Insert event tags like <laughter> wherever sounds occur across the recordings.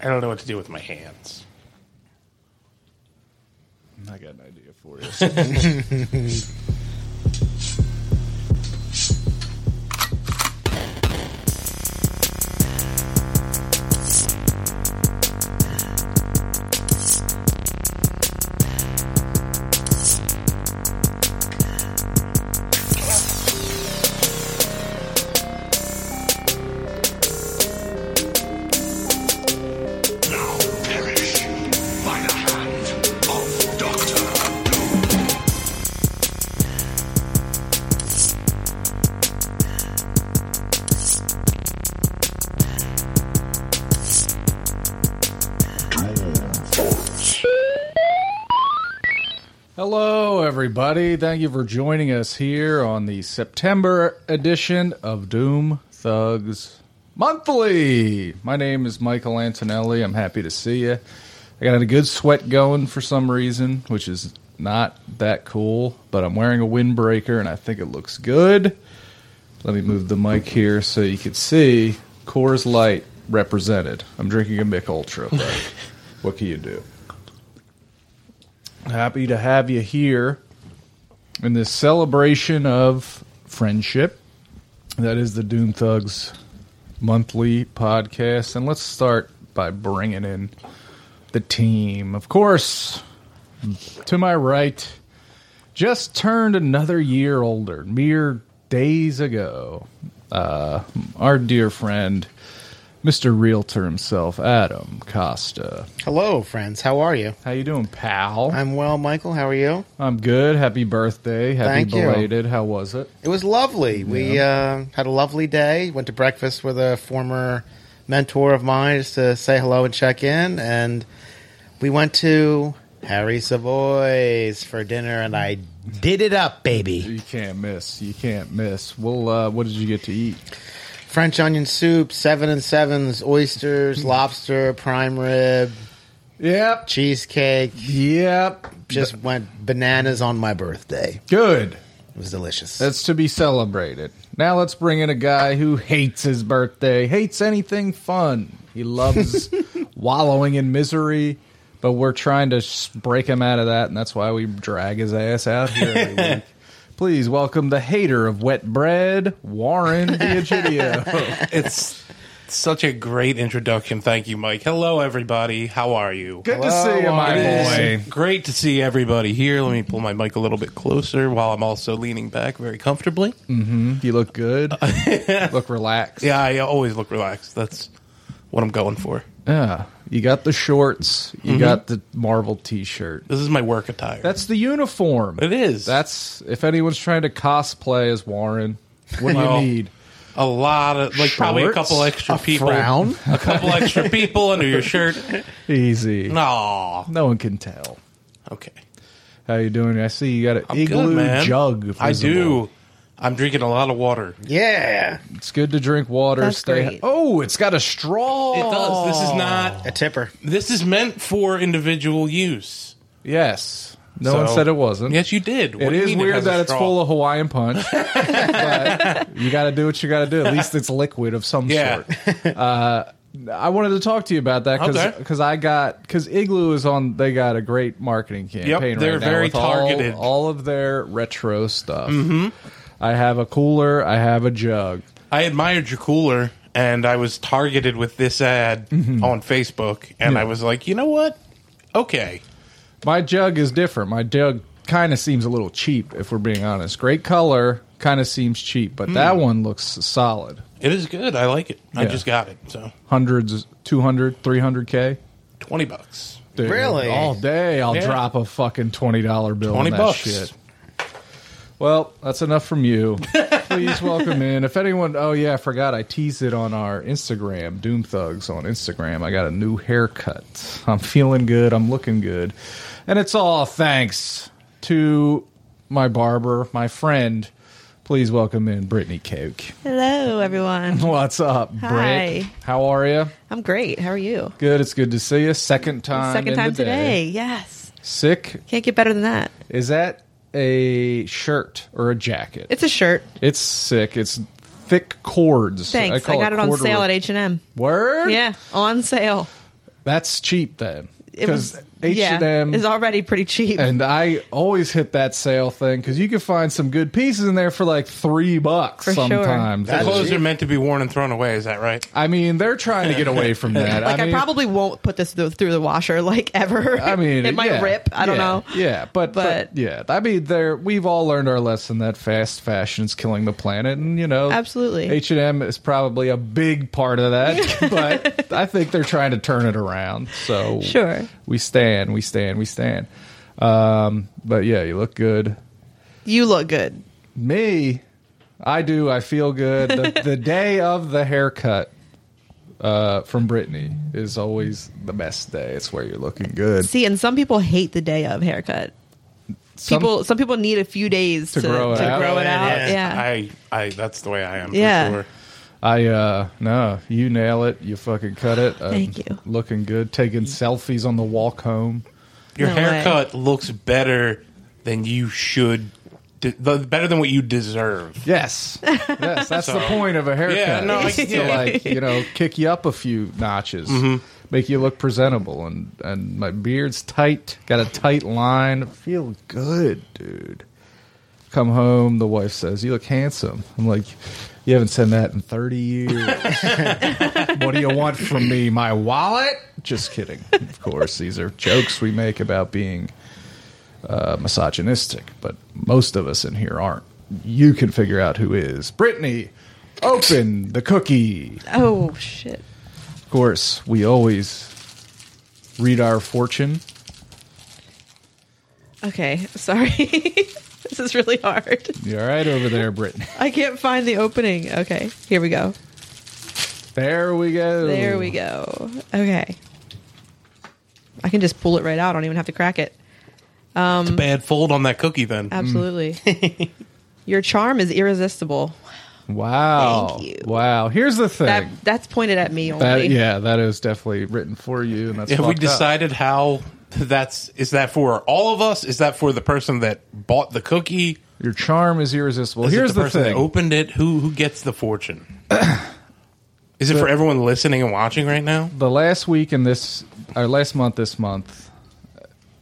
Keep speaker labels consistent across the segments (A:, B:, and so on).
A: I don't know what to do with my hands.
B: I got an idea for you.
C: Now perish by the hand of Doctor Doom.
B: <laughs> Hello, everybody. Thank you for joining us here on the September edition of Doom Thugs Monthly. My name is Michael Antonelli. I'm happy to see you. I got a good sweat going for some reason, which is not that cool, but I'm wearing a windbreaker and I think it looks good. Let me move the mic here so you can see Coors Light represented. I'm drinking a Mick Ultra, but <laughs> what can you do? Happy to have you here in this celebration of friendship. That is the Doom Thugs monthly podcast. And let's start by bringing in the team. Of course, to my right, just turned another year older, mere days ago, uh, our dear friend, Mr. Realtor himself, Adam Costa.
A: Hello, friends. How are you?
B: How you doing, pal?
A: I'm well, Michael. How are you?
B: I'm good. Happy birthday. Happy
A: Thank you.
B: belated. How was it?
A: It was lovely. We uh, had a lovely day. Went to breakfast with a former mentor of mine just to say hello and check in, and we went to Harry Savoy's for dinner, and I did it up, baby.
B: You can't miss. You can't miss. Well, uh, what did you get to eat?
A: French onion soup, seven and sevens, oysters, lobster, prime rib,
B: Yep.
A: cheesecake.
B: Yep.
A: Just went bananas on my birthday.
B: Good.
A: It was delicious.
B: That's to be celebrated. Now let's bring in a guy who hates his birthday, hates anything fun. He
A: <laughs>
B: loves wallowing in misery, but we're trying to s- break him out of that, and that's why we drag his ass out here
A: <laughs>
B: every week. Please welcome the hater of wet bread, Warren Biagidio.
D: <laughs> It's such a great introduction. Thank you, Mike. Hello, everybody. How are you?
B: Good to see you, my
D: It
B: boy.
D: is Great to see everybody here. Let me pull my mic a little bit closer while I'm also leaning back very comfortably.
B: You
D: <laughs>
B: look good. look relaxed.
D: Yeah, I always look relaxed. That's what I'm going for.
B: Yeah. You got the shorts.
D: Mm-hmm.
B: You got the Marvel T-shirt.
D: This is my work attire.
B: That's the uniform.
D: it is.
B: That's if anyone's trying to cosplay as Warren, what do you
D: Well,
B: need?
D: a lot of like probably a
B: Shorts?
D: couple extra people,
A: frown?
D: a couple extra people under your shirt.
B: Easy. No.
D: No,
B: one can tell.
D: okay.
B: How you doing? I see you got an
D: I'm
B: igloo
D: good, man.
B: jug.
D: I
B: visible.
D: do. I'm drinking a lot of water.
A: yeah.
B: It's good to drink water.
E: That's
B: stay.
E: great.
B: Oh, it's got a straw.
D: It does. This is not.
A: A tipper.
D: This is meant for individual use.
B: Yes. No one
D: So-
B: said it wasn't.
D: Yes, you did. What
B: it
D: do you
B: is
D: mean
B: weird
D: has a
B: that it's
D: straw?
B: full of
D: <laughs>
B: Hawaiian punch. but you got to do what you got to do. At least it's liquid of some
D: Yeah.
B: sort. Uh, I wanted to talk to you about that because
D: Okay.
B: I got because Igloo is on. They got a great marketing campaign. right
D: they're
B: now
D: very
B: with all-
D: targeted.
B: All, of their retro stuff. Mm-hmm. I have a cooler. I have a jug.
D: I admired your cooler, and I was targeted with this
B: <laughs>
D: ad
B: Mm-hmm.
D: on Facebook, and I was like, you know what? Okay,
B: My jug is different. My jug kind of seems a little cheap, if we're being honest. Great color, kind of seems cheap,
D: Hmm.
B: but that one looks solid.
D: it is good. I like it. I
B: Yeah.
D: just got it. So
B: Hundreds, 200, 300 k.
D: twenty bucks.
B: Dude,
A: Really?
B: All day, I'll
D: Yeah.
B: drop a fucking twenty dollar bill.
D: Twenty
B: on that
D: bucks.
B: Shit. Well, that's enough
D: <laughs>
B: from you. Please welcome in. If anyone, oh yeah, I forgot. I teased it on our Instagram, Doom Thugs on Instagram. I got a new haircut. I'm feeling good. I'm looking good, and it's all thanks to my barber, my friend. Please welcome in Brittany
E: <laughs>
B: Coke.
E: Hello, everyone.
B: What's up, Britt?
E: Hi.
B: How are you?
E: I'm great. How are you?
B: Good. It's good to see you. Second time.
E: Second
B: in the
E: time
B: day.
E: today. Yes.
B: Sick
E: Can't get better than that.
B: Is that a shirt or a jacket? It's,
E: It's a shirt.
B: sick. It's thick cords.
E: Thanks. I,
B: call
E: got it on
B: corduroy.
E: sale at H and M.
B: Word?
E: Yeah, on sale.
B: That's cheap then.
E: It was
B: Because H and M
E: is already pretty cheap.
B: and I always hit that sale thing because you can find some good pieces in there for like three bucks
E: For sure.
B: sometimes.
D: The
F: That's
D: clothes
F: cheap.
D: are meant to be worn and thrown away. Is that right?
B: I mean, they're trying to get away
E: <laughs>
B: from that.
E: like I,
B: mean,
E: probably won't put this through, through the washer like <laughs> ever.
B: I mean,
E: it might
B: yeah,
E: rip. I don't
B: yeah,
E: know.
B: Yeah, but, but
E: But-
B: yeah, I mean, there we've all learned our lesson that fast fashion is killing the planet, and you know,
E: Absolutely.
B: H and M is probably a big part of
E: <laughs>
B: that. <laughs> but I think they're trying to turn it around. So
E: Sure.
B: we stand, we stand, we stand. Um, but yeah, you look good.
E: You look good.
B: Me, I do. I feel good.
E: <laughs>
B: The, the day of the haircut uh, from Brittany is always the best day. It's where you're looking good.
E: See, and some people hate the day of haircut.
B: Some-
E: People, some, people need a few days
B: To
E: to,
B: grow it out.
E: grow it out. Yeah.
D: I, I, that's the way I am.
E: Yeah.
D: For sure.
B: I uh no, you nail it. You fucking cut it. I'm
E: Thank you.
B: Looking good, taking selfies on the walk home.
D: Your
E: No way.
D: haircut looks better than you should. De- the- better than what you deserve.
B: Yes, yes, that's the
D: So-
B: point of a haircut.
D: Yeah, no, I-
B: is to
D: yeah.
B: like you know kick you up a few notches,
D: Mm-hmm.
B: make you look presentable, and and my beard's tight, got a tight line. Feel good, dude. Come home, the wife says you look handsome. I'm like, you haven't said that in 30 years. <laughs> what do you want from me? My wallet? Just kidding. Of course, these are jokes we make about being uh, misogynistic, but most of us in here aren't. You can figure out who is. Brittany, open the cookie.
E: Oh shit!
B: Of course, we always read our fortune.
E: Okay, <laughs> sorry. this is really hard.
B: You all right over there, Brittany? <laughs>
E: I can't find the opening. Okay, here we go.
B: There we go.
E: There we go. Okay. I can just pull it right out. I don't even have to crack it.
D: It's a bad fold on that cookie. Then
B: Mm.
E: Absolutely.
B: <laughs>
E: Your charm is irresistible.
B: Wow.
E: Thank you.
B: Wow. Here's the thing.
E: That
B: That,
E: that's pointed at me only.
B: yeah, that is definitely written for you, and that's
D: have we
B: fucked up.
D: decided how that's is that for all of us? Is that for the person that bought the cookie?
B: your charm is irresistible.
D: Is it
B: Here's
D: the
B: the,
D: person
B: thing.
D: that opened it. Who who gets the
B: <clears throat>
D: fortune? Is it for everyone listening and watching right now?
B: the last week and this or last month this month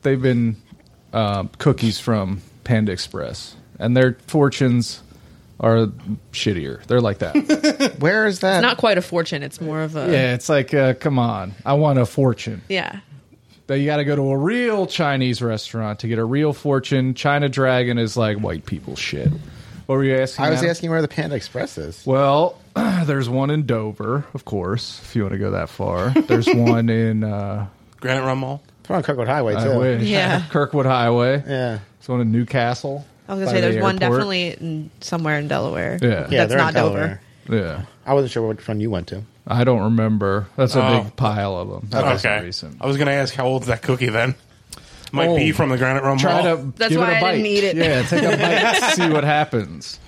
B: they've been uh, cookies from panda express and their fortunes are shittier they're like
F: <laughs>
B: that
F: Where is that?
E: Not quite a fortune. It's more of a
B: yeah it's like uh, come on i want a fortune
E: yeah.
B: that you got to go to a real chinese restaurant to get a real fortune china dragon is like white people shit what were you asking
F: I was
B: Adam?
F: asking where the Panda Express is.
B: Well, <clears throat> there's one in Dover, of course, if you want to go that far.
F: <laughs>
B: There's one in, uh,
D: Granite Rum Mall.
F: It's on Kirkwood Highway
B: I
F: too.
B: wish,
E: Yeah.
B: <laughs> Kirkwood Highway.
F: Yeah,
B: There's one in Newcastle.
E: I was gonna
B: by
E: say
B: the
E: there's one
B: airport.
E: definitely in, somewhere in Delaware.
B: Yeah.
E: But
F: yeah,
E: that's
F: they're
E: not
F: in Delaware.
E: Delaware.
B: Yeah.
F: I wasn't sure which one you went to.
B: I don't remember. That's a
D: Oh.
B: big pile of them. That wasn't
D: Okay,
B: recent.
D: I was going to ask how old's that cookie then? Might be
B: Old.
D: from the Granite Rum
B: Oh. Try
D: Mall.
B: to
E: That's
B: give
E: why
B: it a
E: I
B: bite.
E: didn't eat it.
B: Yeah, take a
E: <laughs>
B: bite, see what happens.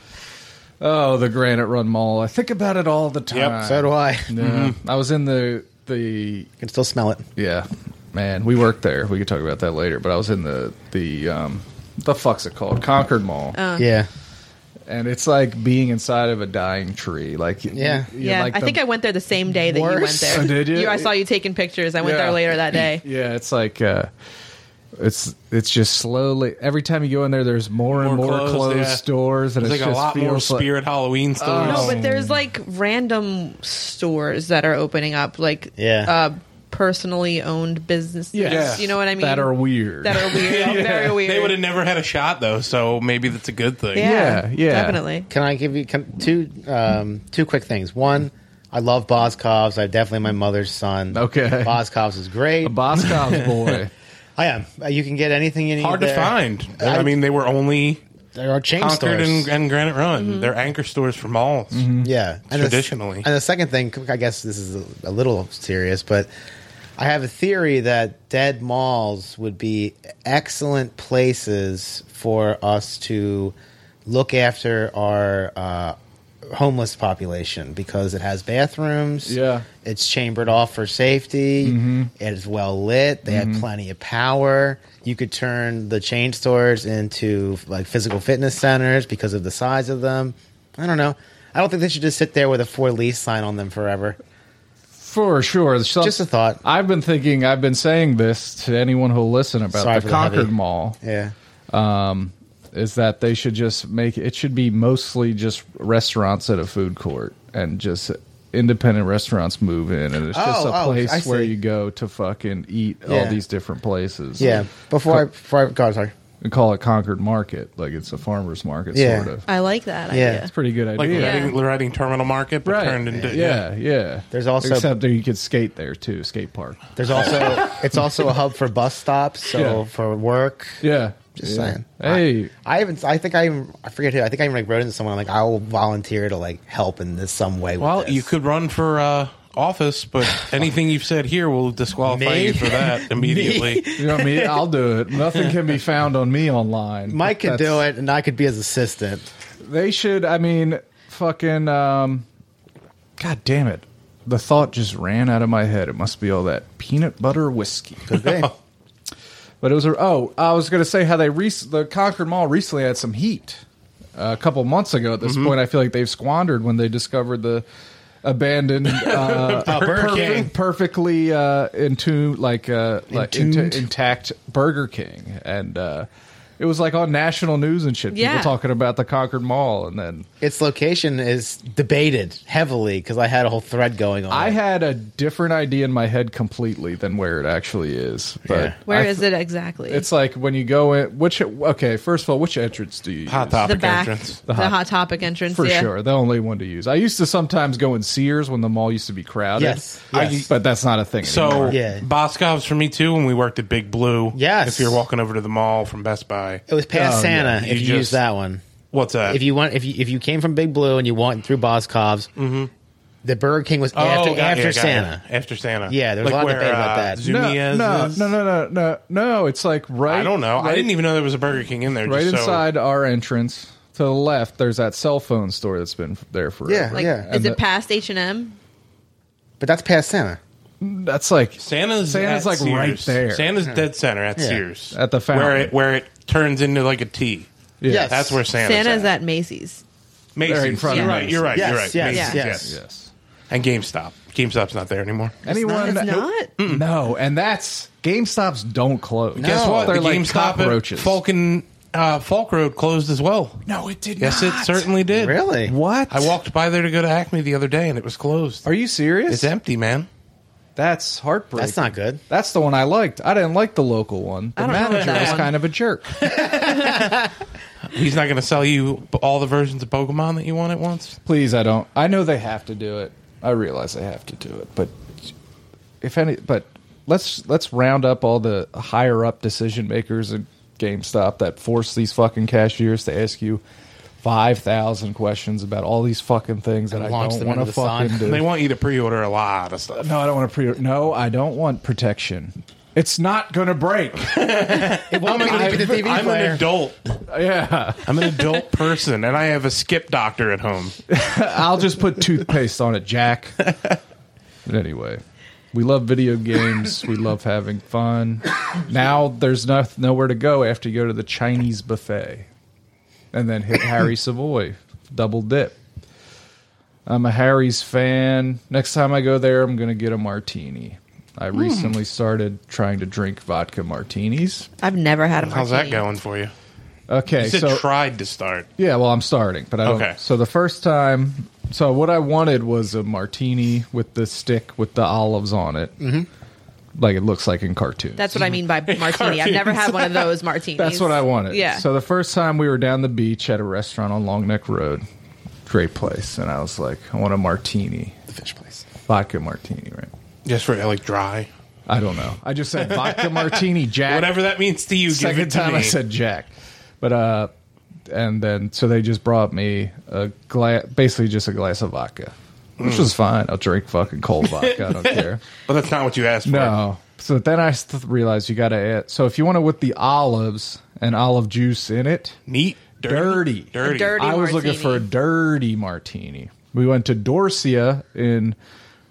B: Oh, the Granite Run Mall. I think about it all the time.
F: So do I.
B: Yeah.
D: Mm-hmm.
B: I was in the the
F: can still smell it.
B: yeah, man. We worked there. We could talk about that later. But I was in the the um the fuck's it called Concord Mall,
E: Oh,
F: yeah,
B: and it's like being inside of a dying tree. Like you-
F: Yeah.
B: you-
E: Yeah,
B: like
E: I
B: the-
E: think I went there the same day that you went
F: Worse?
E: there.
B: Oh, did you?
E: <laughs> I saw you taking pictures. I went
B: Yeah.
E: there later that day.
B: Yeah, it's like uh, it's it's just slowly. Every time you go in there, there's more, and
D: More
B: more
D: closed,
B: closed,
D: yeah.
B: stores, and
D: There's
B: it's
D: like a
B: just
D: lot more
B: feels like-
D: spirit Halloween stores.
E: Oh, No,
A: Um,
E: but there's like random stores that are opening up, like
F: Yeah.
E: uh, personally owned businesses.
B: Yes.
E: You know what I mean?
B: That are weird.
E: That are
B: <laughs>
E: weird. Very weird.
D: They would have never had a shot though, so maybe that's a good thing.
B: Yeah, yeah.
E: Definitely.
F: Can I give you can, two um, two quick things? One, I love Boscov's. I'm definitely my mother's son.
B: Okay.
F: Boscov's is great.
B: a
E: <laughs>
B: Boscov's boy.
F: I am. Uh, You can get anything you need.
D: Hard to
F: there.
D: find. I mean, they were only
F: There are chain
D: Concord
F: stores.
D: and, and Granite Run.
A: Mm-hmm.
D: They're anchor stores for malls.
F: Yeah, and the-
D: Traditionally.
F: and the second thing, I guess this is a, a little serious, but I have a theory that dead malls would be excellent places for us to look after our uh, homeless population because it has bathrooms.
B: Yeah.
F: it's chambered off for safety. It is well lit. They have plenty of power. You could turn the chain stores into like physical fitness centers because of the size of them. I don't know. I don't think they should just sit there with a for lease sign on them forever.
B: for sure. So-
A: Just a thought.
B: I've been thinking. I've been saying this to anyone who'll listen about
A: Sorry
B: the
A: for the heavy.
B: Concord Mall.
A: Yeah.
B: is that they should just make it should be mostly just restaurants at a food court and just independent restaurants move in and it's just
A: Oh,
B: a
A: oh, I
B: place
A: see.
B: where you go to fucking eat all
A: Yeah.
B: these different places
A: Yeah. Before I, before I, God, sorry.
B: we call it concord market like it's a farmers market
A: Yeah.
B: sort of
E: I like that
A: Yeah.
E: idea.
B: it's a pretty good
D: Like
B: idea
D: Reading, Reading Terminal Market, but
B: right
D: turned into
B: yeah yeah
A: There's also-
B: except that you could skate there too skate park
A: There's also, it's also a hub for bus stops. So
B: Yeah.
A: for work.
B: yeah
A: Just
B: Yeah.
A: saying.
B: hey
A: I haven't, I think I even, I forget who, I think I even like wrote into someone, I'm like, I'll volunteer to like help in this some way. With
D: Well,
A: this.
D: you could run for uh, office,
A: <laughs>
D: but anything you've said here will disqualify
A: Me?
D: you for that
A: <laughs>
D: immediately.
B: you know what I mean? I'll do it. Nothing can be found on me online.
A: Mike could
B: That's-
A: do it and I could be his assistant.
B: They should. I mean, fucking. Um, God damn it! The thought just ran out of my head. It must be all that peanut butter
A: <laughs>
B: whiskey.
A: Could be.
B: But it was. A, oh, I was gonna say how they rec- the Concord Mall recently had some heat. uh, a couple months ago. At this
A: Mm-hmm.
B: point, I feel like they've squandered when they discovered the
A: <laughs>
B: abandoned, uh,
A: Burger
B: perfect-
A: King.
B: perfectly uh, into like uh, like into,
A: Entombed?
B: intact Burger King, and uh, it was like on national news and shit.
E: Yeah.
B: People talking about the Concord Mall, and then.
A: its location is debated heavily because I had a whole thread going on.
B: I
A: it.
B: had a different idea in my head completely than where it actually is. But
A: Yeah.
E: Where
B: I
E: is
B: th-
E: it exactly?
B: It's like when you go in. Which okay, first of all, which entrance do you
D: Hot
B: use?
E: the
D: topic
E: back,
D: entrance.
E: the hot, topic entrance.
B: for
E: yeah.
B: sure, the only one to use. I used to sometimes go in Sears when the mall used to be crowded.
A: Yes,
D: I-
B: yes. but that's not a thing.
D: So
B: anymore.
A: Yeah.
D: Boscov's for me too. When we worked at Big Blue,
A: Yes.
D: If you're walking over to the mall from Best Buy,
A: it was past
B: Oh, yeah.
A: Santa
D: You
A: if you
D: just-
A: use that one.
D: what's that?
A: If you want, if you if you came from Big Blue and you went through Boscov's, the Burger King was
D: Mm-hmm. Oh,
A: after,
D: got
A: after
D: ya, got ya.
A: Santa.
D: after Santa, uh,
A: Yeah, there's a lot of debate about that. No,
B: no,
D: Zumiez
B: no,
D: is?
B: no, no, no, no, no. It's like right.
D: I don't know. I
B: right-
D: didn't even know there was a Burger King in there.
B: Right
D: just so-
B: inside our entrance to the left, there's that cell phone store that's been there forever.
A: Yeah.
E: Like,
A: Yeah.
E: is
B: And
E: it
B: the-
E: past H and M?
A: But that's past Santa.
B: that's like
D: Santa's
B: Santa's
D: at
B: like right
D: Sears.
B: there.
D: Santa's dead center at
A: Yeah.
D: Sears
B: At the fountain.
D: where it where it turns into like a T.
B: Yeah.
A: Yes.
D: That's where Santa's,
E: Santa's
D: at.
E: at Macy's.
D: Macy's.
B: They're in front
E: of
D: you're right.
B: Macy's.
D: You're right.
A: Yes,
D: you're right.
A: yes,
D: Macy's,
A: yes.
B: Yes.
D: And GameStop. GameStop's not there anymore.
B: Anyone?
E: It's not.
B: No, and that's GameStops don't close.
D: Mm. Guess what?
B: They're
D: the
B: like
D: GameStop
B: cockroaches.
D: at Falcon uh, Falk Road closed as well.
B: no, it did
D: Yes, it
B: not.
D: certainly did.
A: Really?
B: What?
D: I walked by there to go to Acme the other day, and it was closed.
B: Are you serious?
D: It's empty, man.
B: That's heartbreaking.
A: That's not good.
B: That's the one I liked. I didn't like the local one. The
E: I don't know about
B: manager
E: that
B: was
E: one.
B: kind of a jerk.
D: He's not going to sell you all the versions of Pokemon that you want at once.
B: Please, I don't. I know they have to do it. I realize they have to do it, but if any, but let's let's round up all the higher up decision makers at GameStop that force these fucking cashiers to ask you five thousand questions about all these fucking things
A: And
B: that I
A: launch
B: don't
A: them
B: want to
A: into the sun.
B: fucking do.
A: <laughs>
D: They want you to pre-order a lot of stuff.
B: no, I don't want to pre. No, I don't want protection. It's not gonna break.
A: I'm,
D: I'm an adult.
B: <laughs> yeah,
D: I'm an adult person, and I have a skip doctor at home.
B: I'll just put toothpaste on it, Jack. But anyway, we love video games. We love having fun. Now there's no, nowhere to go after you go to the Chinese buffet, and then hit Harry Savoy, double dip. I'm a Harry's fan. Next time I go there, I'm gonna get a martini. I
D: Hmm.
B: recently started trying to drink vodka martinis.
E: I've never had a martini.
D: How's that going for you?
B: Okay,
D: You said
B: so
D: tried to start.
B: Yeah, well, I'm starting, but I don't.
D: Okay.
B: So the first time, so what I wanted was a martini with the stick with the olives on it, mm-hmm. like it looks like in cartoons.
E: That's what
B: <laughs>
E: I mean by martini. I've never had one of those martinis.
B: That's what I wanted.
E: Yeah.
B: So the first time we were down the beach at a restaurant on Long Neck Road, great place, and I was like, I want a martini,
A: the fish place.
B: vodka martini, right?
D: Just for like dry,
B: I don't know. I just said vodka martini, Jack.
D: whatever that means to you.
B: Second
D: give it to
B: time
D: me.
B: I said Jack, but uh, and then so they just brought me a glass, basically just a glass of vodka,
D: Hmm.
B: which was fine. I'll drink fucking cold
D: <laughs>
B: vodka. I don't care.
D: but that's not what you asked for.
B: No. So then I st- realized you got to add. So if you want it with the olives and olive juice in it,
D: Neat,
B: Dirty.
D: dirty,
E: A dirty
B: I was
E: martini.
B: looking for a dirty martini. We went to Dorsia in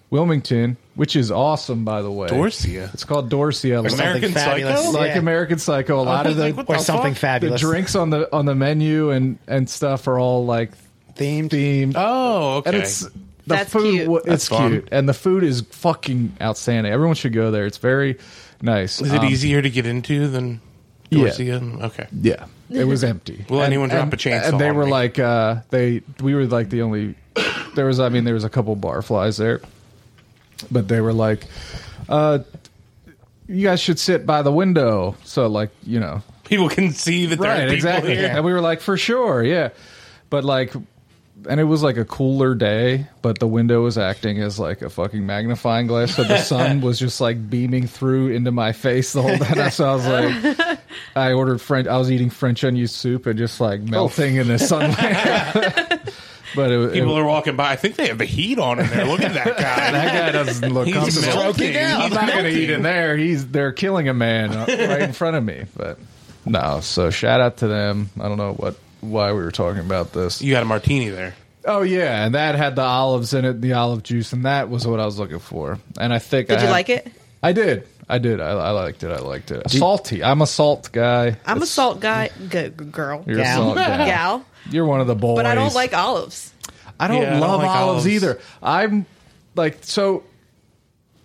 B: Wilmington, which is awesome, by the way.
D: Dorsia?
B: It's called Dorsia. Like,
D: American
A: fabulous.
D: Psycho.
B: like
A: Yeah.
B: American Psycho, a lot
D: I <laughs> was
B: of the
D: like, what
A: Or
D: the
A: something
D: fuck?
A: fabulous.
B: the drinks on the on the menu and and stuff are all like
A: Themed.
B: themed Uh,
D: Oh, okay.
B: and it's the
E: That's
B: food
E: cute.
B: wa- it's
D: fun.
B: cute and the food is fucking outstanding everyone should go there it's very nice
D: Is it
B: Um,
D: easier to get into than
B: Yeah.
D: Dorsia? Okay.
B: yeah it
E: <laughs>
B: was empty
D: Will anyone drop
B: and-
D: a chainsaw
B: and they
D: on
B: were
D: me?
B: like uh they we were like the only there was i mean there was a couple barflies there but they were like uh you guys should sit by the window so like you know
D: People can see that there are people
B: exactly.
D: here.
B: And we were like, for sure, yeah. But like, and it was like a cooler day, but the window was acting as like a fucking magnifying glass, so the sun was just like beaming through into my face the whole time. <laughs> So I was like, I ordered French. I was eating French onion soup and just like melting in the sunlight. <laughs> but it,
D: People
B: it,
D: are walking by. I think they have the heat on in there. Look at
B: <laughs>
D: that guy. <laughs>
B: that guy doesn't look
D: He's
B: comfortable.
D: melting.
F: Stroking out.
D: He's
B: I'm not going to
D: melting.
B: eat in there. He's they're killing a man uh,
D: <laughs>
B: right in front of me. But no, so shout out to them. I don't know what why we were talking about this.
D: You got a martini there.
B: Oh yeah, and that had the olives in it, the olive juice, and that was what I was looking for. And I think
E: Did
B: I
E: you
B: had-
E: like it?
B: I did. I did. I, I liked it. I liked it. Salty. I'm a salt guy.
E: I'm a
B: It's-
E: salt guy, g- g- girl,
B: You're a
F: Gal.
E: <laughs>
B: salt guy.
E: gal,
B: You're one of the boys.
E: but I don't like olives.
B: I don't
D: Yeah, I don't
B: love
D: like
B: olives,
D: olives.
B: either. I'm like so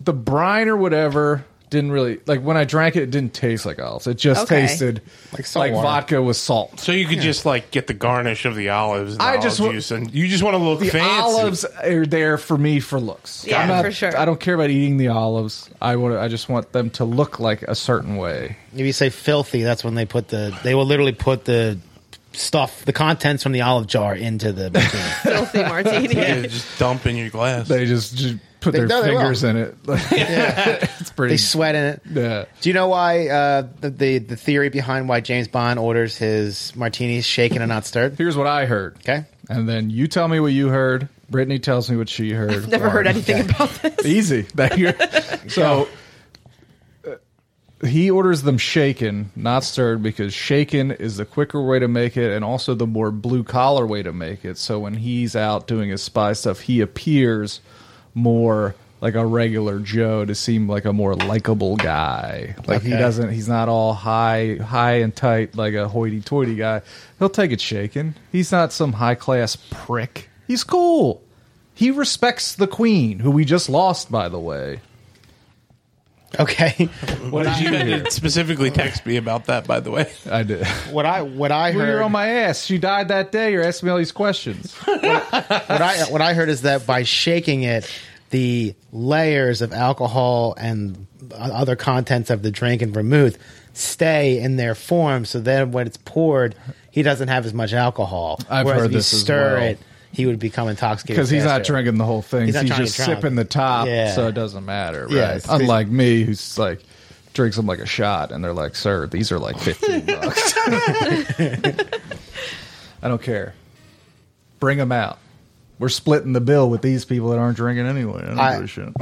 B: the brine or whatever didn't really like when I drank it. It didn't taste like olives. It just
E: Okay.
B: tasted
F: Like salt
B: like
F: water.
B: vodka with salt.
D: So you could just like get the garnish of the olives. And
B: I
D: olive
B: just wa-
D: juice, and you just want to look
B: The
D: fancy.
B: olives are there for me for looks.
E: Yeah,
B: I'm not-
E: for sure.
B: I don't care about eating the olives. I want. I just want them to look like a certain way.
F: If you say filthy, that's when they put the they will literally put the stuff, the contents from the olive jar
B: <laughs>
F: into the martini.
E: Filthy martini.
D: Yeah, just dump in your glass.
B: They just, just put
F: They-
B: their
F: no, they will.
B: fingers in it. <laughs> it's pretty.
F: they sweat in it.
B: yeah.
F: Do you know why uh, the, the the theory behind why James Bond orders his martinis shaken and not <laughs> stirred?
B: Here's what I heard.
F: Okay.
B: And then you tell me what you heard. Brittany tells me what she heard.
E: <laughs> Never heard
B: Lauren.
E: anything about this.
B: Easy. That <laughs> you're, so uh, he orders them shaken, not stirred, because shaken is the quicker way to make it and also the more blue collar way to make it. So when he's out doing his spy stuff, he appears more like a regular Joe to seem like a more likable guy. Like he
F: Okay.
B: doesn't he's not all high high and tight like a hoity toity guy. He'll take it shaken. He's not some high class prick. He's cool. He respects the queen, who we just lost, by the way.
F: Okay.
D: what did you did specifically text me about that? By the way,
B: I did.
F: <laughs> What I what I
B: Well,
F: heard
B: You're on my ass. She died that day. You're asking me all these questions.
F: <laughs> what I what I heard is that by shaking it, the layers of alcohol and other contents of the drink and vermouth stay in their form. So then, when it's poured, he doesn't have as much alcohol.
B: I've
F: Whereas
B: heard
F: if you
B: this as
F: stir
B: well.
F: it, he would become intoxicated
B: Because he's not
F: faster.
B: drinking the whole thing. He's,
F: He's not trying to
B: just
F: get drunk.
B: sipping the top,
F: Yeah.
B: so it doesn't matter. Right?
F: Yeah, it's-
B: Unlike me, who's like drinks them like a shot, and they're like, "Sir, these are like
F: <laughs>
B: fifteen bucks." <laughs> I don't care. Bring them out. We're splitting the bill with these people that aren't drinking anyway. I don't
F: I-
B: give a shit. <laughs>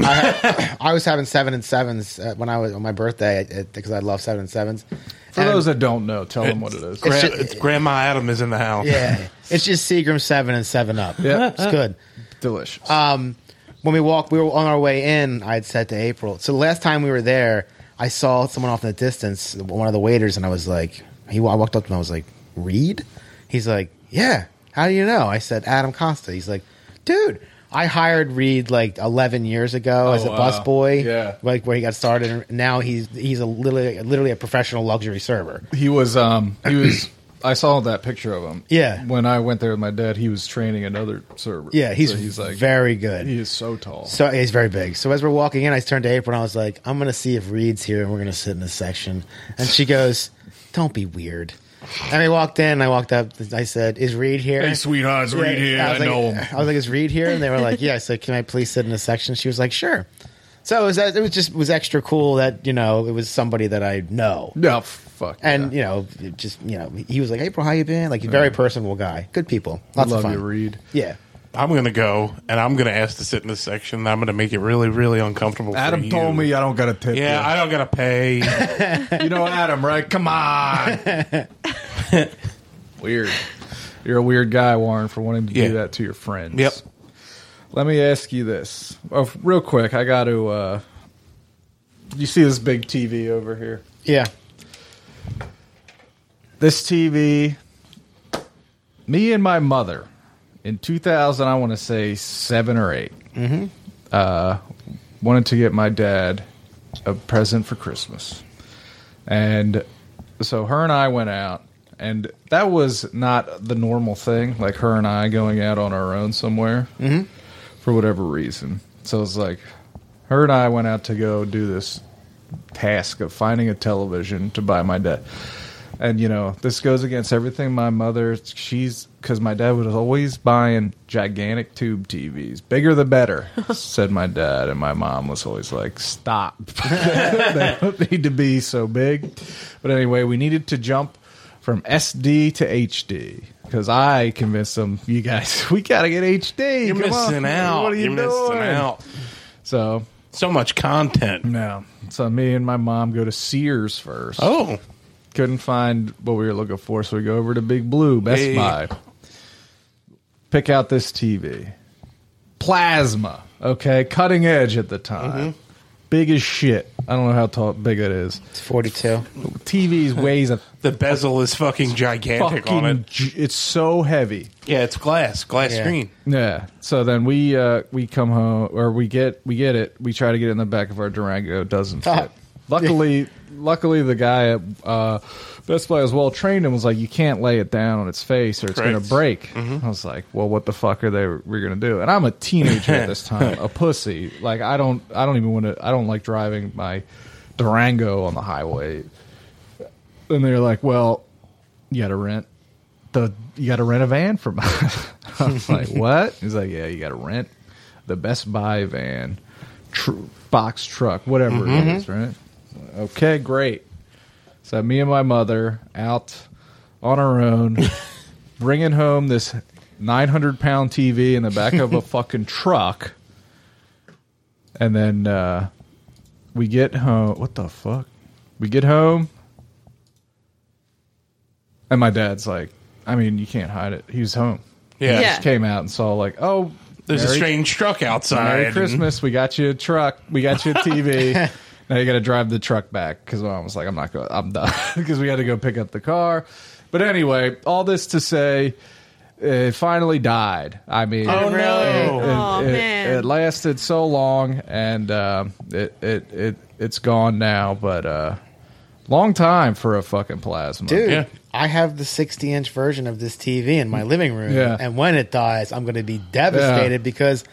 F: I was having seven and sevens uh, when I was on my birthday because I love seven and sevens.
B: For
F: And-
B: those that don't know, tell them what it is.
D: Gra-
F: just-
D: it's Grandma Adam is in the house.
F: yeah, it's just Seagram seven and seven up.
B: Yeah.
F: it's good.
B: Delicious.
F: um, when we walked, we were on our way in. I had said to April. So the last time we were there, I saw someone off in the distance, one of the waiters, and I was like, he. I walked up to him. I was like, Reed. He's like, Yeah. How do you know? I said, Adam Costa. He's like, Dude. I hired Reed like 11 years ago as a
B: Oh, wow.
F: busboy,
B: Yeah.
F: like where he got started. And now he's he's a literally literally a professional luxury server.
B: He was um he
F: <clears throat>
B: was I saw that picture of him.
F: Yeah.
B: When I went there with my dad, he was training another server.
F: Yeah, he's,
B: So he's like
F: very good.
B: he is so tall.
F: So he's very big. So as we're walking in, I turned to April and I was like, I'm going to see if Reed's here and we're going to sit in this section. And she goes, Don't be weird. And I walked in and I walked up. I said, Is Reed here?
D: sweethearts,
F: Yeah, was like,
B: <laughs>
F: I was like, Is Reed here? And they were like, Yeah. I said, Can I please sit in this section? She was like, Sure. So it was, it was just it was extra cool that, you know, it was somebody that I know.
B: no fuck.
F: And,
B: yeah.
F: you know, it just, you know, he was like, April, how you been? Like, very personable guy. Good people. Lots
B: love
F: of fun.
B: you, Reed.
F: Yeah.
D: I'm gonna go and I'm gonna ask to sit in this section. and I'm gonna make it really, really uncomfortable. for
B: Adam
D: you.
B: told me uh, I don't gotta tip
D: Yeah, I don't gotta
B: <laughs>
D: pay.
B: you. you know Adam, right?
D: <laughs>
B: Come on. weird. You're a weird guy, Warren, for wanting to
D: Yeah.
B: do that to your friends.
D: Yep.
B: Let me ask you this. Oh, real quick, I gotta uh you see this big TV over here?
F: Yeah.
B: this TV, me and my mother in 2000, I want to say seven or 8 Mm-hmm. Uh, wanted to get my dad a present for Christmas, and so her and I went out, and that was not the normal thing. Like her and I going out on our own somewhere for whatever reason. So it's like her and I went out to go do this task of finding a television to buy my dad. And you know, this goes against everything my mother. She's because my dad was always buying gigantic tube TVs, bigger the better, said my dad, and my mom was always like, "Stop, <laughs> they don't need to be so big." But anyway, we needed to jump from SD to HD because I convinced them, "You guys, <laughs> we gotta get HD.
D: You're
B: Come on.
D: missing out.
B: What are you
D: are missing
B: doing?"
D: out.
B: So
D: So much content.
B: no. So me and my mom go to Sears first.
D: Oh,
B: Couldn't find what we were looking for, so we go over to Big Blue, Best
D: Hey.
B: Buy. Pick out this TV. Plasma. Okay, cutting edge at the time.
D: Mm-hmm.
B: Big as shit. I don't know how tall big it is.
F: It's 42.
D: <laughs>
B: TV's weighs a
D: the bezel is fucking gigantic on
B: fucking.
D: it.
B: G- it's so heavy.
D: Yeah, it's glass, glass
F: Yeah.
D: screen.
B: Yeah. So then we uh we come home or we get we get it. We try to get it in the back of our Durango. It doesn't fit. Luckily, luckily the guy at uh, Best Buy was well trained and was like, "You can't lay it down on its face or it's going
D: Correct.
B: to break." I was like, "Well, what the fuck are they we're going to do?" And I'm a teenager at this time, a pussy. Like I don't I don't even want to. I don't like driving my Durango on the highway. And they're like, "Well, you got to rent the you got to rent a van <laughs> from us. I was like, what? He's like, yeah, you got to rent the Best Buy van, tr- box truck, whatever it is, right? Okay, great. So me and my mother out on our
D: <laughs>
B: own, bringing home this 900 pound TV in the back
D: <laughs>
B: of a fucking truck, and then uh, we get home. What the fuck? We get home. And my dad's like, I mean, you can't hide it. He was home.
D: Yeah,
E: Yeah.
B: Just came out and saw like, oh,
D: there's a
B: Merry-
D: strange truck outside.
B: Merry
D: and-
B: Christmas. We got you a truck. We got you a TV. now you got to drive the truck back because mom was like, I'm not going. I'm done <laughs> because we had to go pick up the car. But anyway, all this to say, it finally died. I mean,
D: Oh no!
B: it,
E: Aw,
B: it-
E: Oh, man.
B: it lasted so long, and um, it, it it it's gone now. But uh, long time for a fucking plasma,
F: Dude,
D: Yeah.
F: I have the 60 inch version of this TV in my living room.
B: Yeah.
F: And when it dies, I'm going to be devastated because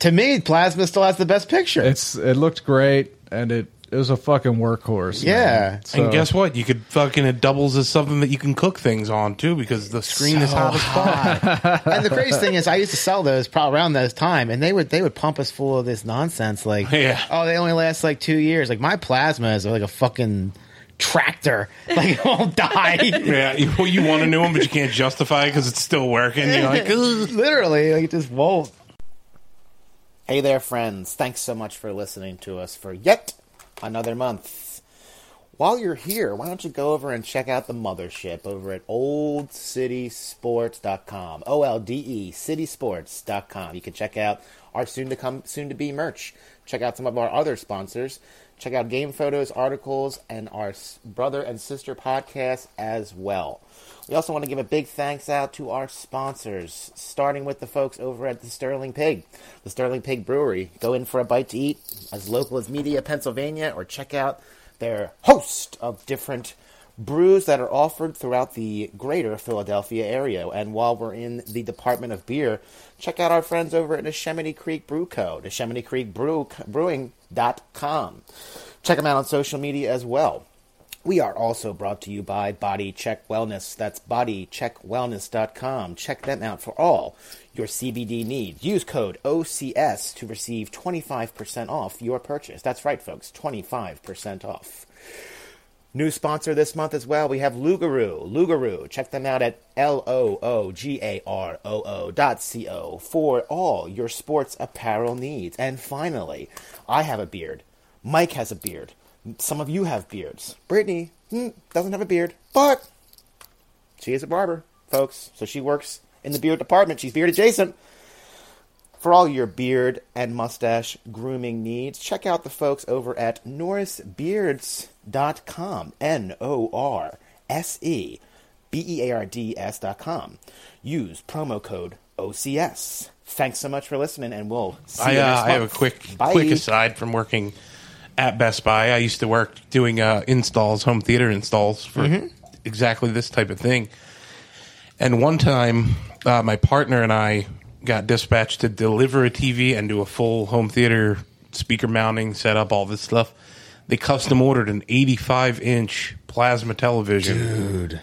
F: to me, Plasma still has the best picture.
B: It's it looked great, and it it was a fucking workhorse. man.
F: Yeah.
B: So-
D: and guess what? You could fucking it doubles as something that you can cook things on too, because the screen is
B: <laughs>
F: So
D: hot as fuck.
F: and the crazy thing is, I used to sell those probably around those time, and they would they would pump us full of this nonsense like,
D: Yeah.
F: oh, they only last like two years. Like my plasma is like a fucking tractor, like <laughs> it won't die.
D: Yeah, you, well, you want a new one, but you can't justify it because it's still working. You're
B: <laughs>
D: like, "Ugh."
F: <laughs> Literally, like it just won't. Hey there, friends! Thanks so much for listening to us for yet another month. While you're here, why don't you go over and check out the mothership over at oldcitysports.com. O L D E citysports.com. You can check out our soon to come soon to be merch. Check out some of our other sponsors. Check out game photos, articles, and our s- brother and sister podcast as well. We also want to give a big thanks out to our sponsors, starting with the folks over at the Sterling Pig, the Sterling Pig Brewery. Go in for a bite to eat, as local as Media, Pennsylvania, or check out their host of different brews that are offered throughout the greater Philadelphia area. And while we're in the department of beer, check out our friends over at Neshaminy Creek Brew Co., neshaminycreekbrewing.com. Check them out on social media as well. We are also brought to you by Body Check Wellness. That's bodycheckwellness.com. Check them out for all your CBD needs. Use code OCS to receive 25% off your purchase. That's right, folks, 25% off. New sponsor this month as well, we have Lugaroo. Lugaroo. Check them out at L-O-O-G-A-R-O-O dot C-O for all your sports apparel needs. And finally, I have a beard. Mike has a beard. Some of you have beards. Brittany hmm, doesn't have a beard, but she is a barber, folks. So she works in the beard department. She's beard adjacent. For all your beard and mustache grooming needs, check out the folks over at norrisbeards.com. N O R S E B-E-A-R-D-S dot com. Use promo code OCS. Thanks so much for listening, and we'll see
D: I,
F: you next
D: uh, I have a
F: month.
D: quick
F: Bye.
D: quick aside from working at Best Buy. I used to work doing uh, installs, home theater installs for
F: Mm-hmm.
D: exactly this type of thing. And one time, uh, my partner and I got dispatched to deliver a TV and do a full home theater speaker mounting setup, all this stuff. They custom ordered an 85 inch plasma television. Dude.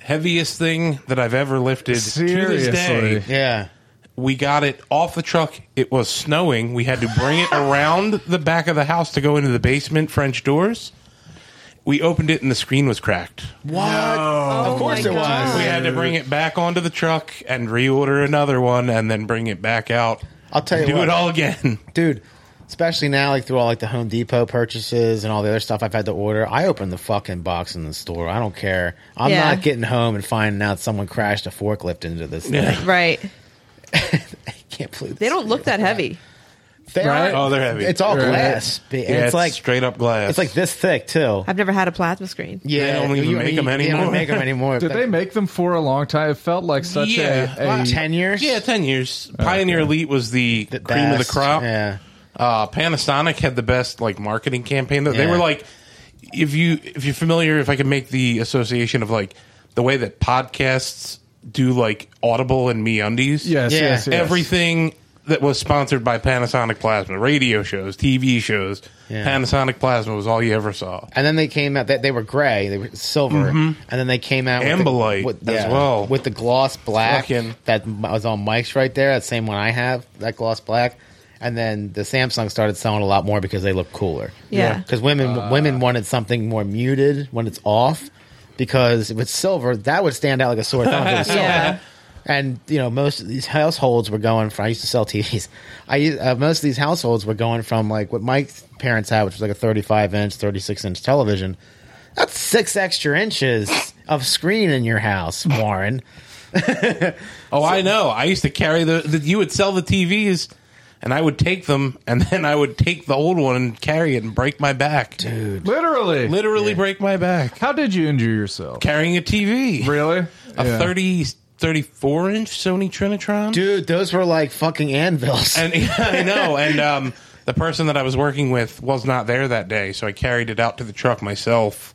D: Heaviest thing that I've ever lifted. To this day,
B: Seriously.
A: Yeah.
D: we got it off the truck. It was snowing. We had to bring it around the back of the house to go into the basement French doors. We opened it and the screen was cracked.
A: What? of course
E: Oh my
A: it
E: God.
A: was.
D: We had to bring it back onto the truck and reorder another one and then bring it back out.
A: I'll tell you
D: Do
A: what.
D: it all again.
A: dude. Especially now, like through all like the Home Depot purchases and all the other stuff I've had to order, I open the fucking box in the store. I don't care. I'm
E: Yeah.
A: not getting home and finding out someone crashed a forklift into this thing.
E: Right.
A: I <laughs> can't believe
E: They
A: this.
E: don't look that heavy.
A: They
B: Right?
A: are-
D: Oh, they're heavy.
A: It's all
B: Right.
A: glass, and
D: yeah,
A: it's like
D: straight up glass.
A: it's like this thick too.
E: I've never had a plasma screen.
A: Yeah,
D: don't even make 'em
A: They
D: anymore.
A: don't make
D: <laughs>
A: them anymore.
B: Did they make them for a long time? It felt like such
D: Yeah.
B: a, a
A: ten years?
D: yeah, ten years. Pioneer Elite was the,
A: The
D: cream of the
A: best,
D: crop.
A: Yeah,
D: uh, Panasonic had the best like marketing campaign. They
A: Yeah.
D: were like, if you if you're familiar, if I can make the association of like the way that podcasts do like Audible and MeUndies.
B: yes,
A: Yeah.
B: yes, yes.
D: everything that was sponsored by Panasonic Plasma, radio shows, TV shows,
A: Yeah.
D: Panasonic Plasma was all you ever saw.
A: and then they came out. They, they were gray. They were silver, and then they came out
D: Ambilight
A: with the,
D: Mm-hmm. as well.
A: with the gloss black
D: Fucking-
A: that m- was on Mike's right there. That same one I have. That gloss black. And then the Samsung started selling a lot more because they looked cooler.
E: Yeah.
A: because women women wanted something more muted when it's off. Because with silver, that would stand out like a
D: <laughs>
A: sore thumb. if it was silver.
E: Yeah.
A: uh, and you know most of these households were going from i used to sell tvs <laughs> i u- uh, most of these households were going from like what my parents had which was like a 35 inch 36 inch television that's six extra inches of screen in your house warren
D: Oh, I know. I used to carry the, the you would sell the TVs and I would take them and <laughs> then I would take the old one and carry it and break my back. Dude.
B: literally.
D: Literally break my back.
B: How did you injure yourself?
D: Carrying a TV.
B: Really?
D: a
B: Yeah.
D: thirty thirty four 34 inch Sony Trinitron.
A: dude those were like fucking anvils
D: And <laughs> I know. And um, the person that I was working with was not there that day, so I carried it out to the truck myself.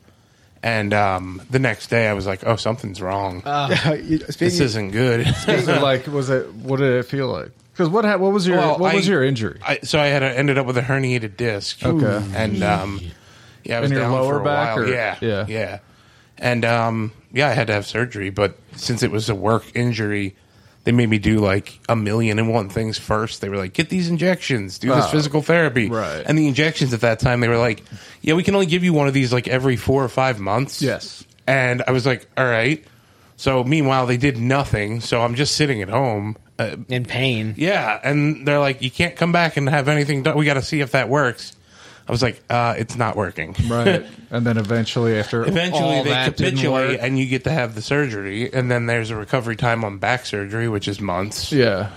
D: And um, the next day, I was like, "Oh, something's wrong.
A: Uh, You- <laughs> speaking
D: this isn't good."
B: <laughs>
D: <laughs>
B: Was it like was it? What did it feel like? Because what ha- what was your
D: Well,
B: what was
D: I-
B: your injury?
D: I, so I had a, ended up with a herniated disc.
B: Okay.
D: And um, yeah, I was
B: In your
D: down
B: lower
D: for a
B: back,
D: while.
B: or-
D: yeah,
B: yeah.
D: yeah. And um, yeah, I had to have surgery, but since it was a work injury, they made me do like a million and one things first. They were like, "Get these injections, do this
B: Oh,
D: physical therapy."
B: right.
D: And the injections at that time, they were like, "Yeah, we can only give you one of these like every four or five months."
B: Yes.
D: And I was like, "All right." So meanwhile, they did nothing. So I'm just sitting at home. Uh,
A: in pain
D: yeah, and they're like, you can't come back and have anything done. We got to see if that works. I was like, uh, it's not working.
B: right. And then eventually, after
D: Eventually,
B: all
D: they
B: that didn't
D: capitulate,
B: work-
D: and you get to have the surgery. And then there's a recovery time on back surgery, which is months.
B: yeah.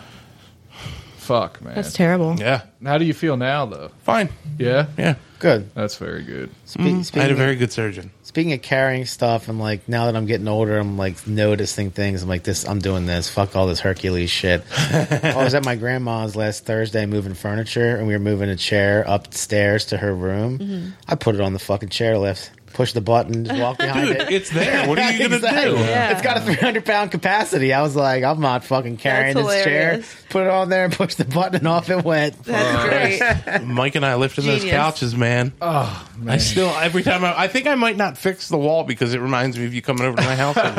B: Fuck man.
E: That's terrible.
D: Yeah.
B: How do you feel now though?
D: fine.
B: Yeah.
D: Yeah,
A: good
B: That's very good.
A: Spe-
D: Mm-hmm. I
A: speaking,
D: had a
A: of-
D: very good surgeon.
A: speaking of carrying stuff and like now that i'm getting older i'm like noticing things i'm like this i'm doing this fuck all this hercules shit I was at my grandma's last Thursday moving furniture, and we were moving a chair upstairs to her room.
E: Mm-hmm.
A: I put it on the fucking chairlift, pushed the button, just walked behind
D: Dude,
A: it.
D: it's there. What are you gonna
A: <laughs> Exactly.
D: do?
E: Yeah.
A: It's got a 300 pound capacity. I was like, I'm not fucking carrying
E: That's
A: this chair.
E: hilarious.
A: Put it on there and push the button, and off
E: <laughs>
A: it went.
E: That's great.
D: Mike and I lifted those
E: Genius.
D: couches, man.
B: Oh man.
D: I still every time I, I think I might not fix the wall because it reminds me of you coming over to my house every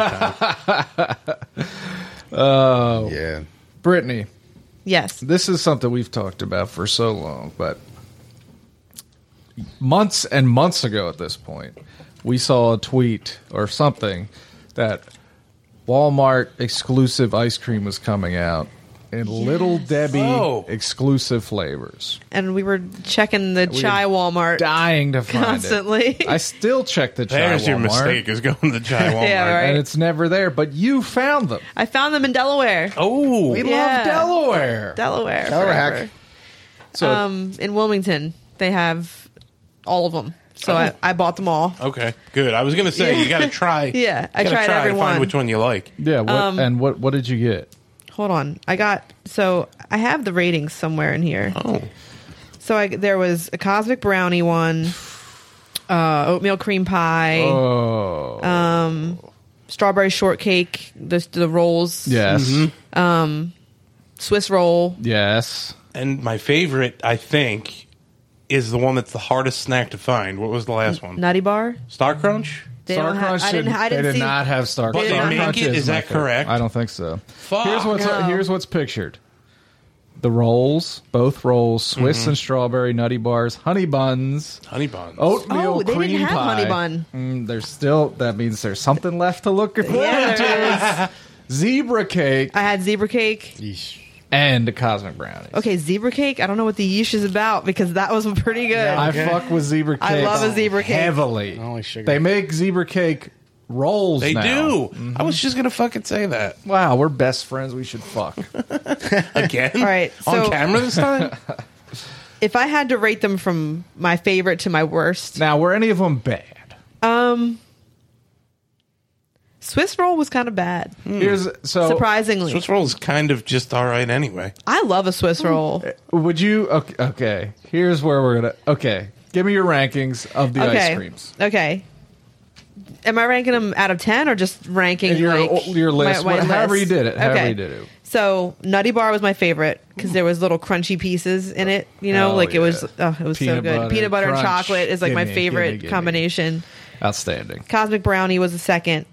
D: time.
A: Yeah.
B: Brittany,
E: Yes.
B: this is something we've talked about for so long, but months and months ago at this point, we saw a tweet or something that Walmart exclusive ice cream was coming out in Little Debbie
D: Oh.
B: exclusive flavors.
E: And we were checking the
B: We
E: chai
B: were
E: Walmart.
B: Dying to find
E: Constantly.
B: it. I still check the chai
D: There's your
B: Walmart,
D: mistake is going to the <laughs> Chai Walmart.
E: Yeah, right.
B: and it's never there. But you found them.
E: I found them in Delaware.
D: Oh,
B: We
E: Yeah.
B: love Delaware.
E: Delaware.
A: Delaware.
E: forever.
B: so
E: Um, in Wilmington, they have all of them So I, I bought them all.
D: Okay, good. I was gonna say you got to try.
E: <laughs> Yeah,
D: you
E: I
D: gotta
E: tried
D: try
E: every
D: and find
E: one.
D: which one you like.
B: Yeah. What,
E: um,
B: and what what did you get?
E: Hold on. I got so I have the ratings somewhere in here.
D: Oh,
E: So I there was a cosmic brownie one, <sighs> uh, oatmeal cream pie,
B: Oh,
E: strawberry shortcake, the the rolls,
B: yes,
D: Mm-hmm.
E: Swiss roll.
B: yes.
D: and my favorite, I think, is the one that's the hardest snack to find. What was the last one?
E: Nutty bar.
D: Star Crunch.
E: They don't have- I didn't. I
B: they did
E: didn't see.
B: not have Star
D: But
B: Crunch.
E: they
B: Star
E: make
B: Crunch
D: it? Is
B: my
D: that
B: favorite.
D: correct?
B: I don't think so.
D: Fuck.
B: Here's what's uh,
E: No.
B: here's what's pictured. The rolls, both rolls, Swiss
E: Mm-hmm.
B: and strawberry nutty bars, honey buns,
D: Honey buns.
B: oatmeal
E: Oh, they didn't
B: cream
E: have
B: pie.
E: honey bun.
B: Mm, there's still that means there's something left to look for.
E: <laughs> Yeah, there is.
B: Zebra cake
E: I had zebra cake.
B: and a cosmic brownie.
E: Okay, zebra cake. I don't know what the yeesh is about because that was pretty good.
B: I
A: Okay.
B: fuck with zebra cake.
E: I love a zebra cake.
B: heavily.
A: Only sugar.
B: They make zebra cake rolls.
D: they
B: now.
D: do. I was just gonna fucking say
E: <laughs>
D: that
B: Wow, we're best friends. We should fuck.
D: again. All
E: right, so-
D: on camera this time.
E: <laughs> if I had to rate them from my favorite to my worst,
B: now, were any of them bad?
E: Swiss roll was kind of bad.
B: Here's so
E: Surprisingly,
D: Swiss roll is kind of just all right anyway.
E: I love a Swiss
B: Hmm.
E: roll.
B: Would you? Okay, okay. Here's where we're gonna. Okay, give me your rankings of the
E: okay.
B: ice creams.
E: Okay. Am I ranking them out of ten or just ranking
B: Your-
E: like,
B: your list, what- however you did it, however you did it.
E: So Nutty Bar was my favorite because there was little crunchy pieces in it. You know,
B: Hell
E: like it was,
B: yeah.
E: oh, it was so
B: Peanut
E: good.
B: butter,
E: Peanut butter and
B: crunch.
E: chocolate is like my
B: Gimme,
E: favorite
B: gimme, gimme.
E: combination.
B: Outstanding.
E: Cosmic Brownie was the second.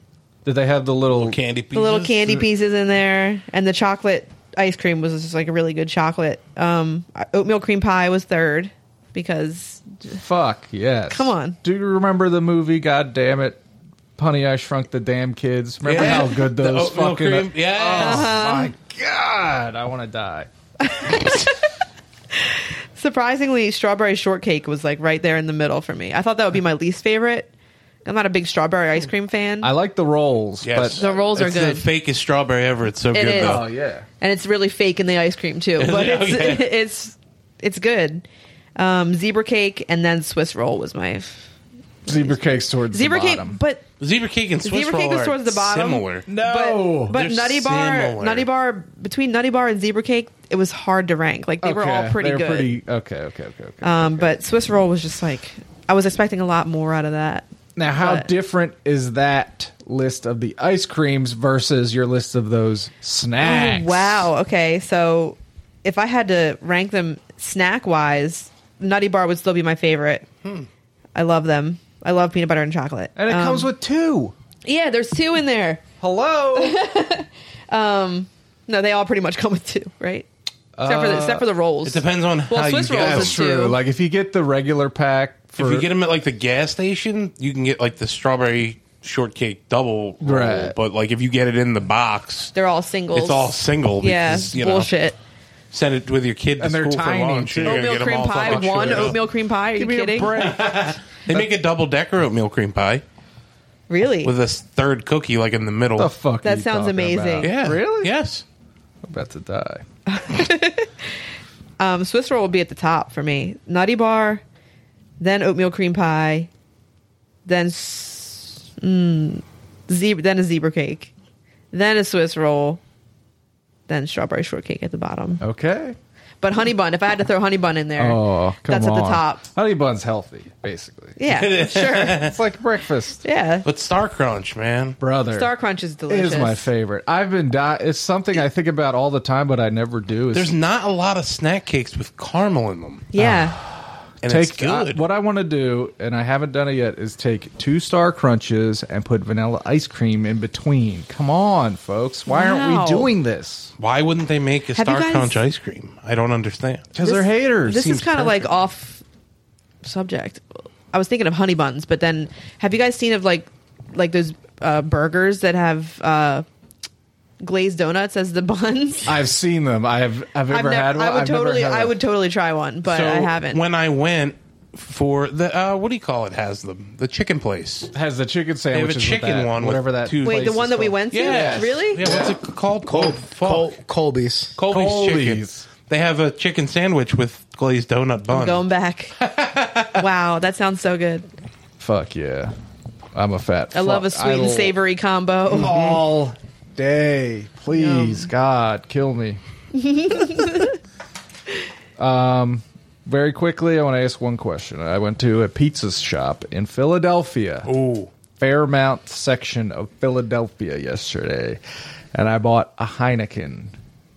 B: Did they have the little?
D: Candy pieces.
E: The little candy pieces in there, and the chocolate ice cream was just like a really good chocolate. Um, oatmeal cream pie was third because
B: Fuck yes.
E: Come on.
B: Do you remember the movie? God damn it, Honey, I Shrunk the Damn Kids. Remember
D: Yeah.
B: how good
E: <laughs>
D: The
B: those
D: oatmeal
B: fucking.
D: Oh,
B: oh
D: cream. Yeah.
E: Uh-huh.
B: My God, I want to die.
E: surprisingly strawberry shortcake was like right there in the middle for me. I thought that would be my least favorite. I'm not a big strawberry ice cream fan,
B: I like the rolls,
D: Yes.
E: The
B: but
E: rolls are
D: oh, it's
E: good.
D: the fakest strawberry ever. It's so good
E: is.
D: though.
B: oh yeah,
E: and it's really fake in the ice cream too. But
D: it?
E: it's
D: Okay.
E: <laughs> it's it's good. Um, zebra cake and then Swiss roll was my
B: zebra cakes towards
E: zebra
B: the
E: cake,
B: bottom.
E: but
D: Zebra cake and Swiss
E: Zebra cake
D: roll
E: is
D: are
E: towards the bottom.
D: Similar.
B: no,
E: but, but
D: they're
E: nutty bar
D: similar.
E: nutty bar between nutty bar and zebra cake it was hard to rank like they were all
B: Okay,
E: pretty
B: they're
E: good
B: Pretty, okay, okay, okay, okay.
E: um but swiss roll was just like i was expecting a lot more out of that
B: Now, how
E: But-
B: different is that list of the ice creams versus your list of those snacks?
E: Oh, wow. Okay. So if I had to rank them snack wise, Nutty Bar would still be my favorite.
D: Hmm.
E: I love them. I love peanut butter and chocolate.
B: And it
E: Um,
B: comes with two.
E: yeah. There's two in there.
B: Hello.
E: No, they all pretty much come with two, right? Except for the, except for the rolls.
D: Uh, It depends on
E: Well,
D: how
E: Swiss
D: you
E: rolls
D: get. them.
E: is
B: That's true.
E: two.
B: Like if you get the regular pack, for,
D: If you get them at like the gas station, you can get like the strawberry shortcake double roll.
B: Right.
D: But like if you get it in the box,
E: They're all singles.
D: it's all single.
E: yeah.
D: Because, you know,
E: bullshit.
D: Send it with your kid to
B: And they're
D: school
B: tiny,
D: for lunch.
B: too.
D: You're gonna
E: Oatmeal
D: get 'em
E: cream
D: all
E: pie.
D: fucking
E: One
D: screwed up.
E: oatmeal cream pie. Are you
B: Give me a
E: kidding?
B: break.
D: They make a double decker oatmeal cream pie
E: Really?
D: with a s- third cookie like in the middle.
B: the fuck.
E: That
B: are you
E: sounds
B: talking
E: amazing.
B: about?
D: Yeah.
B: Really?
D: Yes.
B: I'm about to die.
E: Um, Swiss roll will be at the top for me. Nutty bar, then oatmeal cream pie, then s- mm, zebra, then a zebra cake, then a Swiss roll, then strawberry shortcake at the bottom.
B: Oh. Okay.
E: But honey bun, if I had to throw honey bun in there,
B: Oh, come
E: that's
B: on.
E: at the top.
B: Honey bun's healthy, basically. <laughs>
E: Yeah, sure.
B: It's like breakfast,
E: Yeah,
D: But Star Crunch, man.
B: brother.
E: Star Crunch is delicious.
B: is my favorite. I've been di- it's something I think about all the time, but I never do. Is
D: There's not a lot of snack cakes with caramel in them.
B: Oh.
E: Yeah,
D: And
B: take
D: it's good.
B: I- what I want to do, and I haven't done it yet, is take two star crunches and put vanilla ice cream in between. Come on, folks! Why
E: Wow.
B: aren't we doing this?
D: Why wouldn't they make a
E: Have you
D: Star
E: guys-
D: Crunch ice cream? I don't understand.
B: Because they're haters.
E: This
B: Seems
E: is kind of like off subject. I was thinking of honey buns, but then have you guys seen of like like those uh, burgers that have uh, glazed donuts as the <laughs> buns?
B: I've seen them. I've I've ever
E: nev-
B: had one.
E: I would
B: I've never
E: totally,
B: had
E: I
B: one.
E: would totally try one, but I haven't.
D: When I went for the uh, what do you call it? Has them the chicken place.
B: Has the chicken
D: They have
B: sandwich?
D: a chicken one, with
B: whatever that.
D: two
E: Wait, the
D: places
E: one that we
D: called.
E: went to,
D: Yes.
E: really?
D: Yeah, what's it called?
A: Col-
D: Cold.
A: Col-
D: fuck.
A: Colby's.
D: Colby's,
B: Colby's.
D: chicken. They have a chicken sandwich with glazed donut bun.
B: <laughs>
E: Going back. wow, that sounds so good.
B: Fuck yeah. I'm a fat.
E: I love a
B: fuck.
E: sweet and
B: I'll-
E: savory combo.
B: all day. Please, God,
D: <laughs>
B: kill me. um, Um, very quickly, I want to ask one question. I went to a pizza shop in Philadelphia,
D: Ooh.
B: Fairmount section of Philadelphia yesterday, and I bought a Heineken.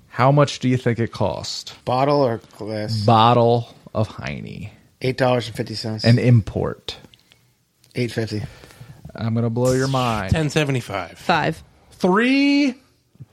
B: How much do you think it cost?
A: Bottle or glass?
B: Bottle of Heine,
A: Eight dollars and fifty cents.
B: an import.
A: eight fifty.
B: I'm gonna blow your mind.
D: Ten seventy five.
E: Five.
B: Three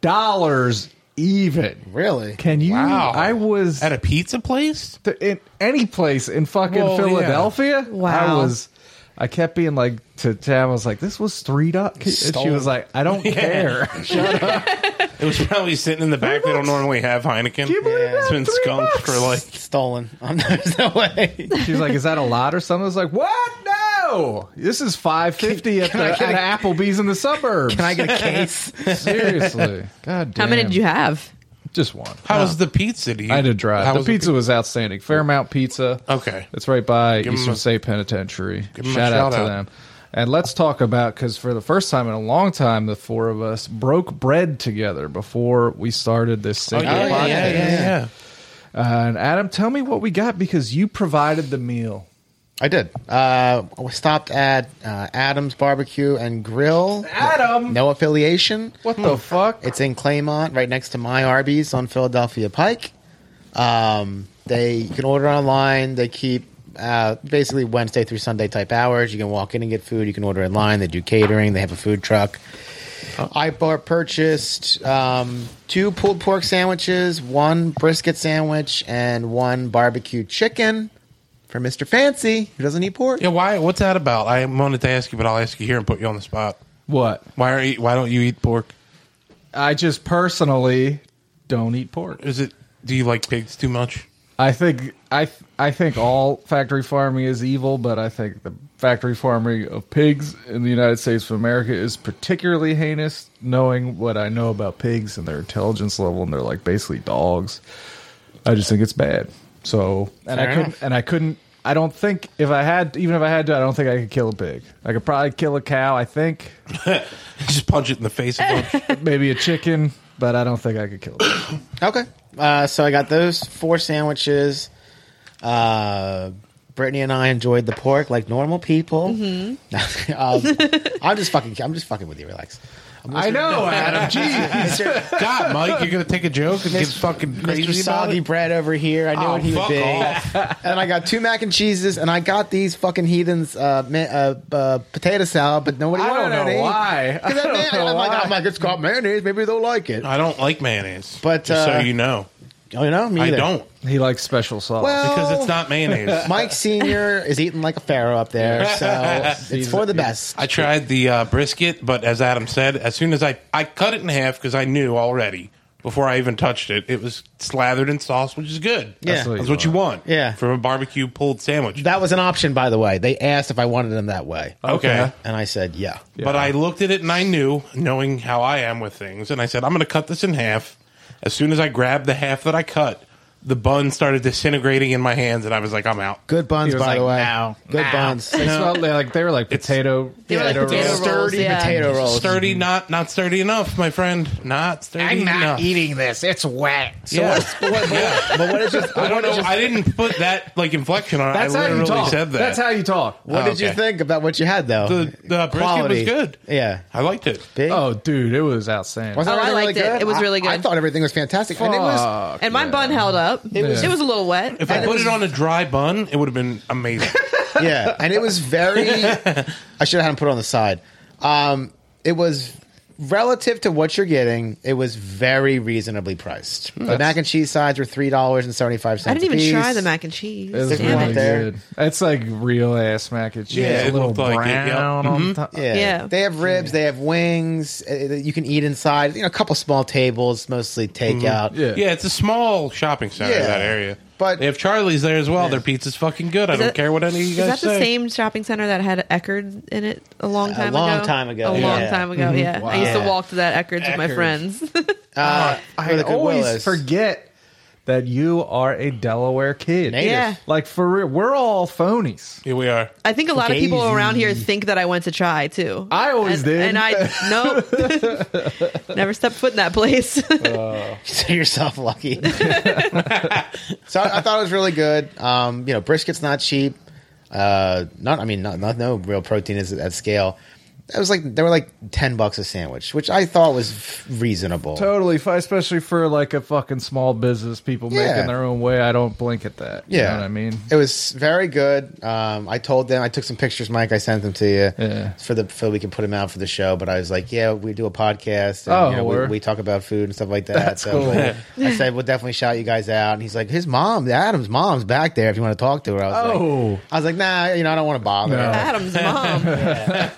B: dollars even.
A: Really?
B: Can you?
D: Wow.
B: I was
D: At a pizza place?
B: th- in any place in fucking
D: Well, yeah.
B: Philadelphia.
E: Wow.
B: I was. I kept being like to Tam. I was like, "This was three dollars." And she was like, "I don't care."
D: It was probably sitting in the back. They don't normally have Heineken.
B: you believe
D: It's
B: that?
D: been
B: Three
D: skunked
B: bucks.
D: for like
A: Stolen. <laughs> Um, there's no way.
B: she was like, "Is that a lot or something?" I was like, "What? No, this is five fifty at, the-
A: get
B: at Applebee's in the suburbs."
A: Can I get a case?
B: <laughs> Seriously, God damn.
E: How many did you have?
B: Just one.
D: How was the pizza? Do you,
B: I had to drive.
D: How
B: the
D: was
B: pizza was outstanding. Fairmount Pizza.
D: Okay.
B: It's right by
D: 'em
B: Eastern
D: a-
B: State Penitentiary.
D: give 'em a
B: Shout
D: shout
B: out to
D: out.
B: them. And let's talk about because for the first time in a long time, the four of us broke bread together before we started this
D: Oh,
B: single
D: yeah,
B: podcast.
D: yeah, yeah, yeah, yeah.
B: Uh, and Adam, tell me what we got because you provided the meal.
A: I did. Uh, we stopped at uh, Adams Barbecue and Grill.
B: Adam!
A: no affiliation.
B: What
D: Hmm.
B: the fuck?
A: It's in Claymont, right next to my Arby's on Philadelphia Pike. Um, they you can order online. They keep uh, basically Wednesday through Sunday type hours. You can walk in and get food. You can order online. They do catering. They have a food truck. I bought, purchased um, two pulled pork sandwiches, one brisket sandwich, and one barbecue chicken for Mister Fancy, who doesn't eat pork.
D: Yeah, why? What's that about? I wanted to ask you, but I'll ask you here and put you on the spot.
B: what?
D: Why are you, Why don't you eat pork?
B: I just personally don't eat pork.
D: Is it? Do you like pigs too much?
B: I think I th- I think all factory farming is evil, but I think the factory farming of pigs in the United States of America is particularly heinous. Knowing what I know about pigs and their intelligence level, and they're like basically dogs. I just think it's bad. So and
A: Fair
B: I couldn't
A: enough.
B: and I couldn't. I don't think if I had even if I had to, I don't think I could kill a pig. I could probably kill a cow. I think
D: <laughs>
B: <laughs>
D: Just punch it in the face. A bunch.
B: maybe a chicken, but I don't think I could kill. A pig.
A: Okay. Uh, so I got those four sandwiches. Uh, Brittany and I enjoyed the pork like normal people.
B: Mm-hmm.
A: <laughs> um, I'm just fucking. I'm just fucking with you. Relax.
B: I know, Adam.
D: <laughs>
B: Jeez. <laughs>
D: God, Mike, you're gonna take a joke and get fucking crazy
A: Mr.
D: about
A: Soggy
D: it.
A: bread over here. I knew
D: Oh,
A: what he would
D: fuck
A: be.
D: off.
A: <laughs> and I got two mac and cheeses, and I got these fucking heathens uh, ma- uh, uh, potato salad, but nobody
B: I
A: wanted
B: don't know
A: any.
B: why. I
A: <laughs> 'Cause that
B: don't
A: man-
B: know
A: I'm like,
B: why.
A: I'm like, it's got mayonnaise. Maybe they'll like it.
D: I don't like mayonnaise,
A: But,
D: just
A: uh,
D: so you know,
A: Oh, you know, me
D: I
A: either.
D: don't
B: He likes special sauce.
A: Well,
D: because it's not <laughs> mayonnaise.
A: Mike Senior is eating like a pharaoh up there, so it's for the best.
D: I tried the uh, brisket, but as Adam said, as soon as I I cut it in half because I knew already before I even touched it, it was slathered in sauce, which is good.
A: Yeah.
B: That's what
D: That's what you want.
A: Yeah.
D: From a barbecue pulled sandwich.
A: That was an option, by the way. They asked if I wanted them that way.
D: okay.
B: Okay.
A: And I said, yeah.
D: But I looked at it and I knew, knowing how I am with things, and I said, I'm going to cut this in half. As soon as I grabbed the half that I cut, the bun started disintegrating in my hands, and I was like, I'm out.
A: Good buns,
B: He
A: by
B: was
A: the
B: like,
A: way.
B: "No,
A: Good buns.
B: They smelled they- like they were like potato.
E: They were like potato
B: rolls.
E: rolls.
A: Sturdy
E: yeah.
A: potato
B: Oh,
A: rolls.
D: Sturdy, not not sturdy enough, my friend. Not sturdy enough.
G: eating this. It's wet.
A: <laughs> So what's, what, what- but what is your,
D: I
A: what
D: don't know.
A: did you,
D: I didn't put that like inflection on it.
B: That's
D: I
B: how you
D: literally
B: talk.
D: said that.
B: That's how you talk.
A: what
D: Oh,
A: did you
D: okay.
A: think about what you had, though?
D: the, the brisket was
A: Quality.
D: good.
A: Yeah.
D: I liked it.
A: Big?
B: Oh, dude, it was outstanding.
A: Wasn't
E: Oh, I
A: everything
E: liked it. It was
A: I-
E: really
A: I,
E: good.
A: thought everything was fantastic. And it was,
B: Fuck
E: And my
B: yeah.
E: bun held up. It was,
B: was-
E: a little wet.
D: If I put it on a dry bun, it would have been amazing.
A: yeah. And it
E: <laughs>
A: was very, I should have had him put it on the side. Um, it was relative to what you're getting, it was very reasonably priced. The mac and cheese sides were $3.75.
E: Hmm. I didn't even
A: apiece.
E: try the mac and cheese.
B: It was
A: There's
E: Damn
A: one
B: really
E: it.
A: there.
B: good. It's like real ass mac and cheese.
D: Yeah,
B: a
D: it
B: little
D: looked like
B: brown
D: it, yeah.
B: on top.
A: Yeah.
E: Yeah.
A: They have ribs, they have wings uh, that you can eat inside. You know, a couple small tables, mostly takeout.
B: Mm-hmm. Yeah.
D: Yeah, it's a small shopping center
A: Yeah.
D: that area.
A: But-
D: they have Charlie's there as well. Their pizza's fucking good. I
E: Is
D: don't
E: that-
D: care what any of you
E: Is
D: guys
E: that the
D: say.
E: same shopping center that had Eckerd in it a long time ago?
A: long time ago,
E: A
A: yeah.
E: long time ago,
D: Mm-hmm.
E: yeah. I used to
A: Wow.
E: walk to that Eckerd's with my
D: Eckerd.
E: friends. <laughs>
A: Uh,
B: Oh, I
A: where the Goodwill
B: always
A: is.
B: forget that you are a Delaware kid.
A: Native.
E: Yeah.
B: Like for real, we're all phonies.
D: Here we are.
E: I think a lot of people
A: Gazy.
E: around here think that I went to try too.
B: I always
E: and,
B: did.
E: and I
D: <laughs>
E: nope, never stepped foot in that place.
A: <laughs> Consider yourself lucky. so I, I thought it was really good. Um, you know, brisket's not cheap. Uh, not, I mean, not, not no real protein is at scale. It was like they were like ten bucks a sandwich, which I thought was f- reasonable.
B: Totally, fi- especially for like a fucking small business, people
A: Yeah.
B: making their own way. I don't blink at that. You
A: Yeah,
B: know what I mean,
A: it was very good. Um, I told them I took some pictures, Mike. I sent them to you
B: Yeah.
A: for the so we can put them out for the show. But I was like, yeah, we do a podcast. And,
B: Oh,
A: you know, we,
B: word.
A: we talk about food and stuff like that.
B: That's cool.
A: like, I said we'll definitely shout you guys out. And he's like, his mom, Adam's mom's back there. If you want to talk to her, I was
B: Oh.
A: like, I was like, nah, you know, I don't want to bother.
B: No.
A: her.
E: Adam's
D: <laughs>
E: mom.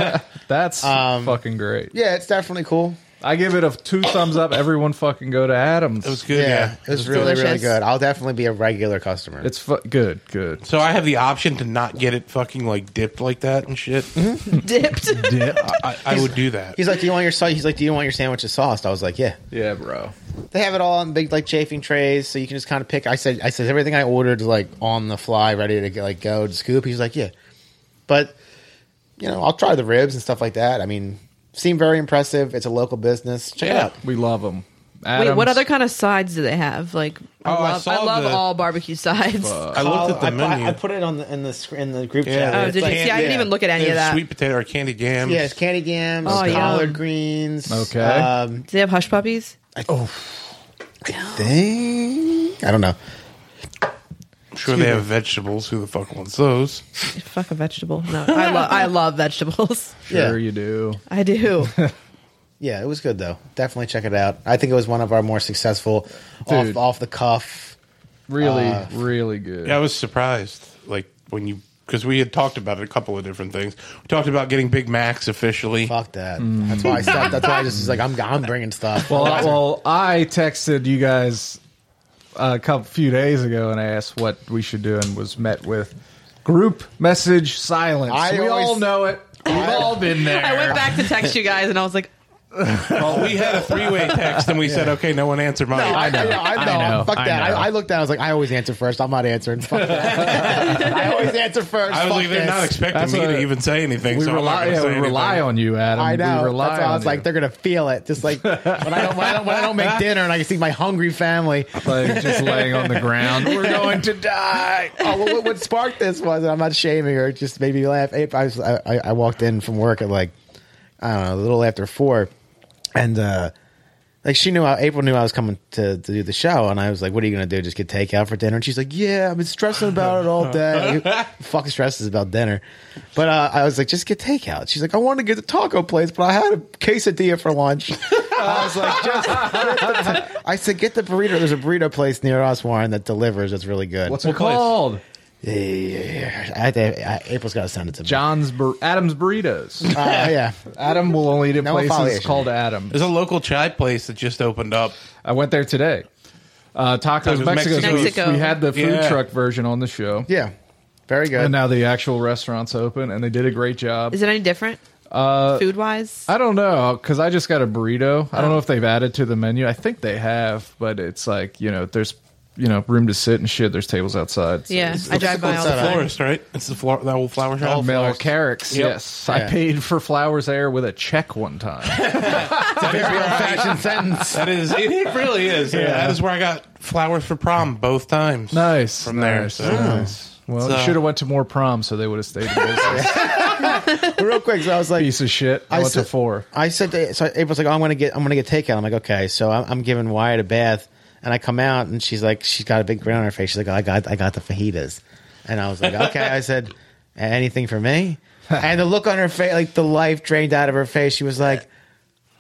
B: that's
A: Um,
B: fucking great.
A: Yeah, it's definitely cool.
B: I give it a two thumbs up. Everyone fucking go to Adams.
D: It was good. Yeah.
A: it was really really
E: delicious.
A: good. I'll definitely be a regular customer.
B: It's fu- good, good.
D: So I have the option to not get it fucking like dipped like that and
A: <laughs>
D: shit.
E: Dipped.
D: I, I would do that.
A: He's like, do you want your sa- He's like, do you want your sandwiches sauced? I was like, yeah.
B: Yeah, bro.
A: They have it all on big like chafing trays, so you can just kind of pick. I said, I said everything I ordered is, like on the fly, ready to go, like go to scoop. He's like, yeah, but you know, I'll try the ribs and stuff like that. I mean, seemed very impressive. It's a local business. Check it
D: Yeah.
A: out.
B: We love them.
E: Wait, what other kind of sides do they have? Like, I
D: Oh, I
E: love, I
D: saw
E: love
D: the-
E: all barbecue sides.
D: I looked at the
A: I, put-
D: menu.
A: I put it on the in the sc- in the group
D: Yeah,
A: chat.
D: they
E: Oh,
D: have
E: did you
D: candy-
E: see? I didn't even look at any
D: they
E: of
D: have
E: that.
D: Sweet potato or candy yams.
A: Yes, candy yams,
E: Oh, yum.
A: collard greens.
B: Okay.
A: Um,
E: Do they have hush puppies?
D: Oh.
A: thing. I don't know.
D: I'm sure they have vegetables. Who the fuck wants those?
E: Fuck a vegetable. No, I love I love vegetables. <laughs>
B: Sure,
A: Yeah.
B: you do.
E: I do.
A: Yeah, it was good though. Definitely check it out. I think it was one of our more successful
B: Dude.
A: off off the cuff.
B: Really,
A: Uh,
B: really good.
D: Yeah, I was surprised. Like when you, because we had talked about it a couple of different things. We talked about getting Big Macs officially.
A: Fuck that. That's why I stopped. That's why I just was like, I'm I'm bringing stuff.
B: Mm. Well, I, well, I texted you guys a couple few days ago and asked what we should do, and was met with group message silence.
A: I
B: we
A: always-
B: all know it. We've all been there.
E: <laughs> I went back to text you guys and I was like,
D: Well, we had a three-way text, and we said, "Okay, no one answered mine."
A: I know. I know.
B: I know,
A: Fuck
B: I
A: that. I,
B: know.
A: I looked down. I was like, I always answer first. I'm not answering. Fuck that. <laughs> I always answer first.
D: I was
A: Fuck
D: like, they're not
A: this.
D: expecting
B: That's
D: me
B: what-
D: to even say anything.
B: We
D: so
B: rely,
D: I'm
B: yeah,
D: not
B: we
D: gonna say
B: rely
D: anything.
B: on you, Adam.
A: I know.
B: We rely
A: That's why I
B: on
A: was like,
B: you.
A: they're gonna feel it. Just like when I don't, when I don't, when I
B: <laughs>
A: don't make dinner and I can see my hungry family.
B: like just laying on the
A: <laughs>
B: ground. We're going to die.
A: Oh, what, what sparked this was, and I'm not shaming her, it just made me laugh. Ape, I, was, I, I- I walked in from work at like, I don't know, a little after four. And, uh, like, she knew, I, April knew I was coming to, to do the show. And I was like, what are you going to do? Just get takeout for dinner? And she's like, yeah, I've been stressing about it
B: <laughs>
A: all day. Who fucking stresses about dinner. But uh, I was like, just get takeout. She's like, I wanted to get the taco place, but I had a quesadilla for lunch. I was like, just. get the- I said, get the burrito. There's a burrito place near us, Warren, that delivers. That's really good.
B: What's
D: What
B: it
D: place?
B: called?
A: Yeah, I, I, I, April's got to send it to me.
B: John's Bur- Adam's Burritos.
A: Uh, yeah,
B: Adam will only eat at
A: No
B: places
A: affiliation.
B: called Adam.
D: There's a local chai place that just opened up.
B: I went there today. Uh, Tacos
D: Tacos
B: Mexico.
D: Mexico.
B: We-
E: Mexico.
B: We had the food
D: Yeah.
B: truck version on the show.
A: yeah, very good.
B: And now the actual restaurant's open, and they did a great job.
E: is it any different? Uh, Food wise?
B: I don't know because I just got a burrito.
A: Oh.
B: I don't know if they've added to the menu. I think they have, but it's like you know, there's you know room to sit and shit. There's tables outside. so
E: Yeah,
B: it's-
E: I drive by all the
A: What's
E: time.
A: that,
D: Florist, right? It's the flower, that old flower shop.
B: Mel Carrick's.
D: Yep.
B: Yes, I
A: Yeah.
B: paid for flowers there with a check one time.
A: Fashion sentence.
D: That is, it, it really is. Yeah. That is where I got flowers for prom both times.
B: nice
D: From
B: nice, Hmm.
D: there. So.
B: nice. Well,
D: So-
B: you should have went to more prom, so they would have stayed in
A: <laughs>
B: business.
A: Real quick, so I was like,
B: Piece of shit. I,
A: I
B: went
A: said-
B: to four.
A: I said, to, so April's like, oh, I'm gonna get, I'm gonna get takeout. I'm like, okay, so I'm, I'm giving Wyatt a bath, and I come out, and she's like, she's got a big grin on her face. She's like, I got, I got the fajitas, and I was like, okay. I said, anything for me? And the look on her face, like the life drained out of her face, she was like.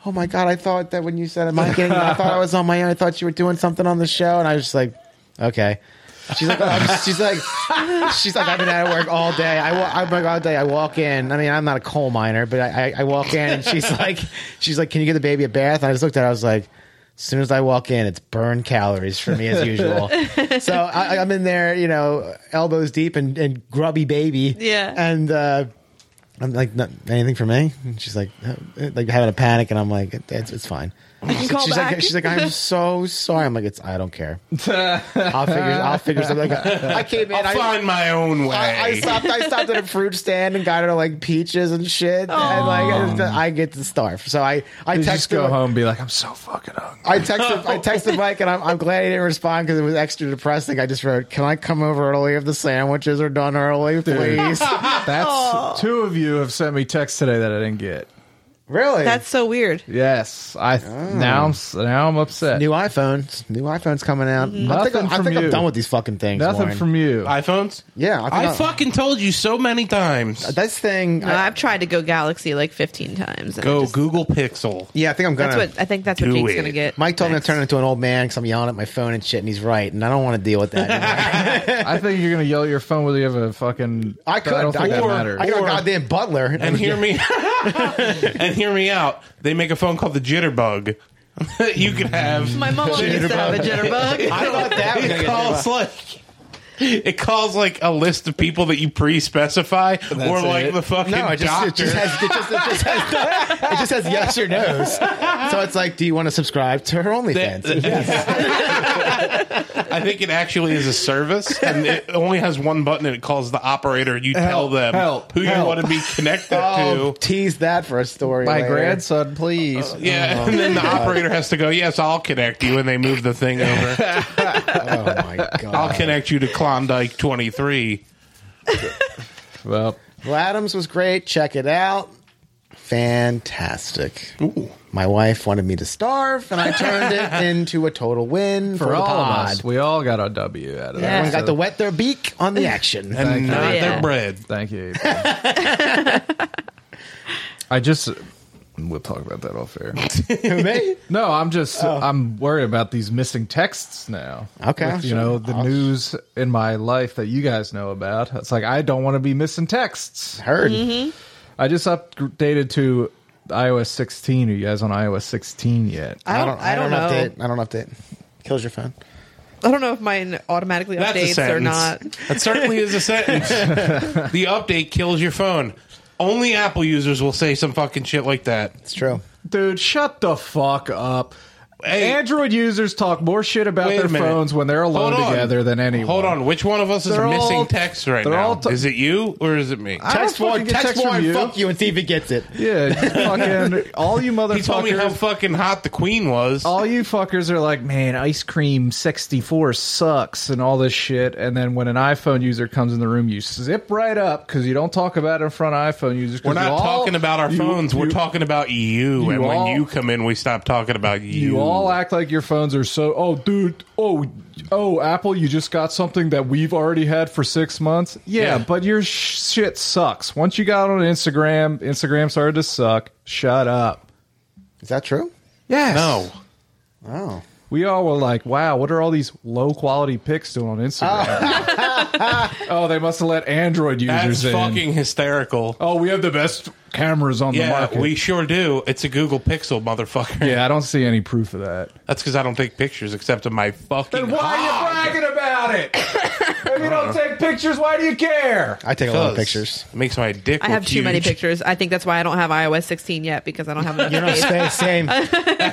A: Oh my god! I thought that when you said am I getting, I thought I was on my own. I thought you were doing something on the show, and I was just like, okay. She's like, I'm just- she's like, she's like, I've been out of work all day. I wa- I've been out all day. I walk in. I mean, I'm not a coal miner, but I, I, I walk in, and she's <laughs> like, she's like, can you get the baby a bath? And I just looked at her. I was like, as soon as I walk in, it's burn calories for me as usual. so I, I'm in there, you know, elbows deep and, and grubby baby.
E: Yeah.
A: and. uh uh," I'm like, "No- anything for me? And she's like, uh, like having a panic, and I'm like, it's, it's fine.
E: can call
A: she's
E: back.
A: like, she's
E: <laughs>
A: like, I'm so sorry. I'm like, it's, I don't care. I'll figure, I'll figure something. Like, I came in,
D: I'll
A: I-
D: find my own way.
A: I, I stopped. I stopped at a fruit stand and got her like peaches and shit, and like I get to starve. So I I
B: You
A: text
B: just go
A: her.
B: home and be like, I'm so fucking
A: <laughs>
B: hungry.
A: I texted I texted Mike and I'm, I'm glad he didn't respond because it was extra depressing. I just wrote, "Can I come over early if the sandwiches are done early, please?"
B: That's two of you have sent me texts today that I didn't get.
A: really?
E: That's so weird.
B: Yes, I now I'm s- now I'm upset.
A: Oh. new iPhones. New iPhones coming out. I think,
B: Nothing
A: I'm, I
B: from
A: think I'm
B: you.
A: done with these fucking things.
B: Nothing
A: Warren.
B: from you.
D: iPhones.
A: Yeah, I think
D: I,
A: I-
D: fucking told you so many times.
A: this thing.
E: No,
A: I,
E: I've tried to go Galaxy like 15 times. and I
D: Go
E: just-
D: Google Pixel.
A: yeah, I think I'm gonna.
E: That's what I think. That's what
D: Do
E: Jake's
D: it.
E: gonna get.
A: Mike told
E: next.
A: me to turn into an old man because I'm yelling at my phone and shit, and he's right, and I don't want to deal with that. <laughs> anymore.
B: I think you're gonna yell at your phone whether you have a fucking.
A: I could.
B: I don't think that
A: or-
B: matters.
A: I got a
D: Or-
A: goddamn butler.
D: And hear
A: <laughs>
D: me. <laughs> and hear me out. They make a phone called the jitterbug. <laughs> you could have. <laughs>
E: My mom used to have a jitterbug.
A: I thought that was gonna
D: it
A: get
D: calls like it calls like a list of people that you pre-specify, or like
B: it.
D: the fucking
A: No, it just,
D: doctor.
A: it just has it just, it just has <laughs> it just has yes or no's. <laughs> So it's like, do you want to subscribe to her OnlyFans?
B: <laughs>
D: I think it actually is a service, and it only has one button, and it calls the operator. You tell them
B: help,
D: who you
B: help.
D: want to be connected
A: Oh,
D: to.
A: tease that for a story.
B: My
A: later.
B: grandson, please.
D: Yeah,
A: Oh.
D: and then the operator has to go. Yes, I'll connect you, and they move the thing
A: <laughs>
D: over.
A: Oh my god.
D: I'll connect you to Klondike Twenty Three.
B: Well,
A: Well, Adams was great. Check it out. Fantastic.
D: Ooh,
A: My wife wanted me to starve, and I turned it into a total win for,
B: for
A: the
B: all of
A: pod.
B: us, we all got our W out of
E: Yeah.
A: Everyone
B: that.
A: got
B: so
A: to wet their beak on the action.
D: and
B: you.
D: not
E: Oh, Yeah.
D: their bread.
B: Thank you.
D: <laughs>
B: I just. We'll talk about that off air.
A: Who, me?
B: No, I'm just
D: Oh.
B: I'm worried about these missing texts now.
A: Okay,
B: With, you
A: sure.
B: know the
A: I'll-
B: news in my life that you guys know about. It's like I don't want to be missing texts.
A: Heard.
B: I just updated to iOS 16. Are you guys on iOS 16 yet?
E: I don't. I don't, know.
A: update. I don't update. Kills your phone.
E: I don't know if mine automatically
D: That's a
E: updates or
D: sentence.
E: not.
D: That certainly is a
E: <laughs>
D: sentence. the update kills your phone. Only Apple users will say some fucking shit like that.
A: It's true.
B: Dude, shut the fuck up.
D: Hey.
B: Android users talk more shit about
D: Wait a
B: their
D: minute.
B: phones when they're
D: Hold
B: alone
D: on.
B: together than anyone.
D: Hold on, which one of us is
B: They're
D: missing
B: all-
D: text right
B: they're
D: now?
B: all ta-
D: is it you or is it me?
B: I don't
A: Text
B: fucking
A: Warren.
B: get
A: Text
B: texts from
A: Warren.
B: you.
A: Fuck you and see if he gets it.
D: <laughs>
B: Yeah, you fucking all you motherfuckers.
D: He told me how fucking hot the queen was.
B: all you fuckers are like, man, ice cream 64 sucks and all this shit. And then when an iPhone user comes in the room, you zip right up because you don't talk about it in front of iPhone users. 'cause
D: we're not
B: you all-
D: talking about our
B: you-
D: phones. we're
B: you-
D: talking about you. and
B: all-
D: when you come in, we stop talking about you.
B: You all act like your phones are so. Oh, dude. Oh, oh, Apple, you just got something that we've already had for six months. Yeah,
D: Yeah.
B: but your sh- shit sucks. Once you got on Instagram, Instagram started to suck. Shut up.
A: Is that true?
B: Yes.
D: no.
A: Oh.
B: We all were like, wow, what are all these low quality pics doing on
A: <laughs>
B: Instagram? <laughs> oh, they must have let Android users
D: That's
B: in.
D: fucking hysterical.
B: oh, we have the best cameras on the
D: yeah,
B: market.
D: we sure do. It's a Google Pixel, motherfucker.
B: yeah, I don't see any proof of that. Ah.
D: That's because I don't take pictures except of my fucking.
B: are you bragging about <laughs> it? if you don't take pictures, why do you care?
A: I take a lot of
D: Does.
A: pictures.
D: It makes my dick.
E: I have
D: look
E: too many
D: huge.
E: pictures. I think that's why I don't have iOS 16 yet because I don't have enough <laughs>
A: You know,
E: space.
A: stay same.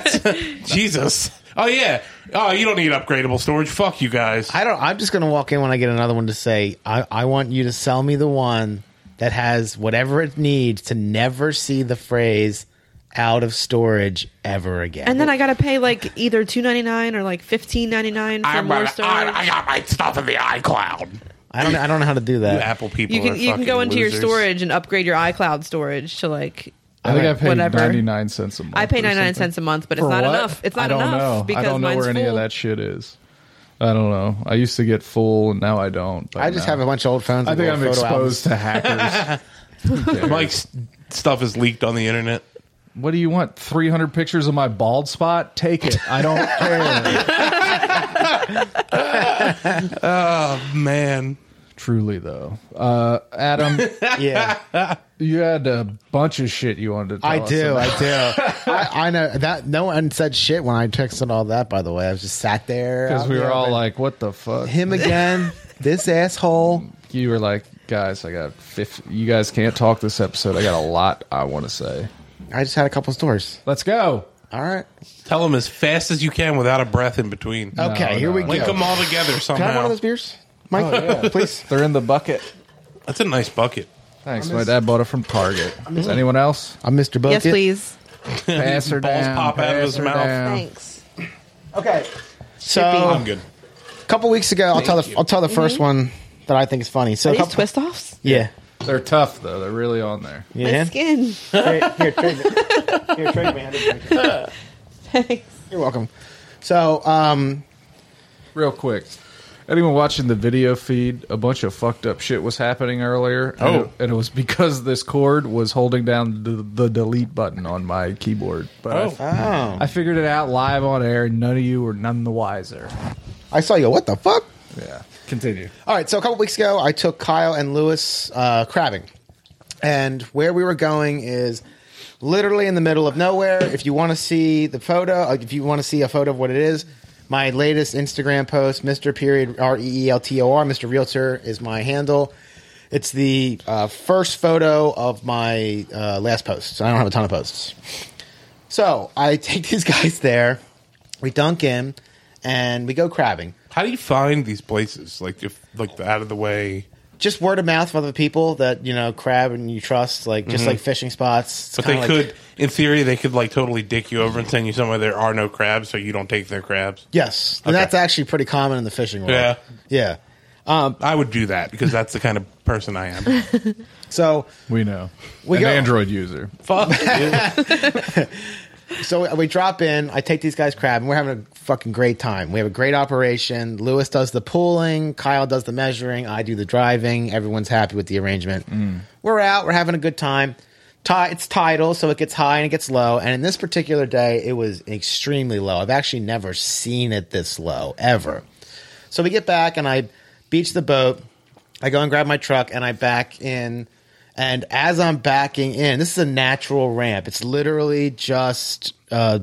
D: <laughs> Jesus. Oh yeah. Oh, you don't need upgradable storage. Fuck you guys.
A: I don't. I'm just gonna walk in when I get another one to say, I, I want you to sell me the one that has whatever it needs to never see the phrase out of storage ever again.
E: And then I gotta pay like either 2.99 or like 15.99 for
D: I'm
E: more
D: gonna-
E: storage.
D: I, I got my stuff in the iCloud.
A: I don't. I don't know how to do that.
D: Apple people.
E: you can
D: are
E: you can
D: fucking
E: go into your
D: losers.
E: storage and upgrade your iCloud storage to like.
B: I think I paid
E: Whatever.
B: 99 cents a month.
E: I pay
B: or
E: 99
B: something.
E: cents a month, but it's
B: For
E: not
B: what?
E: enough. It's not
B: I don't
E: enough
B: know.
E: because
B: I don't know
E: mine's
B: where any of
E: full.
B: that shit is. I don't know. I used to get full, and now I don't. but
A: I just
B: now-
A: have a bunch of old phones.
B: I
A: and
B: think
A: old
B: I'm
A: photo albums.
B: exposed to
A: <laughs>
B: hackers. Who
D: <laughs>
B: cares?
D: Mike's stuff is leaked on the internet.
B: What do you want? 300 pictures of my bald spot? Take it. I
D: <laughs>
B: don't care.
D: Man,
B: Truly, though. Uh,
D: <laughs>
B: Adam, <laughs>
A: Yeah,
B: you had a bunch of shit you wanted to tell
A: I
B: us
A: do.
B: about.
A: I do. I, I know that no one said shit when I texted all that. By the way, I was just sat there out
B: Because
A: in
B: we
A: the
B: were all
A: open.
B: like, what the fuck?
A: <laughs> him again. this asshole.
B: You were like, guys, I got 50. You guys can't talk this episode. I got a lot I want to say.
A: I just had a couple stores.
B: Let's go.
A: All right.
D: Tell them as fast as you can without a breath in between.
A: Okay, here we
B: no.
A: go.
D: Link them all together
A: Oh, Can I have one
D: somehow.
A: of those beers, Mike?
B: Oh,
A: Please.
B: They're in the bucket.
D: That's a nice bucket.
B: Thanks. My dad bought it from Target. Is anyone else?
A: I'm Mr. Bucket.
E: Yes, please.
B: Pass
D: <laughs>
B: her
D: Balls
B: down.
D: pop out of
B: pass
D: his
B: her
D: mouth.
B: down.
E: Thanks.
A: Okay. So
E: Shipping.
D: I'm good.
A: a couple weeks ago, I'll tell the I'll tell the 1st one that I think is funny. So
E: Are
A: a
E: these
A: couple,
E: twist offs?
A: yeah,
B: They're tough though. They're really on there.
E: My
A: yeah.
E: skin. <laughs>
A: Here, here, trade me. Here, trade me. I didn't drink it.
E: Thanks.
A: You're welcome. So, um,
B: Real quick. Anyone watching the video feed? A bunch of fucked up shit was happening earlier. and
D: Oh.
B: it- and it was because this cord was holding down the, the delete button on my keyboard. But I-
D: Oh.
A: oh,
B: I figured it out live on air, and none of you were none the wiser.
A: I saw you. What the fuck?
B: Yeah. Continue.
A: All right, so a couple weeks ago, I took Kyle and Lewis uh, crabbing, and where we were going is literally in the middle of nowhere. If you want to see the photo, uh, if you want to see a photo of what it is, my latest Instagram post, Mister Period R E E L T O R, Mister Realtor is my handle. It's the uh, first photo of my uh, last post. So I don't have a ton of posts. So I <laughs> take these guys there, we dunk in, and we go crabbing.
D: How do you find these places? Like if like the out of the way.
A: just word of mouth from other people that you know crab and you trust, like just like fishing spots. It's
D: Mm-hmm. But they
A: kinda like-
D: could, in theory, they could like totally dick you over and send you somewhere there are no crabs, so you don't take their crabs.
A: yes, and
D: Okay.
A: that's actually pretty common in the fishing world.
D: Yeah.
A: yeah.
D: I would do that because that's the kind of person
A: <laughs>
D: I am.
A: So
B: We know.
A: We
B: An
A: go.
B: Android user.
D: Fuck. dude.
A: so we drop in. I take these guys crab, and we're having a fucking great time. We have a great operation. Lewis does the pooling, Kyle does the measuring, I do the driving. Everyone's happy with the arrangement.
D: Mm.
A: We're out. We're having a good time. Ti- It's tidal, so it gets high and it gets low. And in this particular day, it was extremely low. I've actually never seen it this low ever. So we get back, and I beach the boat. I go and grab my truck, and I back in. And as I'm backing in, this is a natural ramp. It's literally just a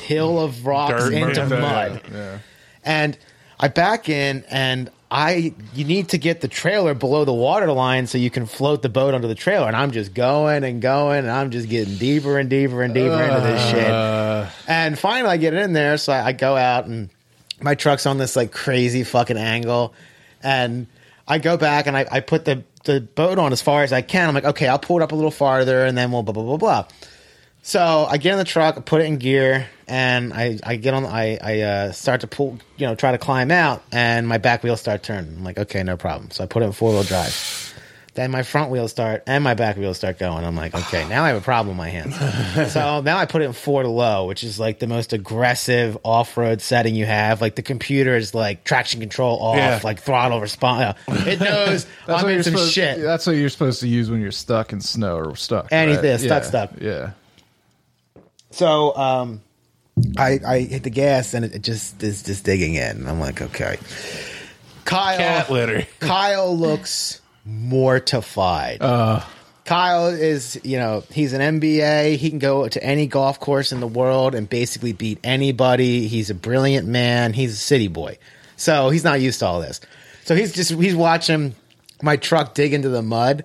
A: hill of rocks
D: Dirt,
A: into
D: yeah.
A: mud.
B: Yeah.
A: And I back in, and I you need to get the trailer below the water line so you can float the boat under the trailer. And I'm just going and going, and I'm just getting deeper and deeper and deeper into this shit. And finally, I get in there, so I, I go out, and my truck's on this like crazy fucking angle, and I go back and I, I put the the boat on as far as I can. I'm like, okay, I'll pull it up a little farther, and then we'll blah blah blah blah. So I get in the truck, I put it in gear, and I, I get on. I I uh, start to pull, you know, try to climb out, and my back wheels start turning. I'm like, okay, no problem. So I put it in four wheel drive. Then my front wheels start and my back wheels start going. I'm like, okay, now I have a problem in my hands. so now I put it in four to low, which is like the most aggressive off road setting you have. Like the computer is like traction control off,
D: Yeah.
A: like throttle response. It knows I'm in some
B: supposed,
A: shit.
B: That's what you're supposed to use when you're stuck in snow or stuck.
A: Anything,
B: right?
A: stuck,
B: yeah.
A: stuck.
B: Yeah.
A: So um, I I hit the gas and it, it just is just digging in. I'm like, okay. Kyle
D: Cat litter.
A: Kyle looks mortified. Kyle is, you know, he's an MBA. He can go to any golf course in the world and basically beat anybody. He's a brilliant man. He's a city boy. So he's not used to all this. So he's just, he's watching my truck dig into the mud.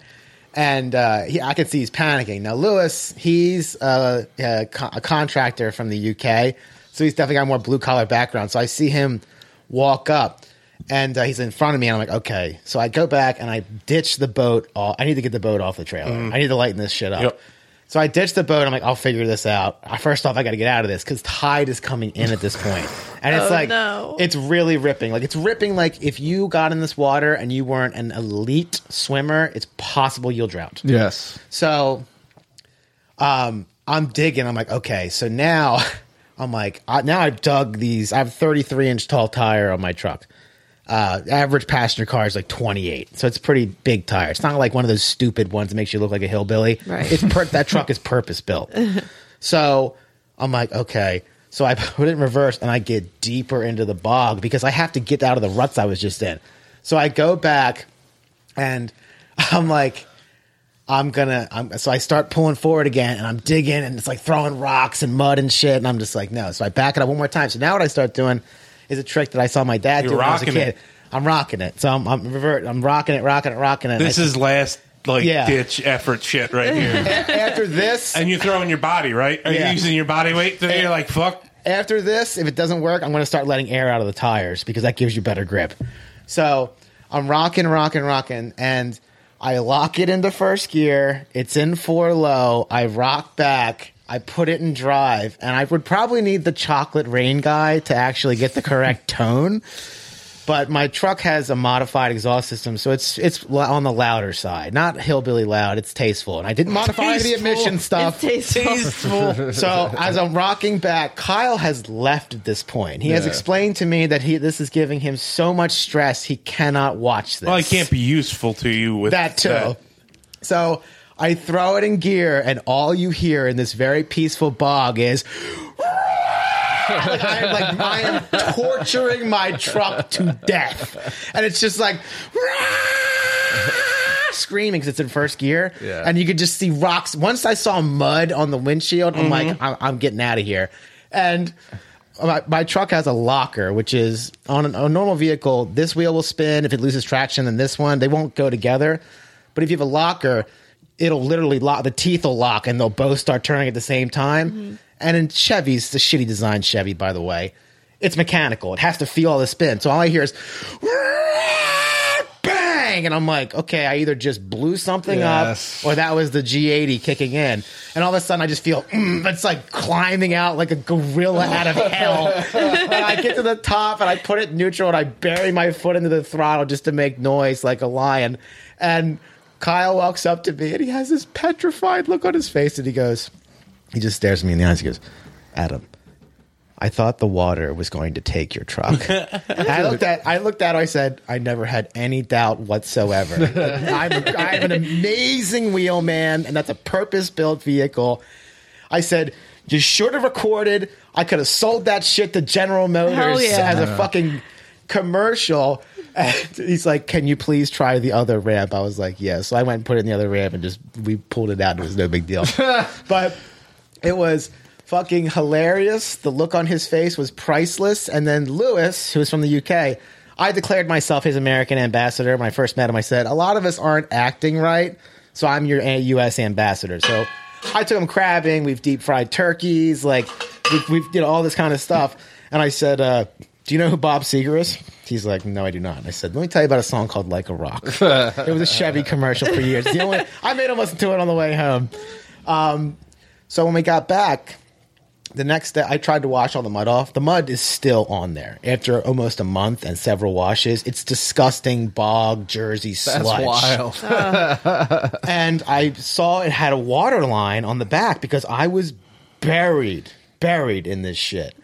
A: And uh, he, I can see he's panicking. Now, Lewis, he's uh, a, co- a contractor from the UK. So he's definitely got more blue collar background. So I see him walk up and uh, he's in front of me and i'm like okay so i go back and i ditch the boat off i need to get the boat off the trailer
E: Mm.
A: i need to lighten this shit up
D: Yep.
A: so i ditch the boat i'm like i'll figure this out Uh, first off i gotta get out of this because tide is coming in at this
E: <laughs>
A: point and it's
E: Oh,
A: like
E: no.
A: it's really ripping like it's ripping like if you got in this water and you weren't an elite swimmer it's possible you'll drown
B: Yes.
A: so um I'm digging. I'm like, okay, so now <laughs> I'm like, I, now I've dug these. I have 33 inch tall tire on my truck. Uh, average passenger car is like 28, so it's a pretty big tire. It's not like one of those stupid ones that makes you look like a hillbilly.
E: Right.
A: It's per- that truck is purpose built. So I'm like, okay. So I <laughs> put it in reverse and I get deeper into the bog because I have to get out of the ruts I was just in. So I go back and <laughs> I'm like, I'm gonna. I'm, so I start pulling forward again, and I'm digging, and it's like throwing rocks and mud and shit, and I'm just like, no. So I back it up one more time. So now what I start doing is a trick that I saw my dad
D: You're
A: do when I was a
D: rocking
A: kid.
D: it.
A: I'm rocking it. So I'm, I'm revert. I'm rocking it, rocking it, rocking it. and
D: This
A: I-
D: is last like
A: Yeah.
D: ditch effort shit right
A: <laughs>
D: here.
A: after this,
D: and you're throwing your body, right? Are
A: Yeah.
D: you using your body weight today? You're like, fuck.
A: after this, if it doesn't work, I'm going to start letting air out of the tires because that gives you better grip. So I'm rocking, rocking, rocking, and I lock it into first gear. It's in four low. I rock back. I put it in drive, and I would probably need the chocolate rain guy to actually get
E: <laughs>
A: the correct tone. But my truck has a modified exhaust system, so it's it's lo- on the louder side, not hillbilly loud. It's tasteful, and I didn't modify any
D: Tasteful.
A: emission stuff.
E: It's tasteful.
A: So as I'm rocking back, Kyle has left at this point. He has
B: Yeah.
A: explained to me that he this is giving him so much stress he cannot watch this.
D: Well, I can't be useful to you with
A: that too. So I throw it in gear, and all you hear in this very peaceful bog is. <laughs> like I am like I am torturing my truck to death, and it's just like screaming because it's in first gear,
B: Yeah.
A: and you could just see rocks. Once I saw mud on the windshield, I'm like, I'm, I'm getting out of here, and. My, my truck has a locker, which is on an- a normal vehicle. This wheel will spin if it loses traction, then this one. They won't go together. But if you have a locker, it'll literally lock. The teeth will lock, and they'll both start turning at the same time. And in Chevy's, the shitty design Chevy, by the way, it's mechanical. It has to feel all the spin. So all I hear is bang, and I'm like, okay, I either just blew something
B: Yes.
A: up, or that was the G80 kicking in. And all of a sudden, I just feel mm, it's like climbing out like a gorilla out of hell. and I get to the top, and I put it in neutral, and I bury my foot into the throttle just to make noise like a lion. And Kyle walks up to me, and he has this petrified look on his face, and he goes, he just stares me in the eyes. He goes, Adam. I thought the water was going to take your truck. I looked at I looked at her, I said, I never had any doubt whatsoever. I'm, I'm an amazing wheelman, and that's a purpose built vehicle. I said, You should have recorded. I could have sold that shit to General Motors
E: yeah.
A: as a fucking commercial. And he's like, Can you please try the other ramp? I was like, Yeah. So I went and put it in the other ramp and just we pulled it out. It was no big deal. but it was fucking hilarious. The look on his face was priceless. And then Lewis, who was from the UK, I declared myself his American ambassador when I first met him. I said, A lot of us aren't acting right, so I'm your A- US ambassador. So I took him crabbing. We've deep fried turkeys. Like, we've, we've you know, all this kind of stuff. And I said, uh, Do you know who Bob Seger is? He's like, No, I do not. And I said, Let me tell you about a song called Like a Rock. <laughs> it was a Chevy commercial for years. The only, I made him listen to it on the way home. Um, So when we got back, the next day I tried to wash all the mud off. The mud is still on there after almost a month and several washes. It's disgusting bog Jersey
B: That's
A: sludge.
B: wild.
A: And I saw it had a water line on the back because I was buried, buried in this shit.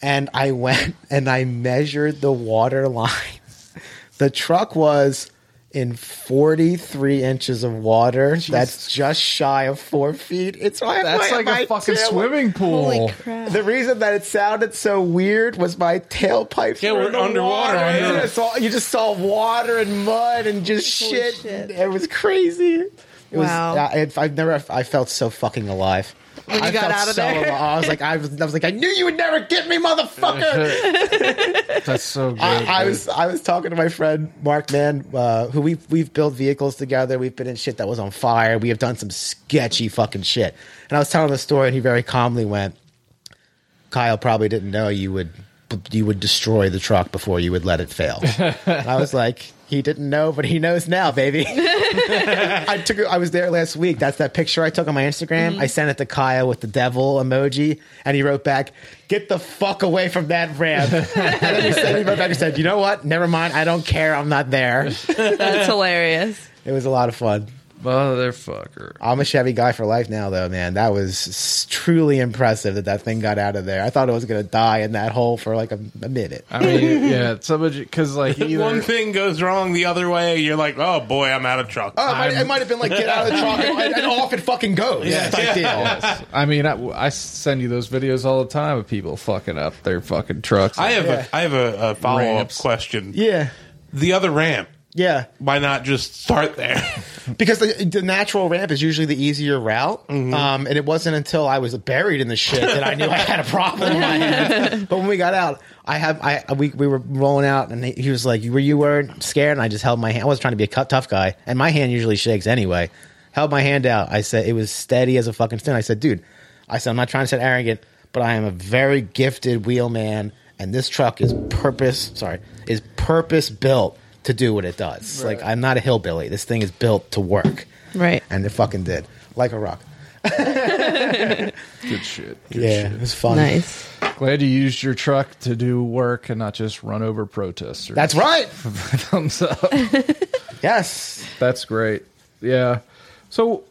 A: And I went <laughs> and I measured the water line. <laughs> The truck was in 43 inches of water. That's just shy of four feet. It's
B: That's like a fucking swimming pool.
E: Holy crap.
A: the reason that it sounded so weird was my tailpipe.
D: Yeah, we're underwater, I know.
A: You just, saw, you just saw water and mud and just
E: Holy
A: shit.
E: shit.
A: It was crazy. It was,
E: Wow.
A: I, it- I've never. I felt so fucking alive.
E: When you
A: I
E: got
A: felt
E: out of
A: so
E: there.
A: alive. I was like, I was, I was like, I knew you would never get me,
D: <laughs>
A: motherfucker.
B: That's so good.
A: I, I
B: dude.
A: was I was talking to my friend Mark Mann, uh, who we've we've built vehicles together. We've been in shit that was on fire. We have done some sketchy fucking shit. And I was telling him a story, and he very calmly went, "Kyle probably didn't know you would you would destroy the truck before you would let it fail." And I was like, "He didn't know, but he knows now, baby." <laughs> I took I was there last week. That's that picture I took on my Instagram. I sent it to Kyle with the devil emoji, and he wrote back, "Get the fuck away from that ramp." and then he, said, he wrote back and said, "You know what? Never mind. I don't care. I'm not there."
E: That's hilarious.
A: It was a lot of fun.
B: Motherfucker.
A: I'm a Chevy guy for life now, though, man. That was s- truly impressive that that thing got out of there. I thought it was gonna die in that hole for like a, a minute.
B: I
D: <laughs>
B: mean, yeah, somebody because like either
D: One thing goes wrong the other way, you're like, oh boy, I'm out of truck.
A: Oh, it might, it might have been like get out of the truck and, and off it fucking goes. Type deal.
B: I mean, I, I send you those videos all the time of people fucking up their fucking trucks.
D: I have
A: Yeah.
D: a I have a, a follow up
B: Ramps.
D: question.
A: Yeah.
D: The other ramp
A: Yeah,
D: Why not just start there?
A: because the, the natural ramp is usually the easier route. Um, and it wasn't until I was buried in the shit that I knew I had a problem in my hand. But when we got out, I have I we, we were rolling out, and he was like, "Were you weren't scared?" And I just held my hand. I was trying to be a cut, tough guy, and my hand usually shakes anyway. Held my hand out. I said it was steady as a fucking stone. I said, "Dude," I said, "I'm not trying to sound arrogant, but I am a very gifted wheelman, and this truck is purpose sorry is purpose built." To do what it does, like I'm not a hillbilly. This thing is built to work
E: Right.
A: and it fucking did like a rock.
B: Good shit. Good
A: Yeah,
B: shit.
A: it was fun.
E: Nice.
B: Glad you used your truck to do work and not just run over protesters.
A: That's right.
B: <laughs> thumbs up.
A: Yes,
B: That's great. Yeah. So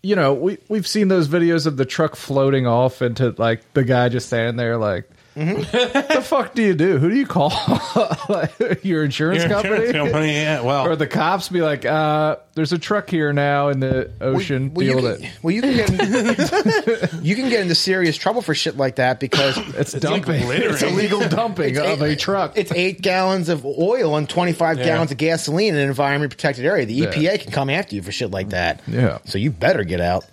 B: you know, we we've seen those videos of the truck floating off into like the guy just standing there like
D: Mm-hmm.
B: what the fuck do you do? Who do you call? <laughs> Like,
D: <laughs>
B: your insurance,
D: Your
B: company?
D: insurance company, yeah. Well,
B: Or the cops be like, uh, there's a truck here now in the ocean. Deal
A: you
B: with
A: can,
B: it.
A: <laughs> Well, you can get in- <laughs> you can get into serious trouble for shit like
B: <coughs>
A: that because
B: <laughs> It's, dumping.
D: littering.
B: it's illegal dumping of a truck.
A: It's eight gallons of oil and twenty five
D: Yeah.
A: gallons of gasoline in an environment protected area. The EPA can come after you for shit like that.
B: Yeah.
A: so you better get out.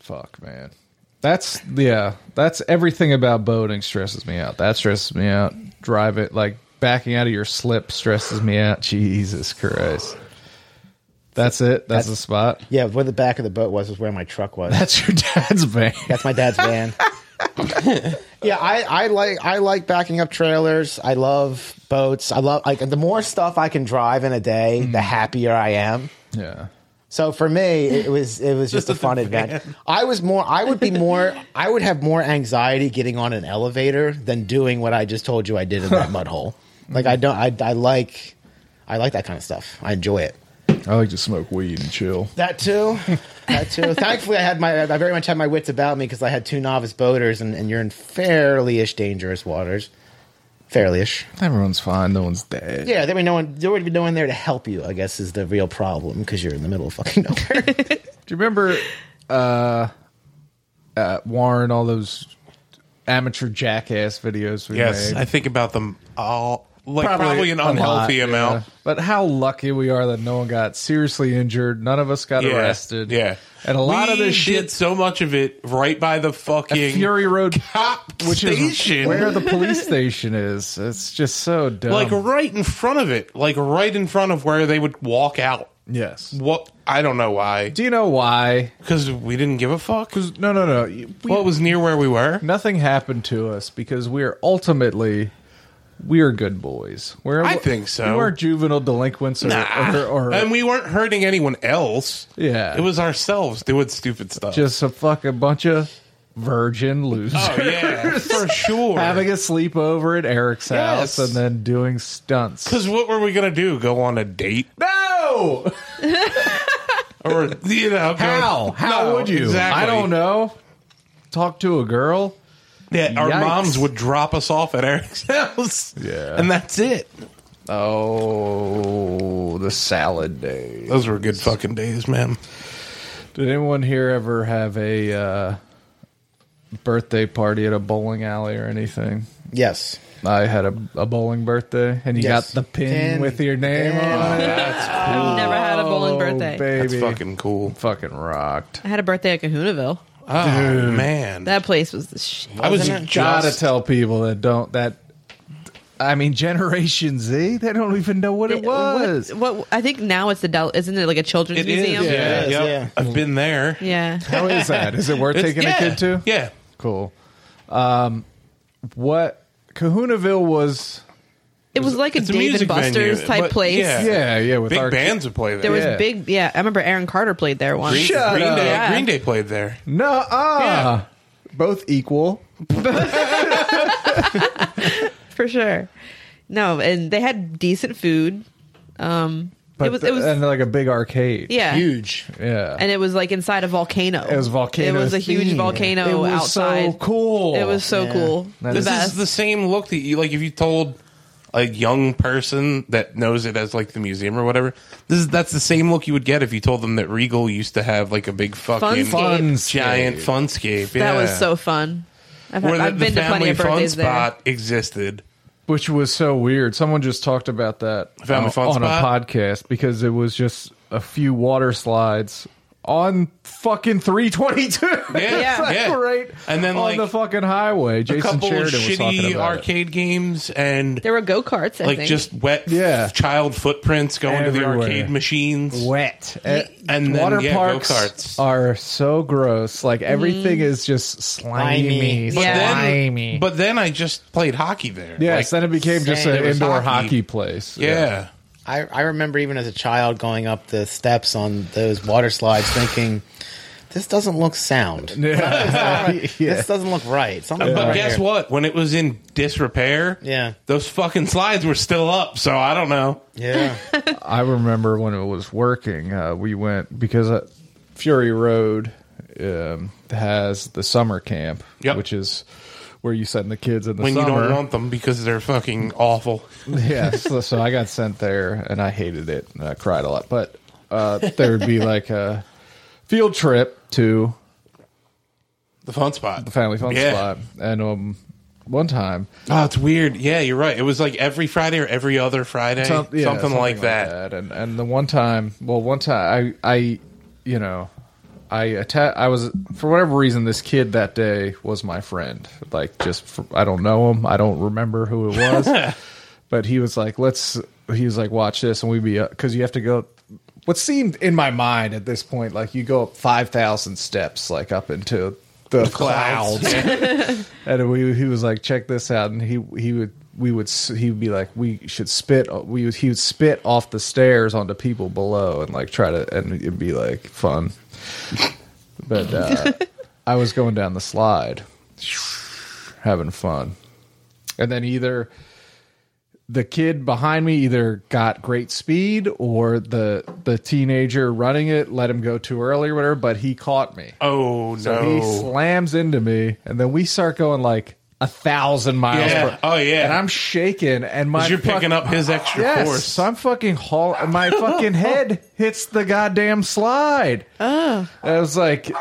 B: Fuck, man. That's yeah. That's everything about boating stresses me out. That stresses me out. Drive it like backing out of your slip stresses me out. Jesus Christ. That's it. That's, the spot.
A: Yeah, where the back of the boat was is where my truck
B: <laughs>
A: was.
B: That's your dad's van.
A: <laughs> That's my
B: <laughs>
A: dad's van. yeah, I, I like I like backing up trailers. I love boats. I love like the more stuff I can drive in a day,
B: Mm-hmm.
A: the happier I am.
B: Yeah.
A: So for me, it was it was just a fun adventure. I was more I would be more I would have more anxiety getting on an elevator than doing what I just told you I did in <laughs> that mud hole. Like I don't I, I like I like that kind of stuff. I enjoy it.
B: I like to smoke weed and chill.
A: That too. <laughs> That too. Thankfully, I had my I very much had my wits about me because I had two novice boaters, and, and you're in fairly-ish dangerous waters. Fairly-ish.
B: Everyone's fine. No one's dead.
A: Yeah, there would be no one. There would be no one there to help you. I guess is the real problem because you're in the middle of fucking nowhere.
B: Do you remember uh, uh, Warren? All those amateur jackass videos we
D: yes,
B: made.
D: I think about them all. Like probably, an unhealthy
B: lot, yeah.
D: amount.
B: But how lucky we are that no one got seriously injured. None of us got
D: Yeah,
B: arrested.
D: Yeah,
B: and a lot
D: We
B: of this
D: did
B: shit.
D: so much of it right by the
B: at
D: fucking
B: Fury Road,
D: cop
B: <laughs> which
D: station.
B: is where the police station is. It's just so dumb.
D: like right in front of it, like right in front of where they would walk out.
B: yes.
D: What I don't know why,
B: Do you know why?
D: because we didn't give a fuck. Because
B: No, no, no. We-
D: what was near where we were?
B: nothing happened to us because we're ultimately we're good boys. We're
D: I think so.
B: We weren't juvenile delinquents or, or, or
D: Ah. and we weren't hurting anyone else.
B: Yeah.
D: it was ourselves doing stupid stuff.
B: just a fucking bunch of virgin losers.
D: oh
B: <laughs>
D: yeah, for sure.
B: having a sleepover at Eric's
D: Yes.
B: house and then doing stunts.
D: Because what were we gonna do? Go on a date?
B: No,
D: Or you know go-
B: how? How
D: No,
B: would you?
D: Exactly.
B: I don't know. Talk to a girl.
D: Yeah, our
B: Yikes.
D: moms would drop us off at Eric's <laughs> house.
B: Yeah.
D: and that's it.
B: Oh, the salad day.
D: Those were good fucking days, man.
B: Did anyone here ever have a uh, birthday party at a bowling alley or anything?
A: <laughs> yes.
B: I had a, a bowling birthday, and you
A: Yes.
B: got the pin
A: Pin.
B: with your name
A: Pin.
B: on it.
E: I've never had a bowling birthday.
B: Oh, baby.
D: That's fucking cool.
B: fucking rocked.
E: I had a birthday at Kahunaville.
D: Oh man,
E: That place was the shit.
D: I was
A: Wasn't it?
D: just
B: gotta tell people that don't that I mean Generation Z, they don't even know what it was.
E: What, what- I think now it's the Del- isn't it like a children's
D: It is.
E: museum?
D: Yeah,
A: It is,
D: yep.
A: yeah.
D: I've been there.
E: Yeah.
B: How is that? Is it worth
D: It's-
B: taking
D: yeah,
B: a kid to?
D: Yeah.
B: Cool. Um what Kahunaville was
E: It was like a
D: It's a
E: Dave
D: music
E: and Buster's
D: venue,
E: type
D: but-
E: place.
D: yeah.
B: Yeah, yeah, with
D: Big
B: our
D: bands would play there.
E: There was
B: Yeah.
E: big, yeah. I remember Aaron Carter played there once.
D: Green,
B: Shut
D: Green
B: up.
D: Day,
E: Yeah.
D: Green Day played there.
B: No uh both equal.
E: for sure. No, and they had decent food. Um,
B: But
E: it was, it was,
B: and like a big arcade.
E: yeah,
A: Huge.
B: Yeah.
E: and it was like inside a volcano.
B: it was volcano.
E: It was a huge
B: themed.
E: volcano
B: It was
E: outside.
B: so cool.
E: It was so
A: Yeah.
E: cool.
B: That
E: the
B: is-
D: This
E: best.
D: is the same look that you like if you told a young person that knows it as like the museum or whatever. This is that's the same look you would get if you told them that Regal used to have like a big fucking
E: Funscape.
D: giant funscape.
E: that
D: yeah.
E: was so fun. I've,
D: Or that
E: I've been
D: the
E: to plenty
D: family
E: of
D: fun
E: birthdays there.
D: spot existed.
B: which was so weird. Someone just talked about that
D: Found my
B: on,
D: fun
B: on a
D: spot?
B: podcast because it was just a few water slides on fucking 322.
D: Yeah,
B: <laughs> It's like
D: yeah.
B: right.
D: And then,
B: on
D: like,
B: the fucking highway,
D: a
B: Jason
D: couple
B: Sheridan was talking
D: shitty
B: about it.
D: arcade games and
E: There were go karts. I
D: like
E: think.
D: just wet
B: Yeah.
D: child footprints going to
B: Everywhere.
D: the arcade machines.
B: wet
D: Uh, And then,
B: water
D: yeah,
B: parks
D: go-karts.
B: are so gross. Like everything is just slimy,
A: Slimy.
E: But then-
B: slimy.
D: But then I just played hockey there.
B: yes,
D: Like,
B: then it became just
A: same.
B: an
A: It
D: was
B: indoor hockey.
D: hockey.
B: place.
D: yeah.
A: I, I remember even as a child going up the steps on those water slides thinking, this doesn't look
D: <laughs>
A: sound. Uh,
B: <laughs> Yeah.
A: This doesn't look right. Something
D: But guess what? When it was in disrepair,
A: Yeah.
D: those fucking slides were still up. So I don't know.
A: Yeah.
B: I remember when it was working, uh, we went because uh, Fury Road um, has the summer camp,
D: Yep.
B: which is where you send the kids in the
D: When
B: summer.
D: you don't want them because they're fucking awful.
B: yeah, so, so I got sent there and I hated it and I cried a lot. But uh, there would be like a field trip to
D: The fun spot. The
B: Family Fun
D: yeah.
B: Spot, and um, one time
D: Oh, it's weird. Yeah, you're right. It was like every Friday or every other Friday,
B: Some- yeah,
D: something, like, that.
B: And and the one time, well, one time I I you know I atta- I was for whatever reason this kid that day was my friend. Like just for, I don't know him. I don't remember who it
D: <laughs>
B: was. but he was like, let's. He was like, watch this, and we be because you have to go. What seemed in my mind at this point, like you go up five thousand steps, like up into the, clouds,
D: Clouds. Yeah.
B: and we he was like, check this out, and he he would we would s- he would be like, we should spit. We would, he would spit off the stairs onto people below, and like try to, and it'd be like fun. But uh, I was going down the slide, having fun, and then either the kid behind me either got great speed or the the teenager running it let him go too early or whatever. But he caught me.
D: Oh no.
B: So he slams into me, and then we start going like a thousand miles.
D: Yeah.
B: Per,
D: Oh, yeah.
B: And I'm shaking, and my
D: 'Cause you're
B: fuck-
D: picking up his extra
B: Yes,
D: force.
B: so I'm fucking haul. and My fucking head hits the goddamn slide. And I was like,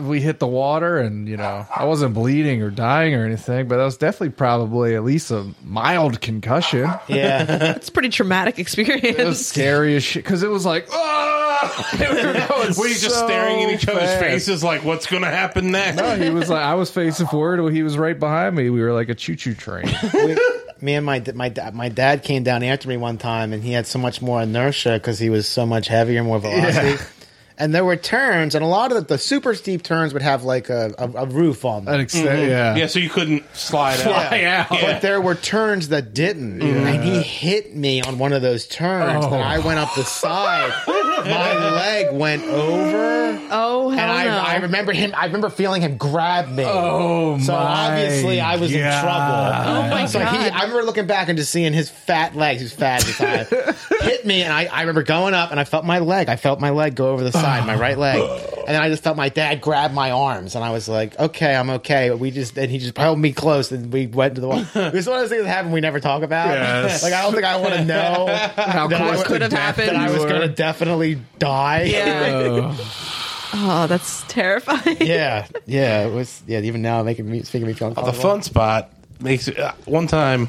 B: we hit the water, and you know, I wasn't bleeding or dying or anything, but I was definitely probably at least a mild concussion.
A: Yeah. <laughs>
E: it's a pretty traumatic experience.
B: It was scary as shit because it
D: <laughs>
B: was like, <laughs> oh, we were, going
D: Were you just
B: so
D: staring in each other's
B: fast.
D: faces like what's gonna happen next?
B: No, he was like, I was facing forward, well, he was right behind me. We were like a choo-choo train.
A: We- me and my d- my da- my dad came down after me one time, and he had so much more inertia because he was so much heavier, more velocity. And there were turns, and a lot of the, the super steep turns would have like a, a, a roof on
B: <laughs>
A: them.
B: An extent, yeah.
D: Yeah, so you couldn't slide out.
B: Yeah.
A: But there were turns that didn't, and he hit me on one of those turns.
B: Oh.
A: And I went up the side. My leg went over.
E: <laughs> oh hell
A: and I,
E: no!
A: I remember him. I remember feeling him grab me.
B: Oh,
A: so
B: my
A: obviously I was in
B: God.
A: trouble.
E: Oh, my
A: so He,
E: God.
A: I remember looking back and just seeing his fat legs. He was
B: <laughs>
A: fat at the time. hit me, and I, I remember going up, and I felt my leg. I felt my leg go over the side, my
B: <sighs>
A: right leg, and then I just felt my dad grab my arms, and I was like, "Okay, I'm okay." But we just and he just held me close, and we went to the.
B: <laughs>
A: Wall. It was one of those things that happened we never talk about.
B: Yes.
A: Like I don't think I
B: <laughs>
A: want to know
B: How
A: that I
B: close
A: was-
E: could have
B: to death
E: happened.
A: that I
B: you
A: was
B: were.
A: going to definitely die.
E: yeah.
B: Oh,
E: <laughs> Oh, that's terrifying.
A: <laughs>
E: <laughs>
A: yeah, yeah, it was. Yeah, even now making me making me feel
D: the
A: uncomfortable.
D: fun spot makes it. Uh, one time,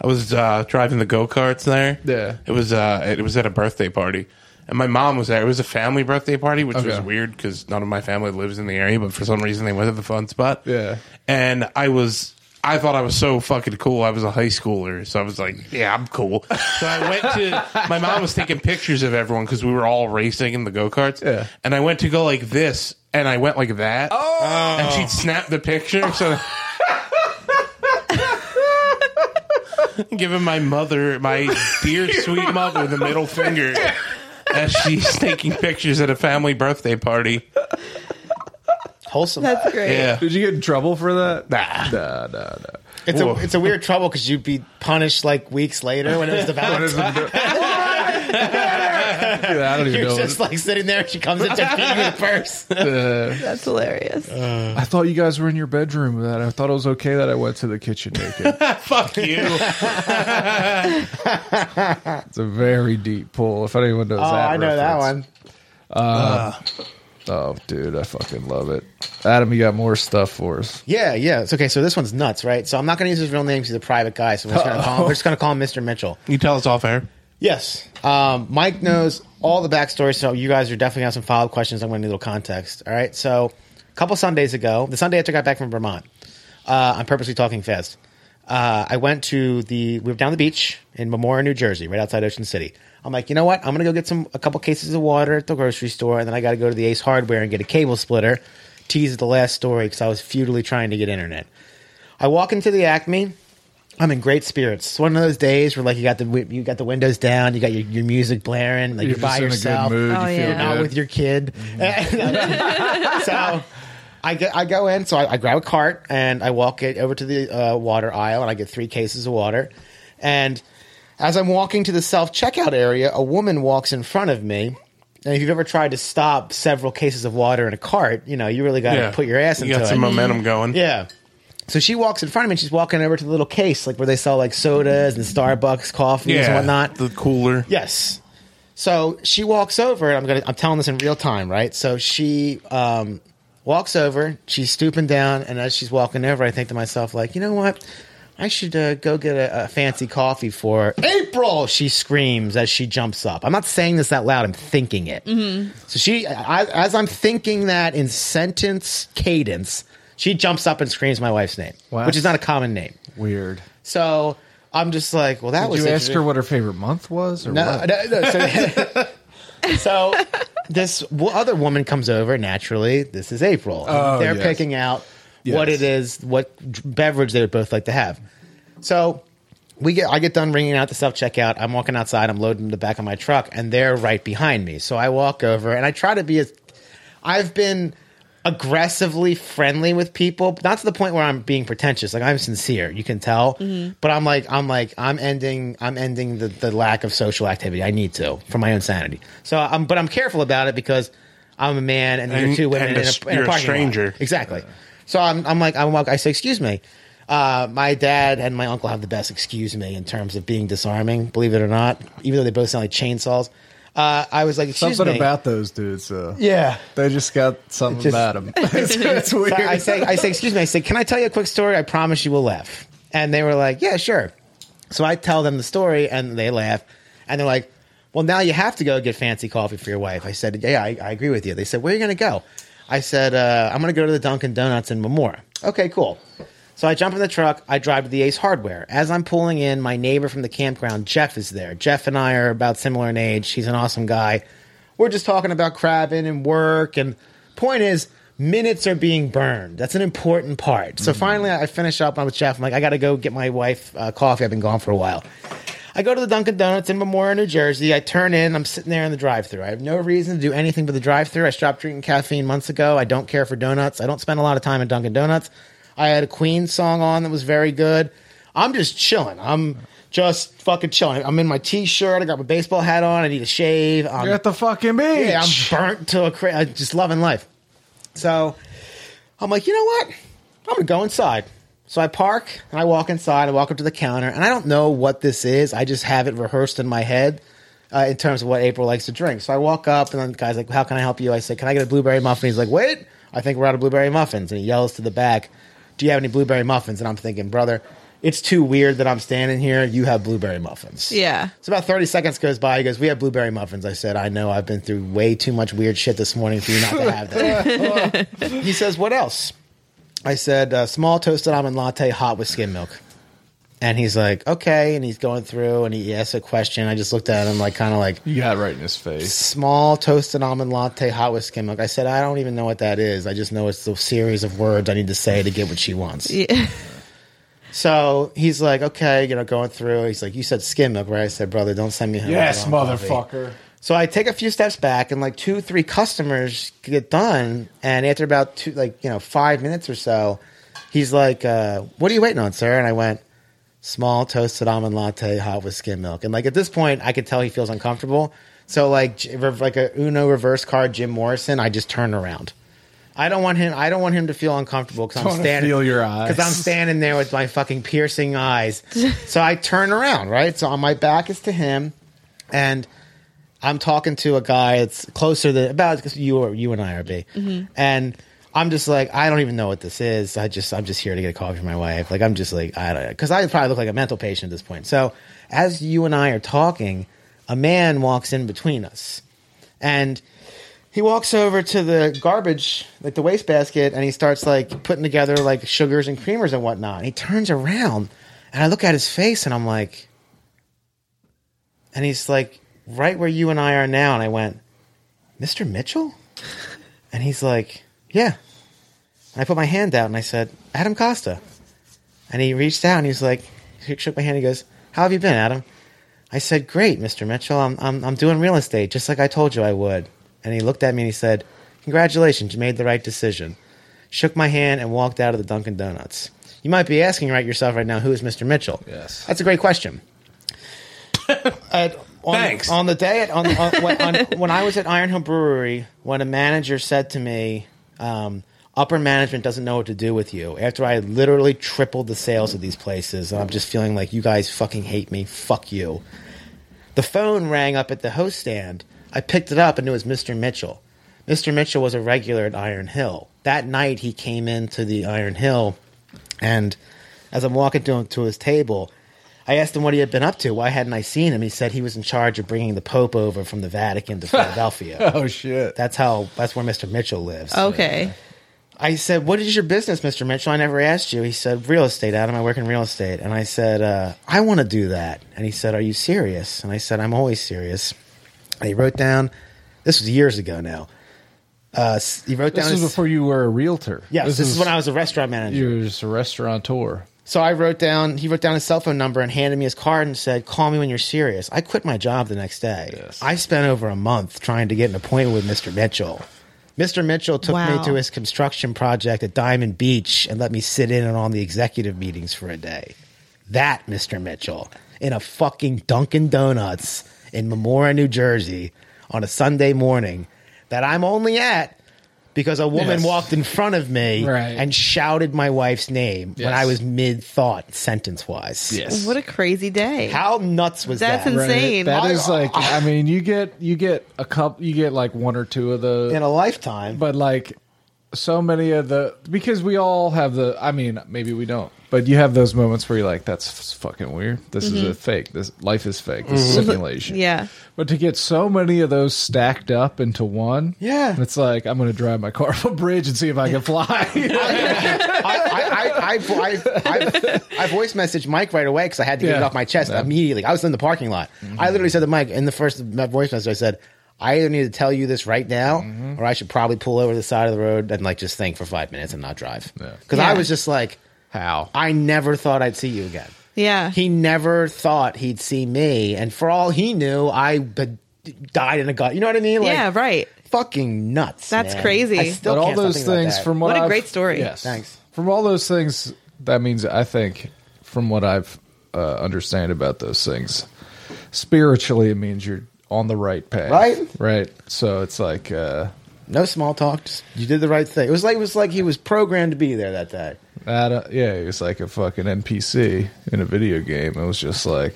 D: I was uh, driving the go karts there.
B: Yeah.
D: it was. Uh, it was at a birthday party, and my mom was there. It was a family birthday party, which was
B: Okay.
D: weird because none of my family lives in the area, but for some reason they went to the fun spot.
B: Yeah.
D: and I was. I thought I was so fucking cool. I was a high schooler, so I was like, "Yeah, I'm cool." So I went to my mom was taking pictures of everyone because we were all racing in the go karts,
B: Yeah.
D: and I went to go like this, and I went like that,
B: Oh.
D: and she'd snap the picture. So <laughs> giving my mother, my dear sweet mother, the middle finger as she's taking pictures at a family birthday party.
A: wholesome.
E: That's great.
D: Yeah.
B: Did you get in trouble for that?
D: Nah.
B: Nah, nah, <laughs> nah.
A: It's a
D: Whoa.
A: it's a weird trouble because you'd be punished like weeks later <laughs> when it was the Valentine's.
B: Yeah, I don't even
A: You're
B: know.
A: just like sitting there. She comes in to feed you <laughs> the purse.
E: That's hilarious.
B: I thought you guys were in your bedroom with that. I thought it was okay that I went to the kitchen
A: <laughs>
B: naked.
D: Fuck you.
B: it's a very deep pool. If anyone knows
A: Oh,
B: that,
A: I know that
B: reference.
A: one.
B: Oh, dude, I fucking love it. Adam, you got more stuff for us.
A: Yeah, yeah. It's okay. So this one's nuts, right? So I'm not going to use his real name. 'cause He's a private guy, so we're just going to call him. We're just going to call him Mr. Mitchell.
D: You tell us off air.
A: Yes. Um, Mike knows all the backstory, so you guys are definitely have some follow up questions. I'm going to need a little context. All right. So, a couple Sundays ago, the Sunday after I got back from Vermont, uh, I'm purposely talking fast. Uh, I went to the we were down the beach in Memorial, New Jersey, right outside Ocean City. I'm like, you know what? I'm going to go get some a couple cases of water at the grocery store, and then I got to go to the Ace Hardware and get a cable splitter. Tease the last story because I was futilely trying to get internet. I walk into the Acme. I'm in great spirits. It's one of those days where like you got the wi- you got the windows down, you got your, your music blaring, like you're,
B: just
A: by
B: in
A: yourself,
B: a good mood.
E: Oh,
B: you feel
E: yeah.
A: out
B: good.
A: with your kid. <laughs> so I get I go in, so I, I grab a cart and I walk it over to the uh, water aisle, and I get three cases of water. And as I'm walking to the self checkout area, a woman walks in front of me. And if you've ever tried to stop several cases of water in a cart, you know you really got to put your ass into
D: You got
A: it.
D: some momentum going.
A: Yeah. So she walks in front of me and she's walking over to the little case, like where they sell like sodas and Starbucks coffees and whatnot.
D: The cooler.
A: Yes. So she walks over, and I'm gonna I'm telling this in real time, right? So she um, walks over, she's stooping down, and as she's walking over, I think to myself, like, you know what? I should uh, go get a, a fancy coffee for April. She screams as she jumps up. I'm not saying this out loud. I'm thinking it. So she, I, as I'm thinking that in sentence cadence, she jumps up and screams my wife's name,
B: Wow.
A: which is not a common name.
B: Weird.
A: So I'm just like, well, that
B: Did
A: was
B: you ask
A: interesting.
B: her what her favorite month was? Or
A: No,
B: what?
A: no, no.
B: <laughs>
A: So, so this w- other woman comes over naturally. This is April.
B: Oh,
A: They're
B: yes.
A: picking out what
B: Yes.
A: it is, what d- beverage they would both like to have. So we get, I get done ringing out the self checkout. I'm walking outside. I'm loading the back of my truck, and they're right behind me. So I walk over and I try to be as I've been aggressively friendly with people, but not to the point where I'm being pretentious. Like I'm sincere, you can tell. But I'm like, I'm like, I'm ending, I'm ending the, the lack of social activity. I need to for my own sanity. So I'm, but I'm careful about it because I'm a man and, there are
D: And-
A: two women
D: and
A: in
D: a
A: a,
D: s-
A: in
D: you're
A: a
D: a
A: parking lot.
D: stranger.
A: Exactly. So I'm, I'm like, I'm like, I say, excuse me. Uh, my dad and my uncle have the best excuse me in terms of being disarming, believe it or not, even though they both sound like chainsaws. Uh, I was like, excuse
B: Something
A: me.
B: about those dudes, though.
A: yeah.
B: They just got something
A: Just-
B: about
A: <laughs>
B: them. <laughs> it's, it's weird.
A: So I say, I say, excuse me. I say, can I tell you a quick story? I promise you will laugh. And they were like, yeah, sure. So I tell them the story, and they laugh, and they're like, well, now you have to go get fancy coffee for your wife. I said, yeah, I, I agree with you. They said, where are you going to go? I said, uh, I'm going to go to the Dunkin' Donuts in Memora. Okay, cool. So I jump in the truck. I drive to the Ace Hardware. As I'm pulling in, my neighbor from the campground, Jeff, is there. Jeff and I are about similar in age. He's an awesome guy. We're just talking about crabbing and work. And point is, minutes are being burned. That's an important part.
B: Mm.
A: So finally, I finish up. I'm with Jeff. I'm like, I got to go get my wife uh, coffee. I've been gone for a while. I go to the Dunkin' Donuts in Memorial, New Jersey. I turn in. I'm sitting there in the drive-thru. I have no reason to do anything but the drive-thru. I stopped drinking caffeine months ago. I don't care for donuts. I don't spend a lot of time at Dunkin' Donuts. I had a Queen song on that was very good. I'm just chilling. I'm just fucking chilling. I'm in my t-shirt. I got my baseball hat on. I need a shave.
B: <laughs>
A: I'm
B: You're at the fucking beach.
A: yeah,
B: <laughs>
A: I'm burnt to a cra- I'm just loving life. So I'm like, you know what? I'm gonna go inside. So I park and I walk inside. I walk up to the counter, and I don't know what this is. I just have it rehearsed in my head uh, in terms of what April likes to drink. So I walk up, and then the guy's like, "How can I help you?" I say, "Can I get a blueberry muffin?" He's like, "Wait, I think we're out of blueberry muffins." And he yells to the back, "Do you have any blueberry muffins?" And I'm thinking, brother. It's too weird that I'm standing here. You have blueberry muffins.
E: Yeah.
A: So about 30 seconds goes by. He goes, We have blueberry muffins. I said, I know. I've been through way too much weird shit this morning for you not to have that.
B: <laughs>
A: he says, What else? I said, uh, Small toasted almond latte hot with skim milk. And he's like, Okay. And he's going through and he asks a question. I just looked at him, like, kind of like,
B: You got right in his face.
A: Small toasted almond latte hot with skim milk. I said, I don't even know what that is. I just know it's the series of words I need to say to get what she wants.
E: Yeah.
A: So he's like, okay, you know, going through. He's like, you said skim milk, right? I said, brother, don't send me home.
B: Yes,
A: with the wrong coffee."
B: motherfucker.
A: So I take a few steps back, and like two, three customers get done, and after about two, like you know, five minutes or so, he's like, uh, "What are you waiting on, sir?" And I went, "Small toasted almond latte, hot with skim milk." And like at this point, I could tell he feels uncomfortable. So like, j- re- like a Uno reverse card, Jim Morrison. I just turn around. I don't want him. I don't want him to feel uncomfortable because
B: Don't
A: I'm standing.
B: feel your eyes.
A: because I'm standing there with my fucking
B: <laughs>
A: piercing eyes. so I turn around, right? So on my back is to him, and I'm talking to a guy that's closer than about because you or you and I are B, and I'm just like I don't even know what this is. I just I'm just here to get a coffee for my wife. Like I'm just like I don't because I probably look like a mental patient at this point. So as you and I are talking, a man walks in between us, and he walks over to the garbage, like the wastebasket, and he starts like putting together like sugars and creamers and whatnot. He turns around and I look at his face and I'm like, and he's like, right where you and I are now. And I went, Mr. Mitchell? And he's like, yeah. And I put my hand out and I said, Adam Costa. And he reached out and he's like, he shook my hand. He goes, how have you been, Adam? I said, "Great, Mr. Mitchell. I'm I'm I'm doing real estate just like I told you I would." And he looked at me and he said, "Congratulations, you made the right decision." Shook my hand and walked out of the Dunkin' Donuts. You might be asking right yourself right now, who is Mr. Mitchell?
B: Yes.
A: that's a great question. At- on,
D: Thanks.
A: On the day at, on, on, when, on, when I was at Iron Hill Brewery, when a manager said to me, um, "Upper management doesn't know what to do with you," after I had literally tripled the sales of these places, and I'm just feeling like you guys fucking hate me. Fuck you. The phone rang up at the host stand. I picked it up and it was Mr. Mitchell. Mr. Mitchell was a regular at Iron Hill. That night he came into the Iron Hill and as I'm walking to, him, to his table, I asked him what he had been up to. Why hadn't I seen him? He said he was in charge of bringing the Pope over from the Vatican to Philadelphia.
B: Oh shit!
A: that's how that's where Mr. Mitchell lives.
E: <laughs> Okay.
A: I said, "What is your business, Mister Mitchell?" I never asked you. He said, "Real estate, Adam. I work in real estate." And I said, uh, "I want to do that." And he said, "Are you serious?" And I said, "I'm always serious." And he wrote down. This was years ago now. Uh, s- he wrote
B: this
A: down.
B: is
A: his-
B: before you were a realtor.
A: Yes, this, is, when I was a restaurant manager.
B: You were just a restaurateur.
A: So I wrote down, he wrote down his cell phone number and handed me his card and said, Call me when you're serious. I quit my job the next day.
B: Yes.
A: I spent over a month trying to get an appointment with Mr. Mitchell. Mr. Mitchell took
E: Wow.
A: me to his construction project at Diamond Beach and let me sit in and on the executive meetings for a day. That Mr. Mitchell in a fucking Dunkin' Donuts in Memora, New Jersey on a Sunday morning that I'm only at because a woman
B: Yes.
A: walked in front of me
B: Right.
A: and shouted my wife's name when
B: Yes.
A: I was mid thought sentence wise.
E: What a crazy day.
A: How nuts was
E: That's
A: that?
E: ins- insane.
B: That
E: I-
B: is like, I mean, you get you get a couple, you get like one or two of those,
A: <laughs> in a lifetime. <laughs>
B: but like so many of the because we all have the. I mean, maybe we don't, but you have those moments where you're like, "That's f- fucking weird. This is a fake. This life is fake. This is simulation."
E: Yeah.
B: But to get so many of those stacked up into one,
A: Yeah.
B: it's like I'm going to drive my car up a bridge and see if I can
A: <laughs>
B: fly.
A: I, I, I, I, I, I voice messaged Mike right away because I had to get it
B: Yeah.
A: off my chest
B: Yeah. Mm-hmm.
A: immediately. I was in the parking lot. I literally said to Mike in the first voice message, I said, I either need to tell you this right now,
B: Mm-hmm.
A: or I should probably pull over to the side of the road and like just think for five minutes and not drive. Because I
E: Yeah.
A: was just like,
B: How?
A: I never thought I'd see you again.
E: Yeah.
A: he never thought he'd see me, and for all he knew, I had died in a gut. You know what I mean?
E: yeah, right.
A: Fucking nuts.
E: That's
A: man.
E: crazy.
A: I still
B: but all
A: can't stop
B: those
A: thinking about
B: things
A: that.
B: from what,
E: What a
B: I've-
E: great story.
B: Yes,
A: Thanks.
B: From all those things, that means I think from what I've uh, understand about those things, spiritually, it means you're on the right path.
A: Right?
B: right. So it's like, uh,
A: no small talk. Just, you did the right thing. It was like it was like he was programmed to be there that day.
B: I don't- uh, yeah, it's like a fucking NPC in a video game. It was just like,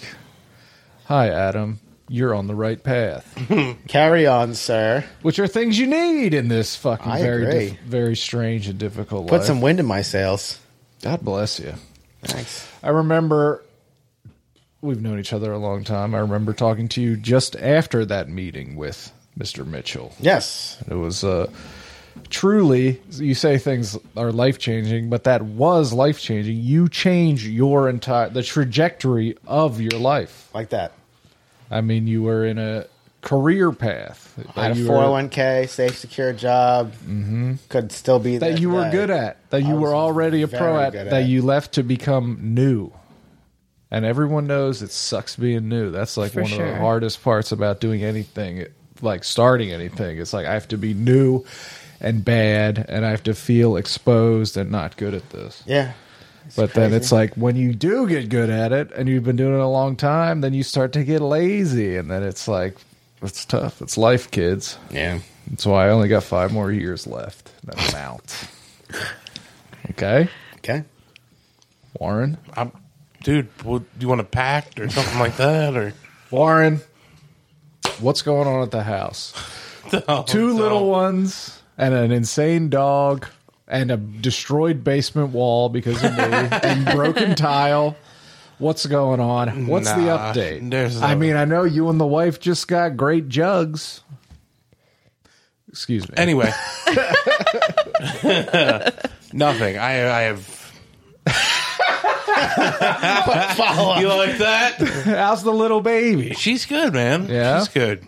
B: "Hi, Adam." You're on the right path,
A: Carry on, sir.
B: which are things you need in this fucking
A: I
B: very,
A: agree.
B: dif- very strange and difficult
A: Put
B: life.
A: some wind in my sails.
B: God bless you.
A: Thanks.
B: I remember we've known each other a long time. I remember talking to you just after that meeting with Mr. Mitchell.
A: Yes.
B: It was uh, truly, you say things are life changing, but that was life changing. You change your entire, the trajectory of your life.
A: Like that.
B: I mean, you were in a career path.
A: I had a
B: that you
A: four
B: were- Mm-hmm.
A: hundred one k safe, secure job. Could still be
B: that you were
A: today.
B: good at, that you
A: was
B: were already a pro
A: very
B: at,
A: good
B: that
A: at.
B: you left to become new. And everyone knows it sucks being new. That's like
E: For
B: one of
E: sure.
B: the hardest parts about doing anything, it- like starting anything. It's like I have to be new and bad, and I have to feel exposed and not good at this.
A: Yeah.
B: but then it's like when you do get good at it and you've been doing it a long time, then you start to get lazy, and then it's like, it's tough. It's life, kids.
A: Yeah.
B: That's why I only got five more years left. Then I'm out. Okay,
A: Okay.
B: Warren.
D: I'm, dude, well, do you want a pact or something like that? Or
B: Warren. what's going on at
D: <laughs>
B: the house. Two little ones and an insane dog and a destroyed basement wall because
D: <laughs>
B: of me and broken tile. What's going on? What's the
D: Nah,
B: update?
D: there's no-
B: I mean, I know you and the wife just got great jugs. Excuse me.
D: Anyway, <laughs> nothing. I I have.
A: Follow up.
D: You like that?
B: how's the little baby?
D: She's good, man.
B: Yeah?
D: she's good.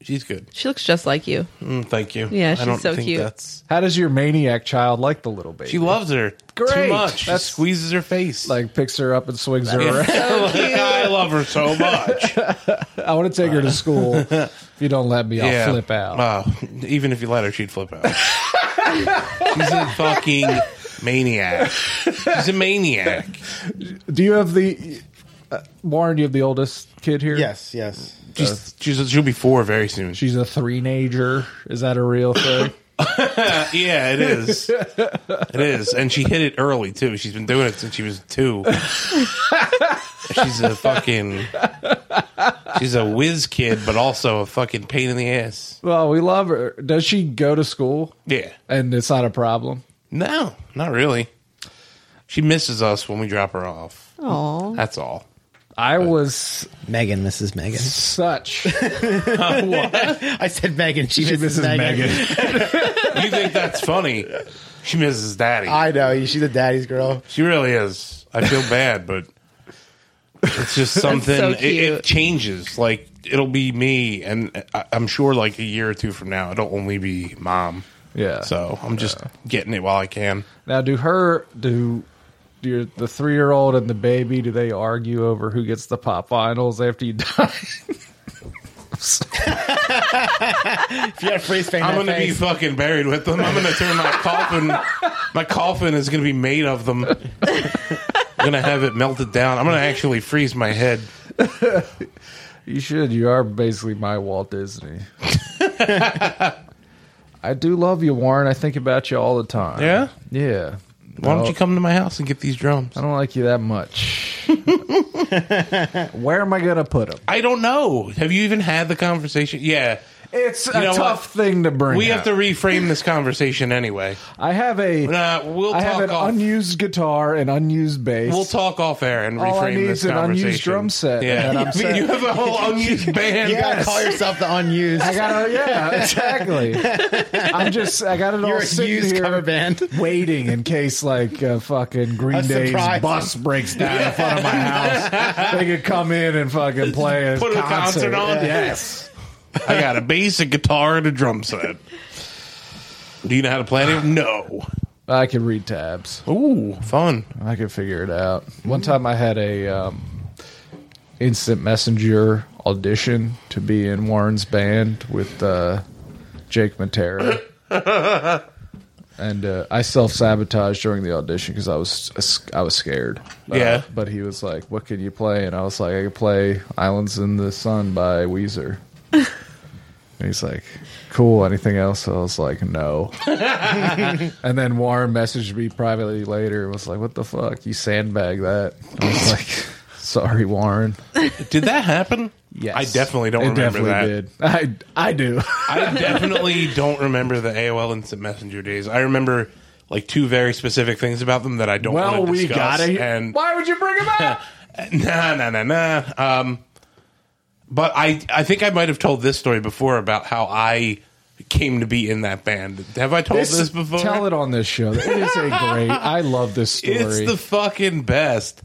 D: She's good.
E: She looks just like you.
D: Mm, thank you.
E: Yeah,
D: I
E: she's
D: don't
E: so
D: think
E: cute.
D: That's,
B: How does your maniac child like the little baby?
D: she loves her
B: Great.
D: too much.
B: That's-
D: she squeezes her face. <laughs>
B: like picks her up and swings her around. <laughs>
D: I love her so much.
B: I want to take her to school. if you don't let me, I'll
D: yeah.
B: flip out.
D: Oh, even if you let her, she'd flip
B: <laughs>
D: out. She's a fucking maniac. She's a maniac.
B: Do you have the uh, Warren? Do you have the oldest kid here?
A: Yes, yes.
D: She's, she's she'll be four very soon.
B: she's a three-nager. Is that a real thing?
D: Uh, yeah, it is. It is, and she hit it early too. She's been doing it since she was two. she's a fucking. She's a whiz kid, but also a fucking pain in the ass.
B: well, we love her. Does she go to school?
D: Yeah.
B: And it's not a problem.
D: No, not really. She misses us when we drop her off.
E: Oh,
D: That's all.
B: I was
A: Megan, Mrs. Megan.
B: such.
A: I said Megan. She,
B: She
A: misses, Megan.
D: You think that's funny? She misses daddy.
A: I know. She's a daddy's <laughs> girl.
D: she really is. I feel bad, but it's just something.
E: so
D: it, it
E: cute.
D: changes. Like it'll be me, and I, I'm sure like a year or two from now, it'll only be mom.
B: Yeah.
D: So I'm just getting it while I can.
B: Now, do her do, do your, the three-year-old and the baby? Do they argue over who gets the pop vinyls after you die? <laughs>
A: If you have freeze frame,
D: I'm
A: that
D: gonna be
A: face,
D: fucking buried with them. I'm gonna turn my coffin. My coffin is gonna be made of them. I'm gonna have it melted down. I'm gonna actually freeze my head.
B: You should. You are basically my Walt
A: <laughs>
B: Disney. I do love you, Warren. I think about you all the time.
D: Yeah?
B: Yeah.
D: Why don't
B: Well,
D: you come to my house and get these drums?
B: I don't like you that
A: <laughs>
B: much. Where am I going to put him?
D: I don't know. Have you even had the conversation? Yeah.
B: It's
D: You know
B: a tough thing to bring.
D: We have
B: up.
D: to reframe this conversation anyway.
B: I have a.
D: Nah, we'll
B: I have
D: talk
B: an
D: off.
B: unused guitar and unused
D: <laughs>
B: bass.
D: We'll talk off air and reframe
B: All I need
D: this
B: is an
D: conversation.
B: unused drum set,
D: Yeah,
B: and I'm
D: <laughs>
B: set.
D: you have a
B: <laughs>
D: whole unused band.
A: you gotta call yourself the unused.
D: <laughs>
B: I got. Yeah, exactly. I'm just. I got it all
A: You're a
B: sitting
A: used
B: here.
A: cover band.
B: waiting in case like uh, fucking Green
A: A
B: Day's
A: surprise.
B: bus breaks down in front of my house. They could come in and fucking play a
D: Put a concert on?
B: Yes.
D: <laughs> I got a bass, a guitar, and a drum set. Do you know how to play it? No.
B: I could read tabs.
D: Ah. Ooh, fun.
B: I could figure it out. One time I had a um, instant messenger audition to be in Warren's band with uh, Jake Matera. And uh, I self sabotaged during the audition because I was I was scared. Uh,
D: Yeah.
B: but he was like, "What can you play?" And I was like, "I could play Islands in the Sun by Weezer." and he's like, "Cool. Anything else?" I was like, "No." And then Warren messaged me privately later and was like, What the fuck? You sandbag that. I was like, Sorry, Warren.
D: Did that happen?
B: Yes.
D: I definitely don't
B: It
D: remember
B: definitely
D: that.
B: did. I, I do.
D: <laughs> I definitely don't remember the AOL Instant Messenger days. I remember like two very specific things about them that I don't
B: <laughs> well,
D: want to
B: we
D: discuss.
B: got it.
D: And
B: Why would you bring him up?
D: <laughs> nah, nah, nah, nah. Um, but I, I think I might have told this story before about how I came to be in that band. Have I told this, before?
B: Tell it on this show. It is a great. I love this story.
D: It's the fucking best.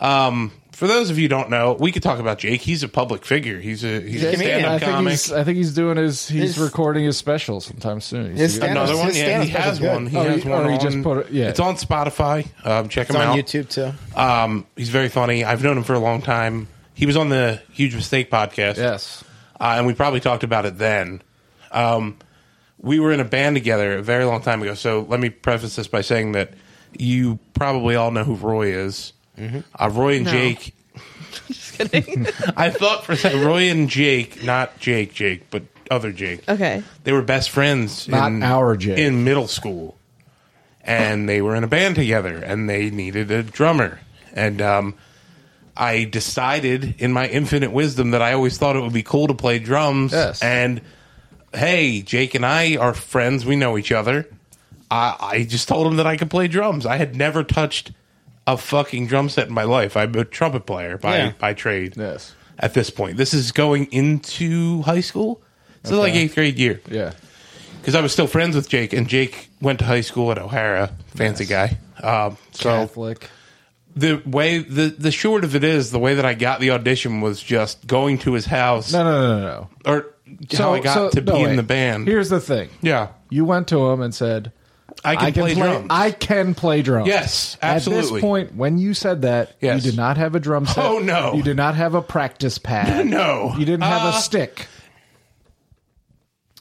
D: Um, for those of you who don't know, we could talk about Jake. He's a public figure. He's a he's a
A: Jake,
D: stand
B: I
D: up
B: think
D: comic.
B: he's. I think he's doing his. He's
A: His-
B: recording his special sometime soon. He's
A: His
B: doing-
A: stand-up-
D: Another one,
A: his
D: yeah. He
A: stand-up's
D: has
A: good.
D: one. He
B: Oh,
D: has
B: he-
D: one.
B: oh, he
D: on,
B: just put it- yeah.
D: It's on Spotify. Um, check
A: It's
D: him
A: on
D: out.
A: YouTube too.
D: Um, he's very funny. I've known him for a long time. He was on the Huge Mistake podcast.
B: Yes.
D: uh, and we probably talked about it then. Um, we were in a band together a very long time ago. So let me preface this by saying that you probably all know who Roy is. Uh, Roy and
E: No.
D: Jake.
E: <laughs>
B: <laughs>
E: just kidding.
D: <laughs> I thought for a second, Roy and Jake, not Jake, Jake, but other Jake.
E: okay.
D: They were best friends.
B: Not our Jake.
D: In middle school, and they were in a band together, and they needed a drummer, and um, I decided in my infinite wisdom that I always thought it would be cool to play drums.
B: Yes.
D: And hey, Jake and I are friends. We know each other. I, I just told him that I could play drums. I had never touched a fucking drum set in my life. I'm a trumpet player by,
A: Yeah.
D: by trade
B: Yes.
D: at this point. This is going into high school. So like
B: Okay.
D: eighth grade year
B: Yeah.
D: because I was still friends with Jake, and Jake went to high school at O'Hara, fancy guy. Um, so
B: Catholic.
D: the way the the short of it is, the way that I got the audition was just going to his house,
B: No, no, no, no, no.
D: or how I got to be
B: no,
D: in
B: wait.
D: the band.
B: Here's the thing.
D: yeah,
B: You went to him and said,
D: I can, play, drums.
B: I can play drums.
D: Yes,
B: At
D: absolutely.
B: this point, when you said that,
D: Yes.
B: you did not have a drum set.
D: Oh, no.
B: You did not have a practice pad.
D: <laughs> <laughs> No.
B: You didn't have
D: Uh,
B: a stick.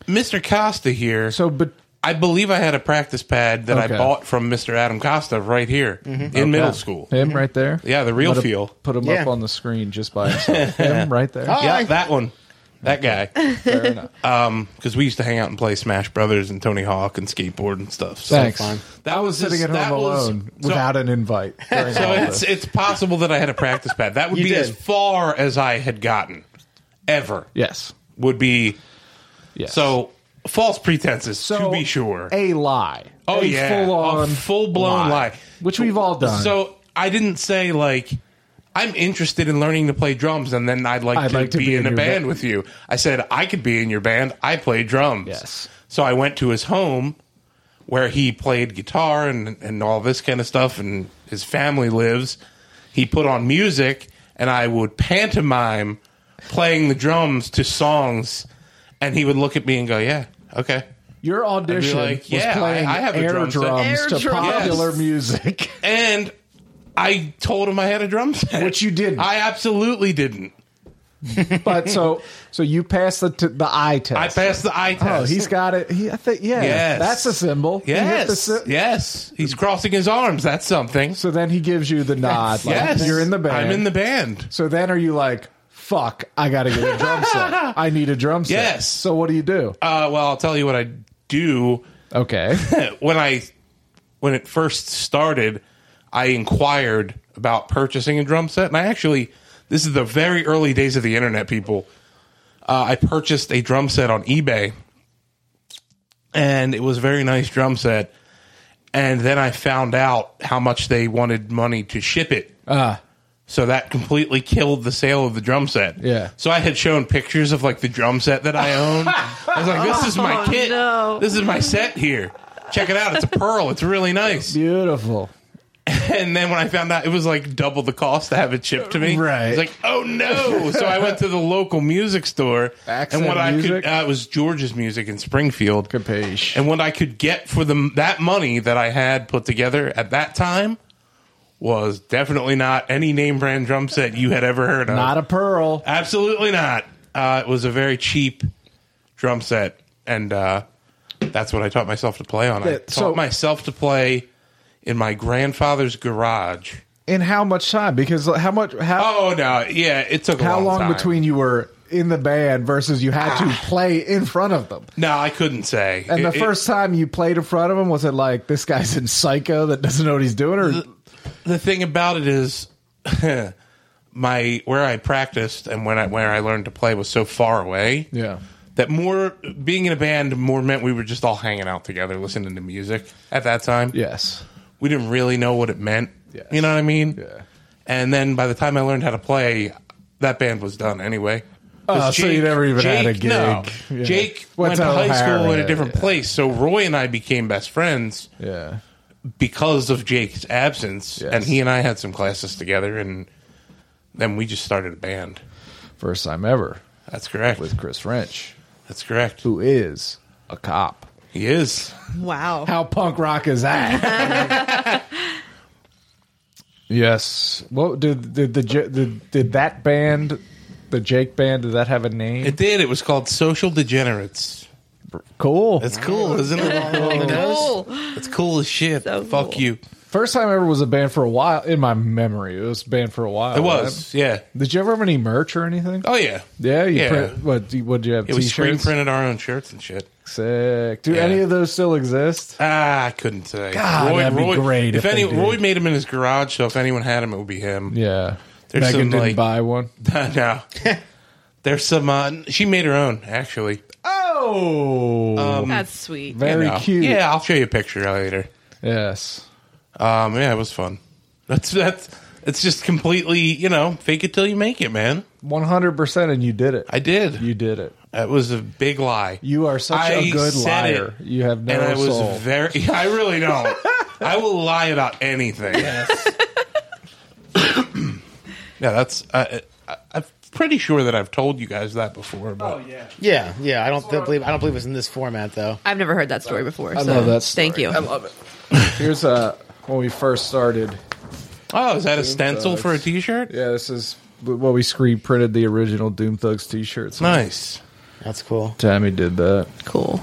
D: Mr. Costa here.
B: So, but
D: I believe I had a practice pad that
B: Okay. Mm-hmm.
D: I bought from Mr. Adam Costa right here in middle school.
B: him right there.
D: Yeah, the real
B: Let him-
D: feel. Ah.
B: Put him
A: Yeah.
B: up on the screen just by himself. him right there.
A: Oh.
D: Yeah,
A: Hi.
D: that one, that guy.
B: Fair
D: <laughs>
B: enough.
D: because we used to hang out and play Smash Brothers and Tony Hawk and skateboard and stuff. So
B: Thanks.
A: fun.
D: That was
B: Sitting
D: his-
B: at home
D: that was-
B: alone
D: so-
B: without an
D: <laughs>
B: invite. during
D: So
B: all
D: it's
B: this.
D: it's possible that I had a practice pad. That would
A: You
D: be as
A: did.
D: far as I had gotten ever.
B: yes.
D: Would be
B: Yes.
D: so false pretenses
B: So,
D: to be sure.
B: a lie.
D: oh
B: a
D: yeah,
B: full on,
D: full blown lie.
B: which we've all done.
D: So I didn't say like. I'm interested in learning to play drums, and then I'd like,
B: I'd
D: to,
B: like to
D: be,
B: be
D: in,
B: in
D: a
B: your
D: band
B: ba-
D: with you. I said I could be in your band. I play drums.
B: Yes.
D: So I went to his home, where he played guitar and and all this kind of stuff and his family lives. He put on music and I would pantomime playing the drums to songs and he would look at me and go, "Yeah, okay."
B: Your audition
D: like, yeah,
B: was playing
D: I- I have a
B: air
D: drum set.
B: drums
E: Air
B: to
E: drums.
B: popular
D: Yes.
B: music,
D: <laughs> And I told him I had a drum set,
B: Which you didn't.
D: I absolutely didn't.
B: but so so you passed the t- the eye test.
D: I passed the eye
B: Oh,
D: test.
B: he's got it. He, I think yeah,
D: Yes.
B: that's a symbol. He hit the
D: yes,
B: sy-
D: yes. He's crossing his arms. That's something.
B: So then he gives you the nod. Like,
D: yes,
B: you're in the band.
D: I'm in the band.
B: So then are you like, fuck? I got to get a drum
D: <laughs>
B: set. I need a drum set.
D: Yes.
B: So what do you do?
D: Uh, well, I'll tell you what I do. <laughs>
B: Okay.
D: when I when it first started, I inquired about purchasing a drum set, and I actually this is the very early days of the internet, people. Uh, I purchased a drum set on eBay, and it was a very nice drum set. And then I found out how much they wanted money to ship it.
B: Uh,
D: So that completely killed the sale of the drum set.
B: Yeah.
D: So I had shown pictures of like the drum set that I own. I was like, this is my
E: Oh,
D: kit.
E: no.
D: This is my set here. Check it out. It's a pearl. It's really nice.
B: beautiful.
D: And then when I found out it was like double the cost to have it shipped to me.
B: Right.
D: I was like, oh no. So I went to the local music store.
B: Accent
D: and what I
B: Music?
D: could, uh, it was George's music in Springfield.
B: Capiche.
D: And what I could get for the that money that I had put together at that time was definitely not any name brand drum set you had ever heard of.
B: Not a pearl.
D: Absolutely not. Uh, it was a very cheap drum set, and uh, that's what I taught myself to play on. I
B: Yeah,
D: taught
B: so-
D: myself to play in my grandfather's garage.
B: In how much time? Because like, how much? How
D: Oh no, yeah, it took a
B: how long
D: time.
B: between you were in the band versus you had <sighs> to play in front of them?
D: No, I couldn't say.
B: And
D: It-
B: the
D: it-
B: first time you played in front of them, was it like this guy's in psycho that doesn't know what he's doing, or
D: the thing about it is <laughs> my where I practiced and when I where I learned to play was so far away.
B: yeah,
D: That more being in a band more meant we were just all hanging out together, listening to music at that time.
B: yes,
D: we didn't really know what it meant.
B: Yes.
D: You know what I mean?
B: Yeah.
D: And then by the time I learned how to play, that band was done anyway.
B: Oh, so you never even had a
D: no.
B: gig. Yeah.
D: Jake
B: Went
D: went to
B: to
D: high school in
B: O'Hara,
D: a different
B: yeah.
D: place. So Roy and I became best friends
B: yeah,
D: because of Jake's absence.
B: Yes.
D: And he and I had some classes together. And then we just started a band.
B: first time ever
D: That's correct.
B: with Chris French,
D: That's correct.
B: who is a cop.
D: He is.
E: Wow.
B: How punk rock is that? <laughs> yes. Well, did did the J- did, did that band, the Jake band, did that have a name?
D: It did. It was called Social Degenerates.
B: cool.
D: That's cool, isn't
E: <laughs>
D: it?
E: Cool.
D: That's cool as shit.
E: So
D: Fuck
E: cool.
D: you.
B: First time ever was a band for a while in my memory. It was a band for a while.
D: It was. Yeah.
B: Did you ever have any merch or anything?
D: Oh, yeah.
B: Yeah, you
D: Yeah.
B: print what? do you- What did you have?
D: Yeah, we screen
B: T-shirts.
D: printed our own shirts and shit.
B: Sick. Do
D: Yeah.
B: any of those still exist?
D: Ah, I couldn't say.
B: God, that'd be great
D: If,
B: if they
D: any, <laughs>
B: did.
D: Roy made him in his garage, so if anyone had him, it would be him.
B: Yeah.
D: There's
B: Megan
D: some
B: didn't
D: like
B: buy one.
D: no.
B: <laughs>
D: There's some. Uh, she made her own actually.
B: Oh,
E: That's sweet.
D: You
B: very
D: know.
B: cute.
D: Yeah, I'll show you a picture later.
B: Yes.
D: Um, yeah, it was fun. That's that's. It's just completely, you know, fake it till you make it, man.
B: 100% and you did it.
D: I did.
B: you did it.
D: that was a big lie.
B: You are such
D: I
B: a good
D: said it,
B: liar. you have no
D: and I was
B: soul.
D: very. <laughs> I really don't. I will lie about anything. <coughs> yeah, that's. I, I, I'm pretty sure that I've told you guys that before. But
B: Oh, yeah.
A: Yeah, yeah. I don't th- believe I don't believe it's in this format though.
E: I've never heard that story before.
B: I
E: so
B: love that story.
E: Thank you.
B: love it. Here's uh, when we first started.
D: oh, is that a stencil for a T-shirt?
B: Yeah, this is what we screen printed the original Doom Thugs t shirts.
D: Nice.
A: That's cool.
B: Tammy did that.
E: Cool.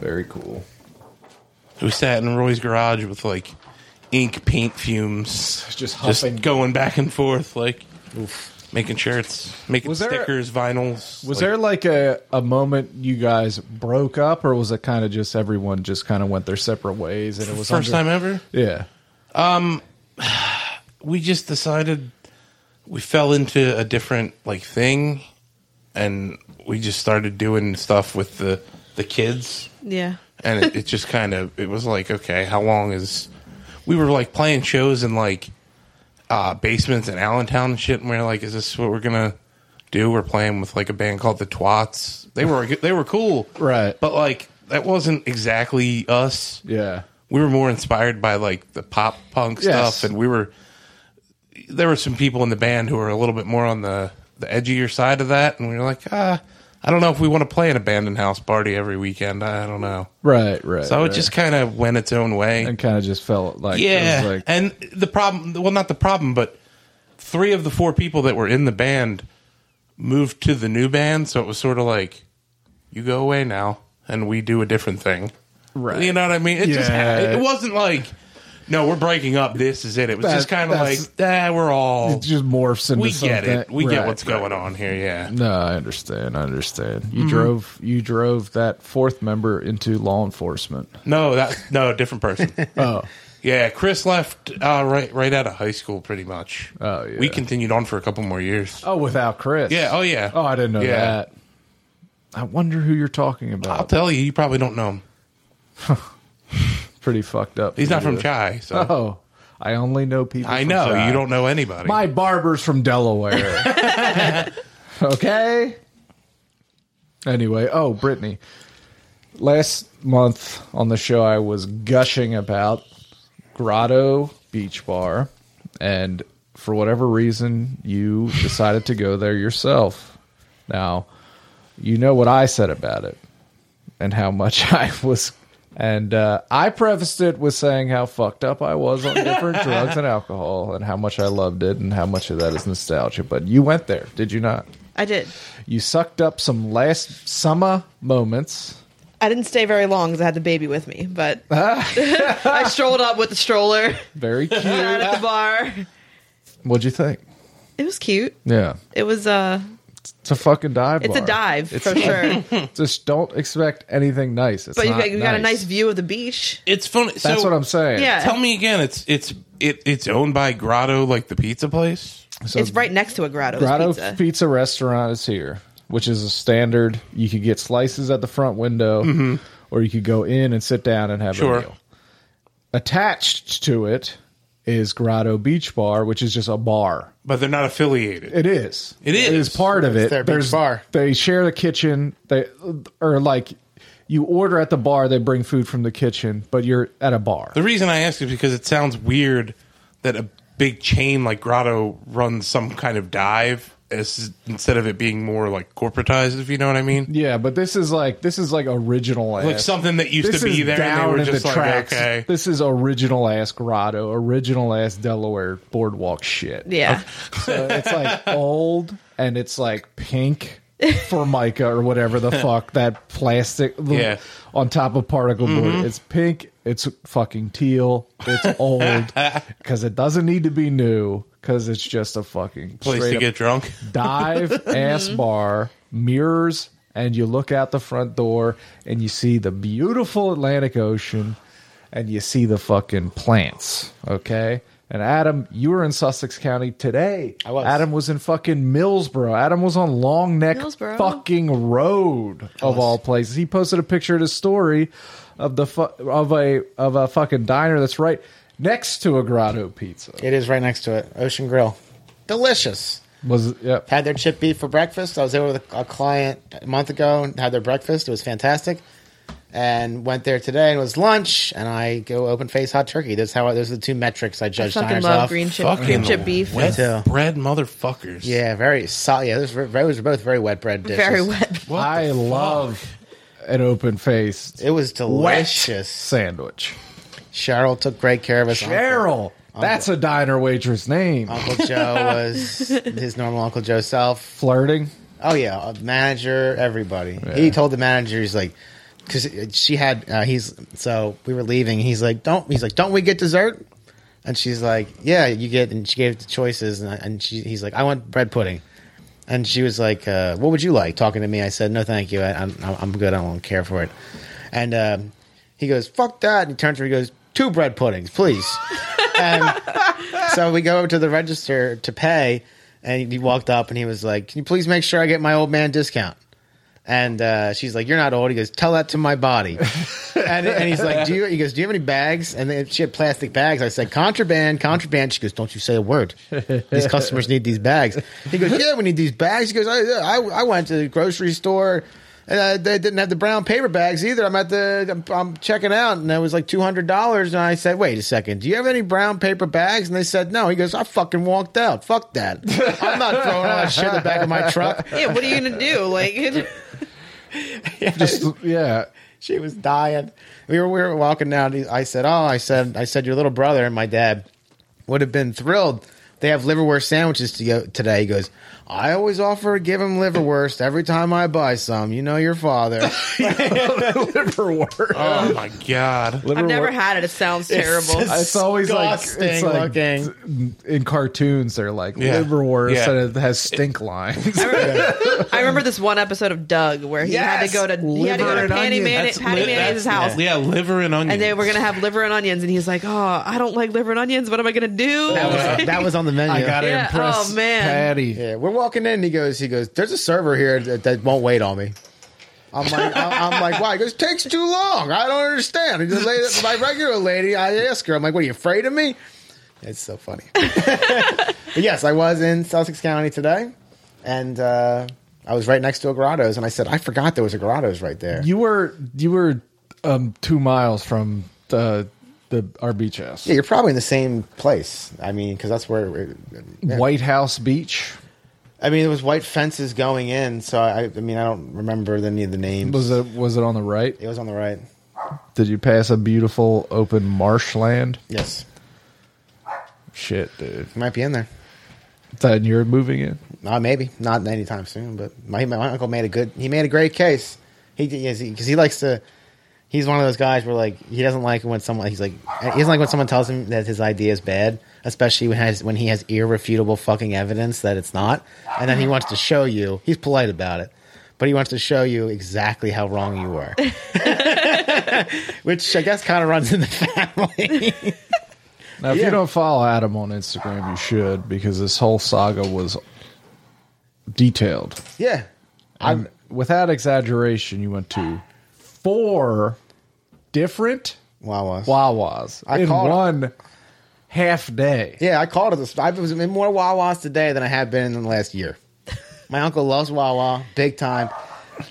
B: Very cool.
D: We sat in Roy's garage with like ink paint fumes,
B: Just huffing.
D: just going back and forth, like making shirts, making
B: Was there a-
D: stickers, vinyls.
B: Was
D: like-
B: there like a, a moment you guys broke up, or was it kind of just everyone just kind of went their separate ways and it was
D: first time
B: under-
D: ever?
B: Yeah,
D: we just decided we fell into a different like thing and we just started doing stuff with the the kids
E: Yeah.
D: and it, it just kind of it was like okay how long is we were like playing shows in like uh basements in allentown and shit and we are like is this what we're gonna do we're playing with like a band called the twats they were they were cool
B: Right.
D: but like that wasn't exactly us
B: yeah.
D: we were more inspired by like the pop punk
B: Yes.
D: stuff and we were there were some people in the band who were a little bit more on the the edgier side of that and we were like ah i don't know if we want to play an abandoned house party every weekend i don't know
B: Right, right.
D: so
B: right.
D: it just kind of went its own way
B: and kind of just felt like it
D: yeah
B: was like,
D: and the problem well not the problem but three of the four people that were in the band moved to the new band so it was sort of like you go away now and we do a different thing
B: Right.
D: you know what i mean it just
B: Yeah.
D: ha- it wasn't like no we're breaking up this is it it was
B: That-
D: just kind of like
B: that's-
D: ah, we're all
B: it just morphs into
D: we get
B: something-
D: it we get
B: Right,
D: what's
B: right.
D: going on Mm-hmm. here yeah
B: No, I understand. I understand. You drove you drove that fourth member into law enforcement.
D: no that no different person
B: <laughs> Oh,
D: yeah chris left uh, right right out of high school pretty much
B: Oh, yeah.
D: we continued on for a couple more years
B: oh, without Chris.
D: Yeah, oh, yeah.
B: Oh, I didn't know
D: Yeah.
B: that. I wonder who you're talking
D: I'll
B: about.
D: tell you, you probably don't know him.
B: Pretty fucked up.
D: He's not
B: dude.
D: from Chai, so
B: Oh, I only know people.
D: I
B: from
D: know
B: Chai.
D: you don't know anybody.
B: My barber's from Delaware.
D: <laughs>
B: okay. Anyway, oh, Brittany. Last month on the show, I was gushing about Grotto Beach Bar, and for whatever reason, you decided to go there yourself. Now, you know what I said about it and how much <laughs> I was. And uh, I prefaced it with saying how fucked up I was on
E: <laughs>
B: different drugs and alcohol and how much I loved it and how much of that is nostalgia. But you went there, did you not?
E: I did.
B: You sucked up some last summer moments.
E: I didn't stay very long because I had the baby with me,
B: <laughs>
E: but
B: Ah.
E: <laughs> I strolled up with the stroller <laughs>
B: Very cute.
E: out at the bar.
B: What'd you think?
E: It was cute.
B: Yeah.
E: It was uh
B: It's a fucking dive
E: it's
B: bar.
E: a dive
B: It's <laughs>
E: for sure.
B: Just don't expect anything nice. It's
E: But you
B: not
E: got, you got a nice view of the beach.
D: it's funny.
B: That's
D: so,
B: what I'm saying.
E: Yeah.
D: Tell me again. It's it's it, it's owned by Grotto, like the pizza place.
B: So
E: it's right next to a grotto's
B: Grotto
E: pizza.
B: pizza. restaurant is here, which is a standard. You could get slices at the front window, or you could go in and sit down and have
D: Sure.
B: a meal. Attached to it is Grotto Beach Bar, which is just a bar.
D: But they're not affiliated.
B: It is.
D: It is.
B: It is part of it.
A: their beach bar.
B: They share the kitchen. They or like you order at the bar, they bring food from the kitchen, but you're at a bar.
D: the reason I ask is because it sounds weird that a big chain like Grotto runs some kind of dive as instead of it being more like corporatized, if you know what I mean.
B: Yeah, but this is like this is like original.
D: Like
B: ass.
D: something that used to be there, and they were just like, okay.
B: This is original ass grotto, original ass Delaware boardwalk shit.
E: yeah.
B: <laughs> So it's like old and it's like pink formica or whatever the fuck that plastic the-
D: Yeah. Mm-hmm.
B: on top of particle board. It's pink. It's fucking teal.
D: <laughs>
B: It's old because it doesn't need to be new because it's just a fucking
D: Place
B: straight
D: to
B: up
D: get drunk.
A: <laughs>
B: dive
A: Mm-hmm.
B: ass bar mirrors and you look out the front door and you see the beautiful atlantic ocean and you see the fucking plants okay And Adam, you were in Sussex County today.
A: I was.
B: Adam was in fucking Millsboro. Adam was on Long Neck
E: Millsboro.
B: fucking Road of all places. He posted a picture of his story of the fu- of a of a fucking diner that's right next to a Grotto Pizza.
A: It is right next to it. Ocean Grill. Delicious.
B: Was yeah.
A: Had their chip beef for breakfast. I was there with a, a client a month ago and had their breakfast. It was fantastic. And went there today and it was lunch. And I go open face hot turkey. That's how I, those are the two metrics I
E: I
A: judge
E: fucking
A: diners
E: love
A: off.
E: green chip,
D: Fucking
E: green chip beef.
D: wet
A: Yeah.
D: bread motherfuckers.
A: Yeah, very solid. Yeah, those were, those were both very wet bread dishes.
E: Very wet. <laughs>
D: What
B: I
D: the fuck?
B: love an open faced
A: It was delicious.
B: sandwich.
A: Cheryl took great care of us. Uncle-
B: Cheryl, that's a diner waitress name.
A: Uncle Joe was his normal Uncle Joe self.
B: Flirting.
A: Oh yeah, a manager, everybody. He told the manager, he's like, because she had, uh, he's so we were leaving. He's like, don't, he's like, don't we get dessert? And she's like, yeah, you get. And she gave the choices, and, I, and she, he's like, I want bread pudding. And she was like, uh, "What would you like?" Talking to me, I said, "No, thank you. I, I'm I'm I'm good. I don't care for it." And um, he goes, "Fuck that!" And he turns to her, he goes, two bread puddings, please." and so we go over to the register to pay, and he walked up and he was like, "Can you please make sure I get my old man discount?" And uh, she's like, "You're not old." He goes, "Tell that to my body." and, and he's like, "Do you?" He goes, "Do you have any bags?" And then she had plastic bags. I said, "Contraband, contraband." She goes, "Don't you say a word. These customers need these bags." He goes, "Yeah, we need these bags." He goes, "I, I, I went to the grocery store." And uh, they didn't have the brown paper bags either. I'm at the, I'm, I'm checking out, and it was like two hundred dollars. And I said, "Wait a second, do you have any brown paper bags?" And they said, "No." He goes, "I fucking walked out. Fuck that. I'm not throwing all that shit in the back of my truck."
E: Yeah, what are you gonna do?
A: <laughs>
E: Like,
B: Just yeah.
A: she was dying. We were we were walking down. and I said, "Oh, I said, I said, your little brother and my dad would have been thrilled. They have liverwurst sandwiches to go today." He goes, "I always offer to give him liverwurst every time I buy some. You know your father."
B: Liverwort.
D: Oh my god.
E: I've never had it. It sounds terrible.
B: It's always like it's
A: Disgusting
B: like
A: looking.
B: in cartoons they're like
D: Yeah.
B: liverwurst
D: Yeah.
B: and it has stink
E: <laughs>
B: lines.
A: <laughs>
E: I remember this one episode of Doug where he had to
B: Yes!
E: go to he had to
B: Liver
E: go to
B: and
E: Patty,
B: onions.
E: Man-
B: That's
E: Patty Mayonnaise's house,
D: Yeah, liver and onions.
E: and they were gonna have liver and onions, and he's like, "Oh, I don't like liver and onions. What am I gonna do?"
A: that was that was on the menu.
B: I gotta
E: Yeah,
B: impress
E: oh, man.
B: Patty.
A: Yeah, we're walking in. And he goes, he goes. There's a server here that, that won't wait on me. I'm like, I'm I'm like, why? He goes, takes too long. I don't understand. And the lady- my regular lady, I ask her, I'm like, what are you afraid of me? It's so funny. <laughs> but yes, I was in Sussex County today, and uh, I was right next to a Grotto's, and I said, I forgot there was a Grotto's right there.
B: You were you were um two miles from the the our beach house.
A: yeah, you're probably in the same place. I mean, because that's where. It, yeah.
B: White House Beach.
A: I mean, it was white fences going in, so I, I mean, I don't remember any of the names.
B: Was it was it on the right?
A: it was on the right.
B: Did you pass a beautiful open marshland?
A: Yes,
B: Shit, dude.
A: it might be in there.
B: Then you're moving in.
A: Uh, maybe not anytime soon, but my, my uncle made a good. He made a great case. He because he, 'cause he likes to. He's one of those guys where like he doesn't like when someone he's like he doesn't like when someone tells him that his idea is bad, especially when has when he has irrefutable fucking evidence that it's not, and then he wants to show you. He's polite about it, but he wants to show you exactly how wrong you were, <laughs> which I guess kind of runs in the family. <laughs>
B: Now, if
A: Yeah.
B: you don't follow Adam on Instagram, you should because this whole saga was detailed.
A: yeah,
B: And
A: I'm
B: without exaggeration, you went to four different
A: Wawa's.
B: Wawas
A: I
B: in
A: called it.
B: one half day.
A: <laughs> Yeah, I called it. This, I was in more Wawas today than I have been in the last year. My uncle loves Wawa big time.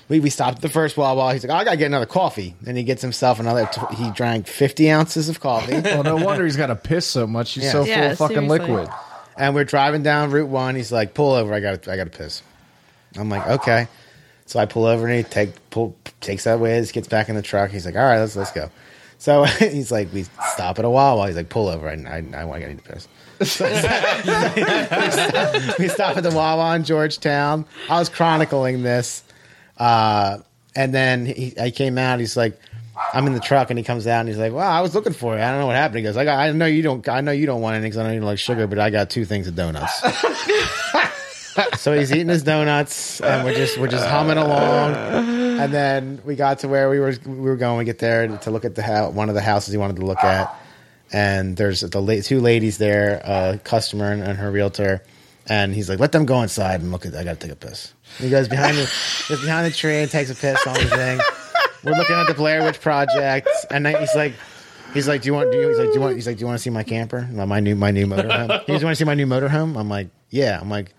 A: We, we stopped at the first Wawa. He's like, "Oh, I gotta get another coffee, and he gets himself another. T- he drank fifty ounces of coffee,
B: Well, no wonder he's got to piss so much. He's
A: Yeah.
B: so full
E: Yeah,
B: of fucking
E: seriously.
B: liquid.
A: and we're driving down Route One. He's like, pull over. I got to I got to piss. I'm like, okay. So I pull over and he take pull takes that whiz, gets back in the truck. He's like, all right, let's let's go. So <laughs> he's like, we stop at a Wawa. He's like, pull over. I I, I want to get into piss. <laughs> we stop at the Wawa in Georgetown. I was chronicling this, uh, and then he, I came out. He's like, "I'm in the truck," and he comes out and he's like, "Well, I was looking for you. I don't know what happened." He goes, "I got, I know you don't. I know you don't want anything 'cause I know you don't like sugar, but I got two things of donuts." so he's eating his donuts, and we're just we're just humming along. And then we got to where we were we were going. We get there to look at the house, one of the houses he wanted to look at and there's the la- two ladies there, a customer and, and her realtor, and he's like, "Let them go inside and look at. I gotta take a piss." And he goes behind the goes behind the tree and takes a piss on the thing. We're looking at the Blair Witch Project, and then he's like. He's like, do you want? Do you, he's like, do you want? He's like, do you want to see my camper? My my new my new motorhome. He goes, you want to see my new motorhome? I'm like, yeah. I'm like,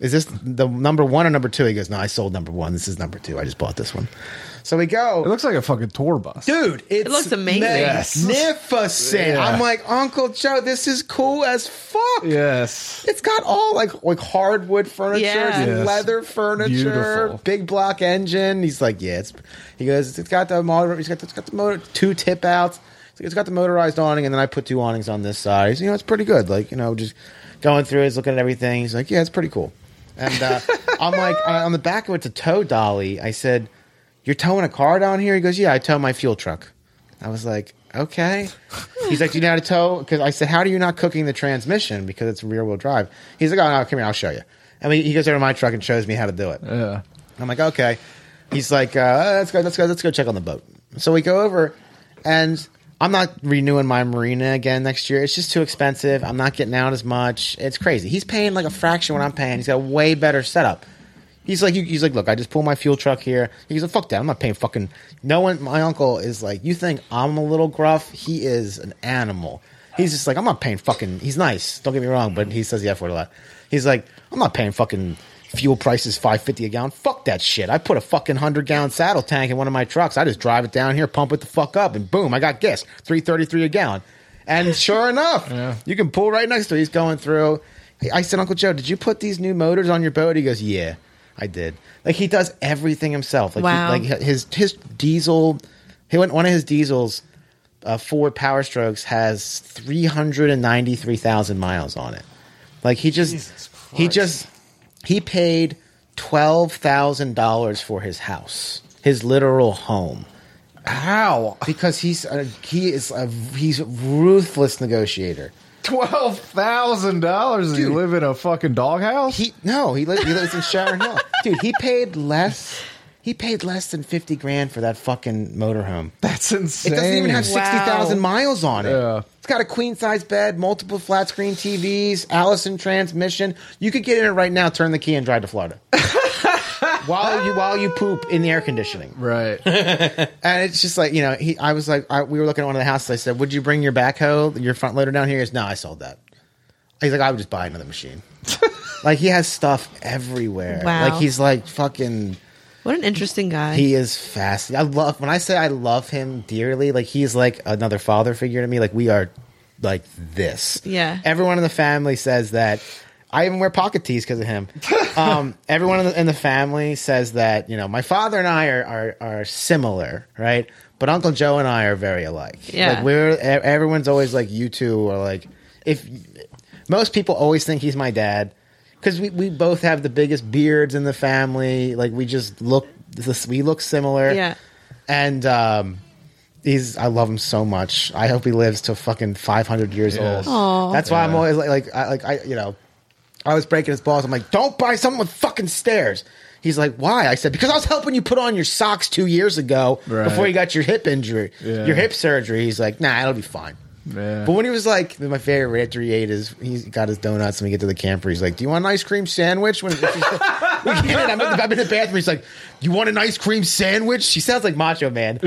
A: is this the number one or number two? He goes, no, I sold number one. This is number two. I just bought this one. So we go
B: It looks like a fucking tour bus.
A: dude it's
E: looks amazing. Yes.
A: magnificent
B: Yeah.
A: i'm like uncle joe this is cool as fuck
B: Yes.
A: it's got all like like hardwood furniture
E: Yeah.
A: it's
B: Yes.
A: leather furniture
B: Beautiful.
A: big block engine he's like yeah it's he goes it's got the motor he's got the, it's got the motor two tip outs He's like, it's got the motorized awning and then i put two awnings on this side he's, you know it's pretty good like you know just going through he's looking at everything he's like yeah it's pretty cool and uh, i'm like on on the back of it to tow dolly i said you're towing a car down here he goes yeah i tow my fuel truck I was like, okay. He's like, do you know how to tow? Because I said, how do you not cooking the transmission because it's rear wheel drive? He's like, oh no, come here, I'll show you. And we, he goes over to my truck and shows me how to do it.
B: Yeah.
A: I'm like, okay. He's like, uh, let's go, let's go, let's go check on the boat. So we go over, and I'm not renewing my marina again next year. It's just too expensive. I'm not getting out as much. It's crazy. He's paying like a fraction what I'm paying. He's got a way better setup. He's like, he's like, look, I just pull my fuel truck here. He's like, fuck that. I'm not paying fucking. No one. My uncle is like, you think I'm a little gruff? He is an animal. He's just like, I'm not paying fucking. He's nice. Don't get me wrong, but he says the f word a lot. He's like, I'm not paying fucking fuel prices five fifty a gallon. Fuck that shit. I put a fucking hundred gallon saddle tank in one of my trucks. I just drive it down here, pump it the fuck up, and boom, I got gas three thirty three a gallon. And sure enough, you can pull right next to. It. He's going through. I said, Uncle Joe, did you put these new motors on your boat? He goes, Yeah, I did. Like he does everything himself. Like,
E: Wow.
A: he, like his his diesel. He went one of his diesels. Uh, Ford Power Strokes has three hundred and ninety three thousand miles on it. Like he just he just he paid twelve thousand dollars for his house, his literal home
B: How?
A: because he's a, he is a he's a ruthless negotiator.
B: Twelve thousand dollars. You live in a fucking doghouse.
A: He no, he lives he lives in Sharon Hill, dude. He paid less. He paid less than fifty grand for that fucking motorhome.
B: That's
A: It
B: insane.
A: doesn't even have
E: Wow.
A: sixty thousand miles on it.
B: Yeah.
A: It's got a queen size bed, multiple flat screen TVs, Allison transmission. You could get in it right now, turn the key, and drive
E: <laughs>
A: to Florida. while you while you poop in the air conditioning.
B: right.
A: And it's just like you know, he. I was like, I, we were looking at one of the houses. I said, "Would you bring your backhoe, your front loader down here?" He goes, "No, I sold that." He's like, "I would just buy another machine."
E: <laughs>
A: like he has stuff everywhere.
E: Wow.
A: Like he's like fucking.
E: What an interesting guy.
A: He is fast. I love when I say I love him dearly. Like he's like another father figure to me. Like we are like this.
E: Yeah.
A: Everyone in the family says that. I even wear pocket tees because of him.
E: <laughs>
A: Um, everyone in the, in the family says that you know my father and I are, are are similar, right? But Uncle Joe and I are very alike.
E: Yeah.
A: Like we're e- everyone's always like you two are like if most people always think he's my dad because we, we both have the biggest beards in the family. Like we just look this- we look similar.
E: Yeah.
A: And um, he's I love him so much. I hope he lives to fucking five hundred years
B: Yes.
A: old.
E: Aw.
A: That's why I'm always like like I, like I you know I was breaking his balls. I'm like, don't buy something with fucking stairs. He's like, why? I said, because I was helping you put on your socks two years ago
B: Right.
A: before you got your hip injury,
B: Yeah.
A: your hip surgery. He's like, nah, it'll be fine.
B: Yeah.
A: But when he was like, my favorite rant he ate is he's got his donuts and we get to the camper. He's like, do you want an ice cream sandwich? When <laughs> we get in, I'm, in the, I'm in the bathroom. He's like, you want an ice cream sandwich? She sounds like
B: <laughs>
A: Macho Man.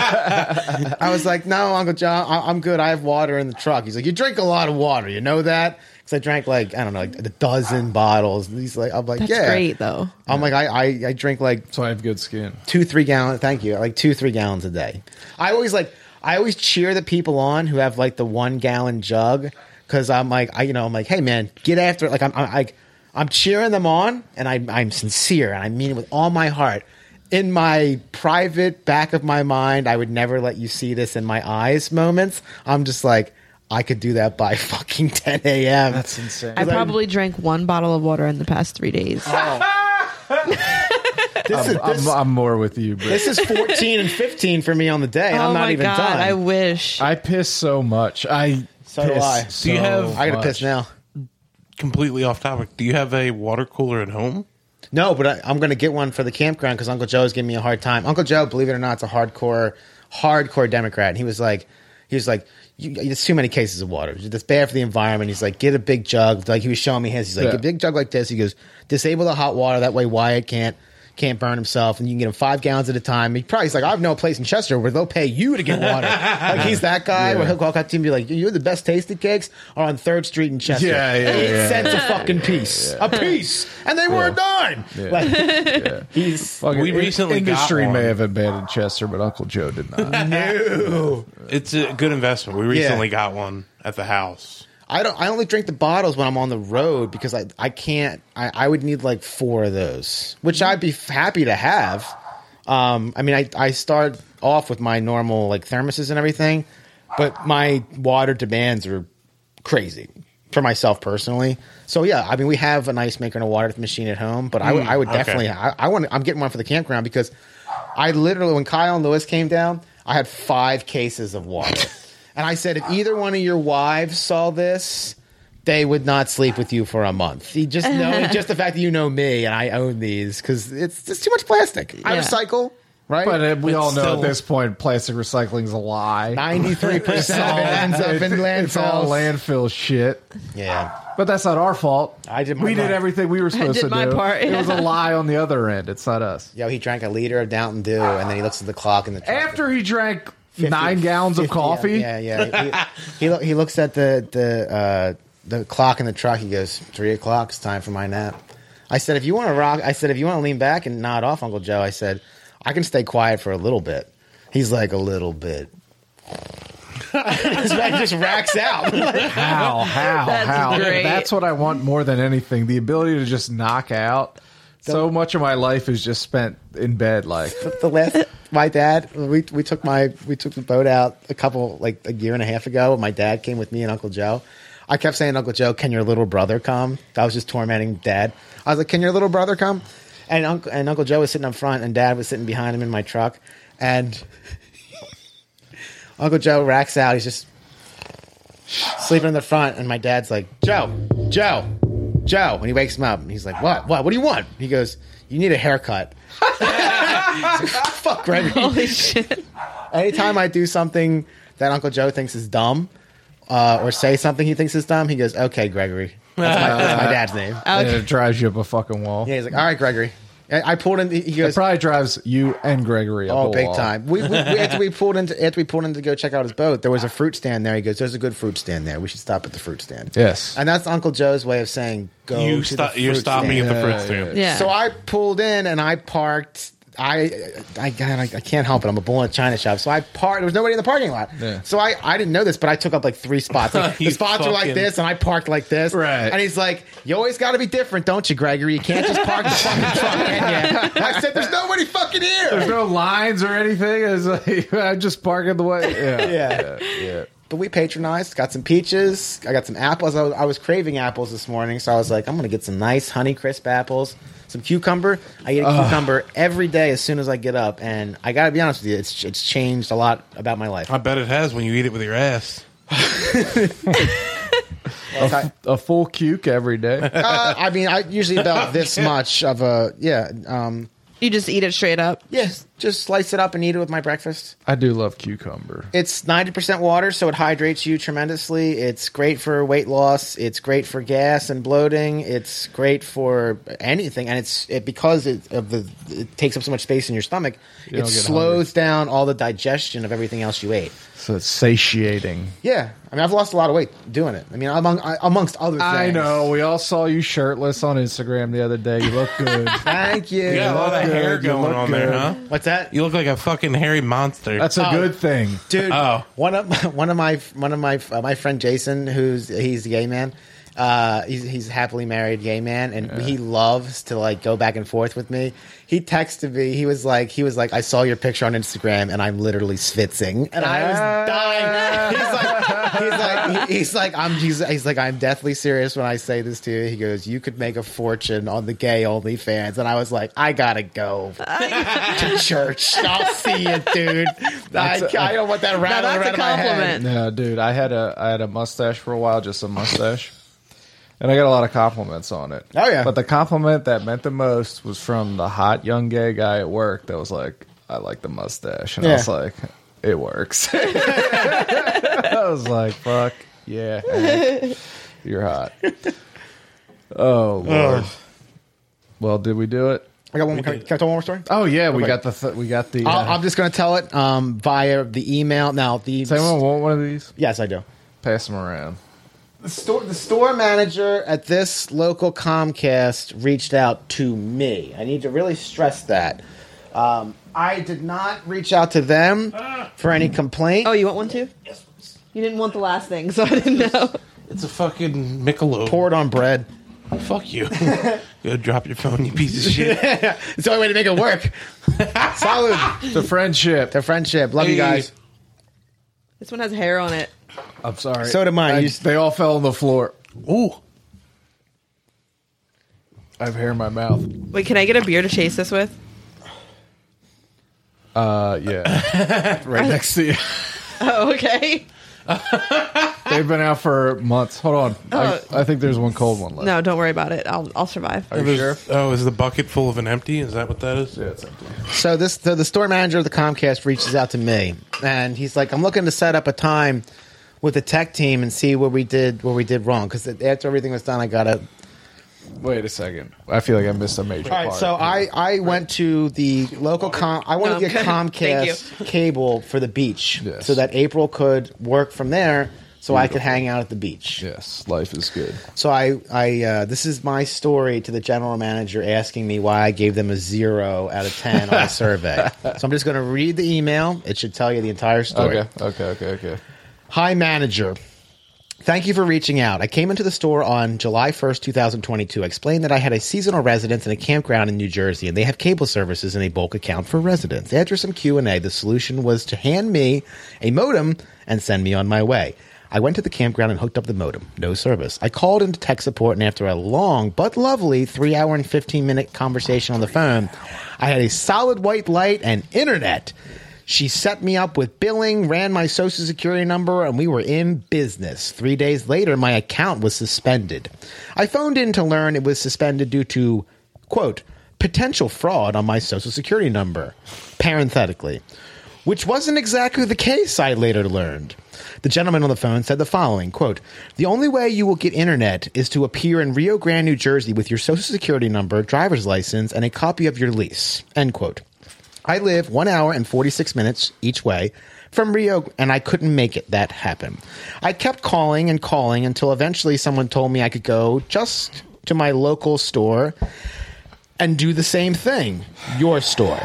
A: I was like, no, Uncle John, I- I'm good. I have water in the truck. He's like, you drink a lot of water. You know that? Because I drank like, I don't know, like a dozen bottles. And he's like, I'm like,
E: That's
A: yeah.
E: great, though.
A: I'm like, I, I, I drink like
B: That's why I have good skin.
A: two three gallon thank you like two three gallons a day i always like i always cheer the people on who have like the one gallon jug because i'm like i you know i'm like hey man get after it like i'm i'm like i'm cheering them on and I, i'm sincere and i mean it with all my heart in my private back of my mind i would never let you see this in my eyes moments i'm just like i could do that by <laughs> fucking 10 a.m
B: That's insane.
E: I probably drank one bottle of water in the past three days.
A: Oh, this is
B: I'm,
A: this,
B: I'm more with you, but
A: this is 14 and 15 for me on the day and
E: Oh
A: i'm not even done
E: I wish.
B: I piss so much. I
A: So do
B: piss
A: I. Do
B: so
D: you have-
A: I gotta
B: much.
A: piss now
D: Completely off topic. Do you have a water cooler at home?
A: No, but I, I'm going to get one for the campground because Uncle Joe's giving me a hard time. Uncle Joe, believe it or not, it's a hardcore, hardcore Democrat. And he was like, He's like, you, there's too many cases of water. That's bad for the environment. He's like, get a big jug. Like he was showing me his. He's like,
B: Yeah.
A: get a big jug like this. He goes, disable the hot water. That way Wyatt can't can't burn himself, and you can get him five gallons at a time. He probably's like, I have no place in Chester where they'll pay you to get water. like he's that guy where he'll walk up to you and be like, you're the best tasted cakes are on Third Street in Chester.
B: Yeah, yeah,
A: Eight
B: yeah.
A: cents a fucking piece, a piece, and they were a dime. Like, <laughs> He's
B: Fucking
D: We
B: in-
D: recently got
B: industry
D: one.
B: may have abandoned Chester, but Uncle Joe did not.
A: no.
D: It's a good investment. We recently got one at the house.
A: I don't. I only drink the bottles when I'm on the road because I I can't. I, I would need like four of those, which I'd be f- happy to have. Um, I mean, I I start off with my normal like thermoses and everything, but my water demands are crazy for myself personally. So yeah, I mean, we have an ice maker and a water machine at home, but I
B: Mm,
A: would I would
D: okay.
A: definitely. I, I want. I'm getting one for the campground because I literally when Kyle and Lewis came down, I had five cases of water. And I said, if either one of your wives saw this, they would not sleep with you for a month. You just know, just the fact that you know me and I own these because it's just too much plastic. I
E: Yeah.
A: recycle, <laughs> right?
B: but uh, we
D: It's
B: all know
D: still-
B: at this point, plastic recycling is a lie.
A: Ninety-three percent of it ends up in landfills.
B: It's all landfill shit.
A: yeah,
B: But that's not our fault.
A: I did my
B: we did
A: part.
B: everything we were supposed to
E: did my
B: do.
E: part,
B: It was a
E: yeah.
B: lie on the other end. It's not us.
A: yo, he drank a liter of Downton Dew, and then he looks at the clock in the truck.
B: After he drank
A: 50
B: nine gallons of
A: 50, yeah,
B: coffee,
A: Yeah, yeah. He, he, lo- he looks at the the uh, the clock in the truck. He goes, three o'clock. It's time for my nap." I said, "If you want to rock," I said, "If you want to lean back and nod off, Uncle Joe," I said, "I can stay quiet for a little bit." He's like, "A little bit." <laughs> His back just racks
E: <laughs>
A: out.
B: how, how,
E: That's
B: how?
E: great.
B: That's what I want more than anything. The ability to just knock out. So much of my life is just spent in bed, like
A: the last my dad we we took my we took the boat out a couple like a year and a half ago and my dad came with me and Uncle Joe. I kept saying Uncle Joe, can your little brother come? I was just tormenting dad. I was like, can your little brother come? And Uncle and Uncle Joe was sitting up front and dad was sitting behind him in my truck and Uncle Joe racks out. He's just sleeping in the front, and my dad's like, Joe, Joe, Joe. And he wakes him up, and he's like, What? What? What do you want? He goes, You need a haircut. <laughs> Fuck Gregory.
E: Holy <laughs> shit.
A: Anytime I do something that Uncle Joe thinks is dumb, uh, or say something he thinks is dumb, he goes, Okay, Gregory. That's my, that's my dad's name.
E: Uh,
B: and it drives you up a fucking wall.
A: Yeah, he's like, All right, Gregory. And I pulled in. He
B: It
A: goes,
B: probably drives you and Gregory up
A: Oh,
B: a
A: big
B: wall.
A: time! We, we, we after we pulled into after we pulled in to go check out his boat, there was a fruit stand there. He goes, "There's a good fruit stand there. We should stop at the fruit stand."
B: Yes.
A: and that's Uncle Joe's way of saying go.
D: you
A: to
D: sto-
A: the
D: you're
A: fruit
D: stopping
A: stand.
D: at the
B: Yeah,
D: fruit
B: yeah.
D: stand.
E: Yeah.
A: <laughs> So I pulled in and I parked. I, I, God, I, I can't help it. I'm a bull in a china shop. So I parked. There was nobody in the parking lot.
B: Yeah.
A: So I, I didn't know this, but I took up like
B: <laughs>
A: three spots. Like, the
D: You
A: spots were like
D: fucking-
A: this, and I parked like this.
B: Right.
A: And he's like, "You always got to be different, don't you, Gregory? You can't just park the fucking truck."
B: <laughs>
A: In here. I said, "There's nobody fucking here."
B: There's no lines or anything. It's like <laughs> I'm just parking the
A: <laughs>
B: way. Yeah,
A: yeah.
B: yeah.
A: But we patronized, got some peaches, I got some apples. I was, I was craving apples this morning, so I was like, I'm gonna get some nice honey crisp apples, some cucumber. I eat a cucumber every day as soon as I get up, and I gotta be honest with you, it's it's changed a lot about my life.
D: I bet it has when you eat it with your ass.
A: I,
B: A full cuke every day.
A: <laughs> uh, I mean, I usually about this much of a yeah, um,
E: You just eat it straight up.
A: yes, just slice it up and eat it with my breakfast.
B: I do love cucumber.
A: It's 90% water, so it hydrates you tremendously. It's great for weight loss. It's great for gas and bloating. It's great for anything, and it's it because it of the it takes up so much space in your stomach.
B: You
A: it
B: don't get
A: slows down all the digestion of everything else you ate.
B: So it's satiating.
A: Yeah, I mean, I've lost a lot of weight doing it. I mean, among I, amongst other things.
B: I know. We all saw you shirtless on Instagram the other day. You look
A: <laughs>
B: good. <laughs>
A: Thank you.
D: You got a lot of
B: good.
D: hair
B: You
D: going
B: look
D: on there,
B: good.
D: huh?
A: What's that?
D: You look like a fucking hairy monster.
B: That's a
A: Oh.
B: good thing.
A: dude.
D: Oh.
A: one of my, one of my one of my uh, my friend Jason, who's he's a gay man. Uh, he's he's a happily married gay man, and he loves to like go back and forth with me. He texted me. He was like, he was like, I saw your picture on Instagram, and I'm literally schwitzing, and I was dying. He's like, he's like, he- he's like, I'm he's, he's like, I'm deathly serious when I say this to you. He goes, you could make a fortune on the gay OnlyFans, and I was like, I gotta go to church. <laughs> I'll see you, dude. I,
B: That's a-
A: I don't want that rattling
E: that's a
A: around in my head.
E: compliment.
B: No, dude. I had a I had a mustache for a while, just a mustache, and I got a lot of compliments on it.
A: Oh, yeah.
B: But the compliment that meant the most was from the hot young gay guy at work that was like, "I like the mustache," and I
A: Yeah.
B: was like, it works. <laughs> I was like, fuck, yeah, Hank, you're hot. Oh, Lord. Well, did we do it?
A: I got one. More, can I can I tell one more story?
B: Oh, yeah, we
A: Okay.
B: got the, th- we got the,
A: I'll,
B: uh,
A: I'm just going to tell it um, via the email. Now the
B: does anyone want one of these?
A: yes, I do.
B: Pass them around.
A: The store, the store manager at this local Comcast reached out to me. I need to really stress that. Um, I did not reach out to them for any complaint.
E: Oh, you want one too? Yes. You didn't want the last thing, so <laughs> I didn't know.
D: It's a fucking Michelob.
A: Pour it on bread.
D: Fuck you. <laughs> Go drop your phone, you piece of shit.
A: It's the only way to make it work. <laughs> Salud. <laughs>
B: The friendship.
A: The friendship. Love you
D: Hey.
A: guys.
E: This one has hair on it.
B: I'm sorry.
A: So did mine.
B: I-
A: You-
B: they all fell on the floor.
D: Ooh.
B: I have hair in my mouth.
E: Wait, can I get a beer to chase this with? <laughs>
B: Uh, yeah, <laughs> right next to you.
E: Oh, okay.
B: They've been out for months. Hold on,
E: Uh,
B: I, I think there's one cold one left.
E: No, don't worry about it. I'll I'll survive.
B: Are you sure?
D: Oh, is the bucket full of an empty? Is that what that is?
B: Yeah, it's empty.
A: So this so the store manager of the Comcast reaches out to me and he's like, I'm looking to set up a time with the tech team and see what we did what we did wrong because after everything was done, I got to
B: Wait a second. I feel like I missed a major
A: All right,
B: part.
A: so I, I went to the local com. I wanted to get
E: Um, thank
A: Comcast cable for the beach,
B: Yes.
A: so that April could work from there, so I could hang out at the beach.
B: yes, life is good.
A: So I I uh, this is my story to the general manager asking me why I gave them a zero out of ten on a survey. So I'm just going to read the email. It should tell you the entire story.
B: Okay, okay, okay, okay.
A: Hi, manager. Thank you for reaching out. I came into the store on July 1st, 2022. I explained that I had a seasonal residence in a campground in New Jersey and they have cable services and a bulk account for residents. After some Q&A, the solution was to hand me a modem and send me on my way. I went to the campground and hooked up the modem. No service. I called into tech support and after a long but lovely 3-hour and 15-minute conversation on the phone, I had a solid white light and internet. She set me up with billing, ran my social security number, and we were in business. Three days later, my account was suspended. I phoned in to learn it was suspended due to, quote, potential fraud on my social security number, parenthetically, which wasn't exactly the case, I later learned. The gentleman on the phone said the following quote, The only way you will get internet is to appear in Rio Grande, New Jersey with your social security number, driver's license, and a copy of your lease, end quote. I live one hour and 46 minutes each way from Rio, and I couldn't make it that happen. I kept calling and calling until eventually someone told me I could go just to my local store and do the same thing, your store.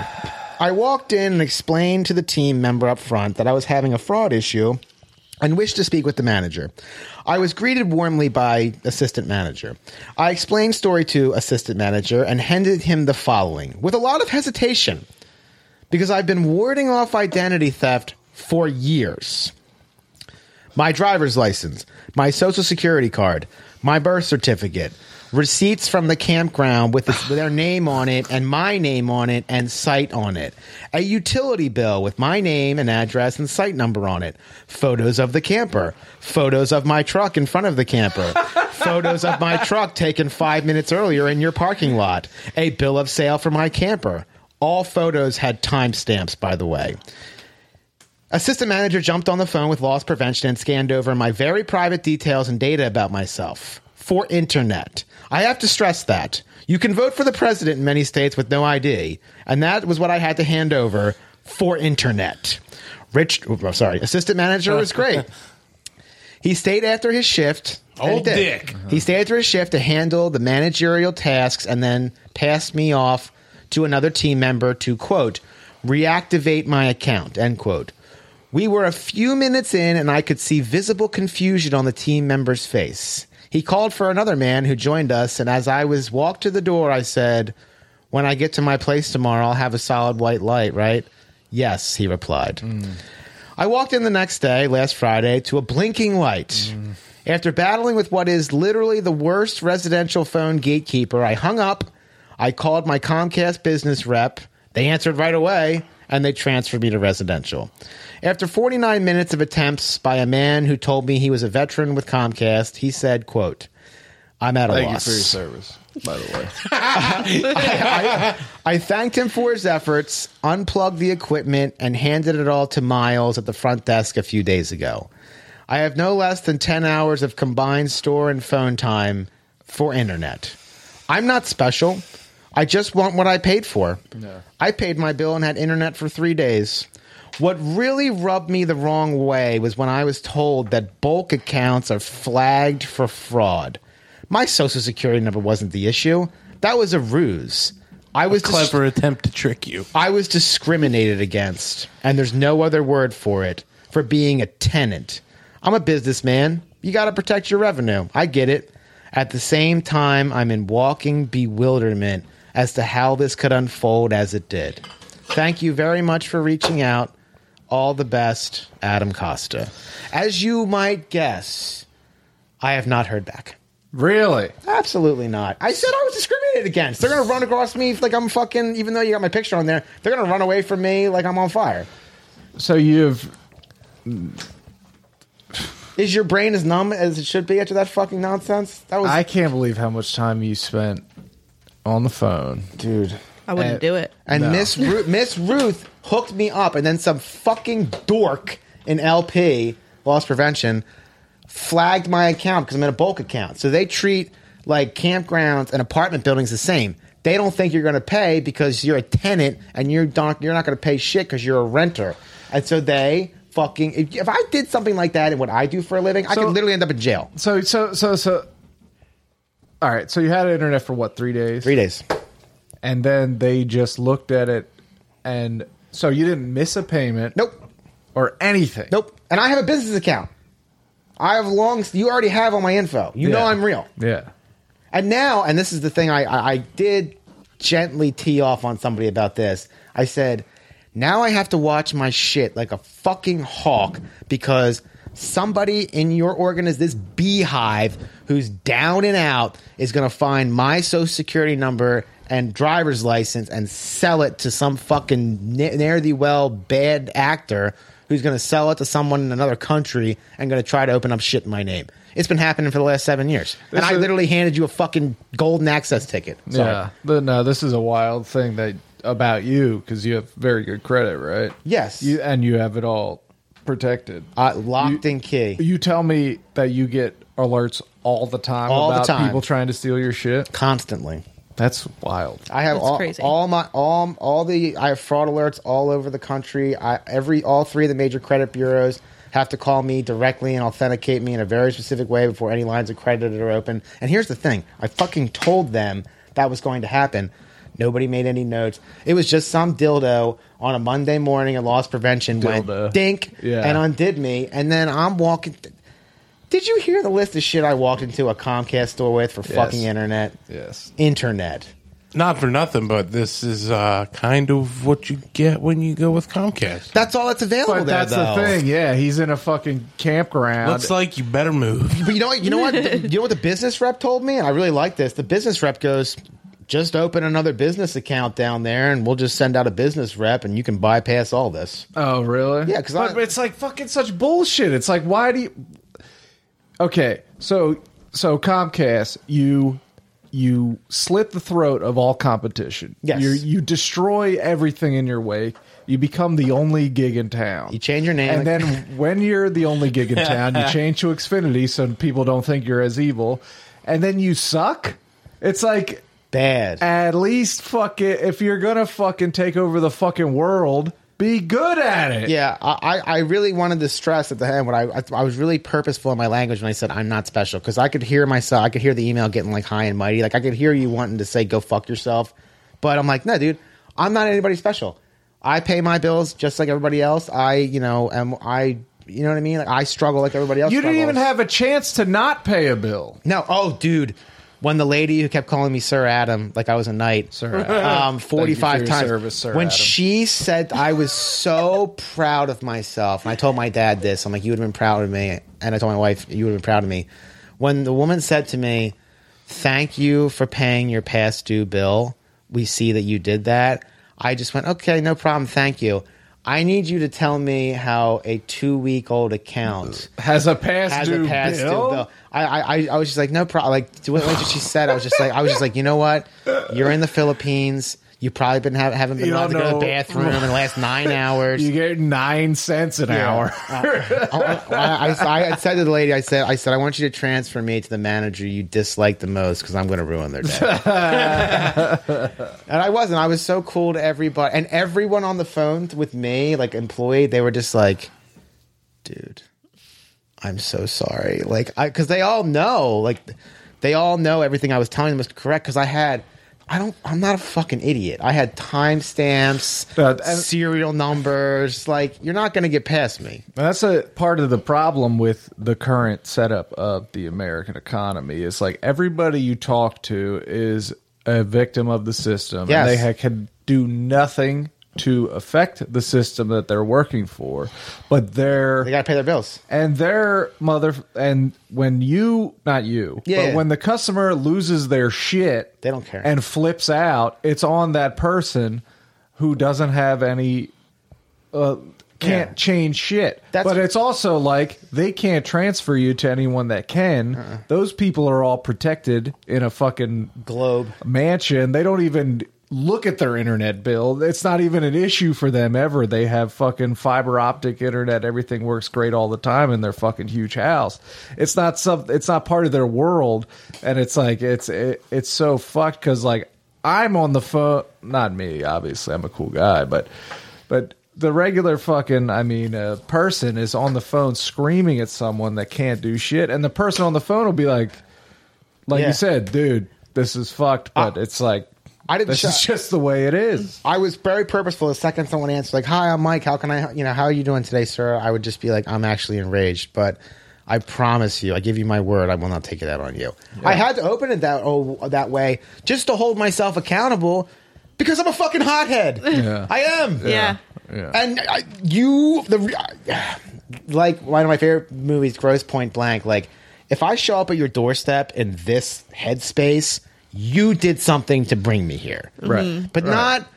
A: I walked in and explained to the team member up front that I was having a fraud issue and wished to speak with the manager. I was greeted warmly by assistant manager. I explained story to assistant manager and handed him the following with a lot of hesitation because I've been warding off identity theft for years. My driver's license, my social security card, my birth certificate, receipts from the campground with, with their name on it and my name on it and site on it, a utility bill with my name and address and site number on it, photos of the camper, photos of my truck in front of the camper, photos of my truck taken five minutes earlier in your parking lot, a bill of sale for my camper. All photos had timestamps, by the way. Assistant manager jumped on the phone with loss prevention and scanned over my very private details and data about myself for internet. I have to stress that. You can vote for the president in many states with no ID, and that was what I had to hand over for internet. Rich, oh, sorry, assistant manager was great. He stayed after his shift. and
D: Old
A: he
D: dick.
A: He stayed after his shift to handle the managerial tasks and then passed me off to another team member to, quote, reactivate my account, end quote. We were a few minutes in and I could see visible confusion on the team member's face. He called for another man who joined us, and as I was walked to the door, I said, When I get to my place tomorrow, I'll have a solid white light, right? Yes, he replied.
D: Hmm.
A: I walked in the next day, last Friday, to a blinking light. After battling with what is literally the worst residential phone gatekeeper, I hung up. I called my Comcast business rep. They answered right away, and they transferred me to residential. After 49 minutes of attempts by a man who told me he was a veteran with Comcast, he said, quote, I'm at a
B: Thank you
A: loss.
B: for your service. by the way.
A: I thanked him for his efforts, unplugged the equipment, and handed it all to Miles at the front desk a few days ago. I have no less than 10 hours of combined store and phone time for internet. I'm not special. I just want what I paid for. I paid my bill and had internet for three days. What really rubbed me the wrong way was when I was told that bulk accounts are flagged for fraud. My social security number wasn't the issue. That was a ruse. I was dis-
D: Clever attempt to trick you.
A: I was discriminated against, and there's no other word for it, for being a tenant. I'm a businessman. You got to protect your revenue. I get it. At the same time, I'm in walking bewilderment as to how this could unfold as it did. Thank you very much for reaching out. All the best, Adam Costa. As you might guess, I have not heard back.
B: Really?
A: Absolutely not. I said I was discriminated against. They're gonna run across me like I'm fucking. Even though you got my picture on there, they're gonna run away from me like I'm on fire.
B: So you've
A: Is your brain as numb as it should be after that fucking nonsense? That was,
B: I can't believe how much time you spent on the phone.
A: dude.
E: I wouldn't
B: Uh,
E: do it.
A: And
B: No.
A: Miss Ru- Miss Ruth hooked me up, and then some fucking dork in LP loss prevention flagged my account because I'm in a bulk account. So they treat like campgrounds and apartment buildings the same. They don't think you're going to pay because you're a tenant and you're not, you're not going to pay shit because you're a renter. And so they fucking if, if I did something like that and what I do for a living, I
B: So-
A: could literally end up in jail.
B: So so so so. All right. So you had internet for what? Three days.
A: Three days.
B: And then they just looked at it, and so you didn't miss a payment.
A: Nope.
B: Or anything.
A: Nope. And I have a business account. I have long. You already have all my info. You know
B: Yeah.
A: I'm real.
B: Yeah.
A: And now, and this is the thing I, I, I did gently tee off on somebody about this. I said, now I have to watch my shit like a fucking hawk because somebody in your organism, this beehive who's down and out, is going to find my social security number and driver's license and sell it to some fucking ne'er the well bad actor who's going to sell it to someone in another country and going to try to open up shit in my name. It's been happening for the last seven years. and
B: This
A: I
B: is-
A: literally handed you a fucking golden access ticket. Sorry.
B: Yeah. But no, this is a wild thing that about you because you have very good credit, right?
A: Yes.
B: You and you have it all protected.
A: Uh, locked in key.
B: You tell me that you get alerts all the time
A: All the
B: about
A: time.
B: people trying to steal your shit.
A: constantly.
B: That's wild.
A: I have
E: That's
A: all,
E: crazy.
A: all my all all the I have fraud alerts all over the country. I every all three of the major credit bureaus have to call me directly and authenticate me in a very specific way before any lines of credit are open. And here's the thing: I fucking told them that was going to happen. Nobody made any notes. It was just some dildo on a Monday morning at loss prevention
B: Dildo.
A: went dink
B: Yeah.
A: and undid me, and then I'm walking. Did you hear the list of shit I walked into a Comcast store with for fucking internet?
B: Yes.
A: Internet.
D: Not for nothing, but this is uh, kind of what you get when you go with Comcast.
A: That's all that's available.
B: But
A: there,
B: that's
A: though.
B: the thing. Yeah, he's in a fucking campground.
D: Looks like you better move.
A: But you know what? You know what? The- you know what the business rep told me, and I really like this. The business rep goes, "Just open another business account down there, and we'll just send out a business rep, and you can bypass all this."
B: oh, really?
A: Yeah, 'cause
B: But
A: I-
B: it's like fucking such bullshit. It's like why do you? Okay, so so Comcast, you you slit the throat of all competition.
A: Yes.
B: you you destroy everything in your wake. You become the only gig in town.
A: You change your name,
B: And then when you're the only gig in town,
A: <laughs>
B: you change to Xfinity so people don't think you're as evil. And then you suck. It's like
A: bad.
B: at least fuck it. If you're gonna fucking take over the fucking world, be good at it.
A: Yeah, I, I I really wanted to stress at the end when I, I I was really purposeful in my language when I said I'm not special because I could hear myself I could hear the email getting like high and mighty like I could hear you wanting to say go fuck yourself, but I'm like no dude I'm not anybody special. I pay my bills just like everybody else. I you know am I you know what I mean like I struggle like everybody else.
B: You didn't even
A: struggles.
B: have a chance to not pay a bill.
A: No. Oh, dude. When the lady who kept calling me Sir Adam, like I was a knight,
B: Sir Adam.
A: um,
B: Thank
A: forty-five
B: you for your
A: times.
B: service, Sir
A: when
B: Adam.
A: she said, I was so proud of myself, and I told my dad this. I'm like, you would have been proud of me, and I told my wife, you would have been proud of me. When the woman said to me, "Thank you for paying your past due bill. We see that you did that." I just went, "Okay, no problem. Thank you." I need you to tell me how a two week old account
B: Has a past
A: has
B: due
A: a past due
B: bill?
A: bill. I, I, I- I was just like, no problem. Like, to what what she said, I was just like, I was just like, you know what? You're in the Philippines. You probably been have, haven't been
B: You
A: allowed to
B: don't
A: go to the
B: know.
A: bathroom in the last nine hours.
B: <laughs> You get nine cents an hour. <laughs>
A: I, I- I- I said to the lady, I said, I said, I want you to transfer me to the manager you dislike the most because I'm going to ruin
B: <laughs>
A: their day. and I wasn't. I was so cool to everybody, and everyone on the phone with me, like employee, they were just like, "Dude, I'm so sorry." Like, I because they all know, like, they all know everything I was telling them was correct because I had. I don't. I'm not a fucking idiot. I had timestamps,
B: Uh, and-
A: serial numbers. Like you're not going to get past me.
B: That's a part of the problem with the current setup of the American economy. Is like everybody you talk to is a victim of the system,
A: Yes.
B: and they ha- can do nothing to affect the system that they're working for. But they're
A: They got to pay their bills.
B: and their mother and when you not you
A: Yeah.
B: but when the customer loses their shit
A: They don't care.
B: and flips out it's on that person who doesn't have any uh, can't
A: Yeah.
B: change shit
A: That's-
B: but it's also like they can't transfer you to anyone that can
A: Uh-uh.
B: those people are all protected in a fucking
A: Globe.
B: mansion. They don't even look at their internet bill. It's not even an issue for them ever. They have fucking fiber optic internet. Everything works great all the time in their fucking huge house. It's not some. It's not part of their world. And it's like it's it, it's so fucked because like I'm on the phone. Not me, obviously. I'm a cool guy, but but. The regular fucking, I mean, uh, person is on the phone screaming at someone that can't do shit, and the person on the phone will be like, like
A: Yeah.
B: you said, dude, this is fucked, but it's like
A: I didn't
B: this
A: shut-
B: is just the way it is.
A: I was very purposeful. The second someone answered, like, "Hi, I'm Mike. How can I? You know, how are you doing today, sir?" I would just be like, "I'm actually enraged, but I promise you, I give you my word, I will not take it out on you." I had to open it that oh, that way just to hold myself accountable because I'm a fucking hothead. I
B: uh,
A: am.
E: Yeah.
B: Yeah.
A: And I, you, the re- I- like one of my favorite movies, Gross Point Blank. Like, if I show up at your doorstep in this headspace, you did something to bring me here,
B: Right. Mhm.
A: But
B: Right.
A: not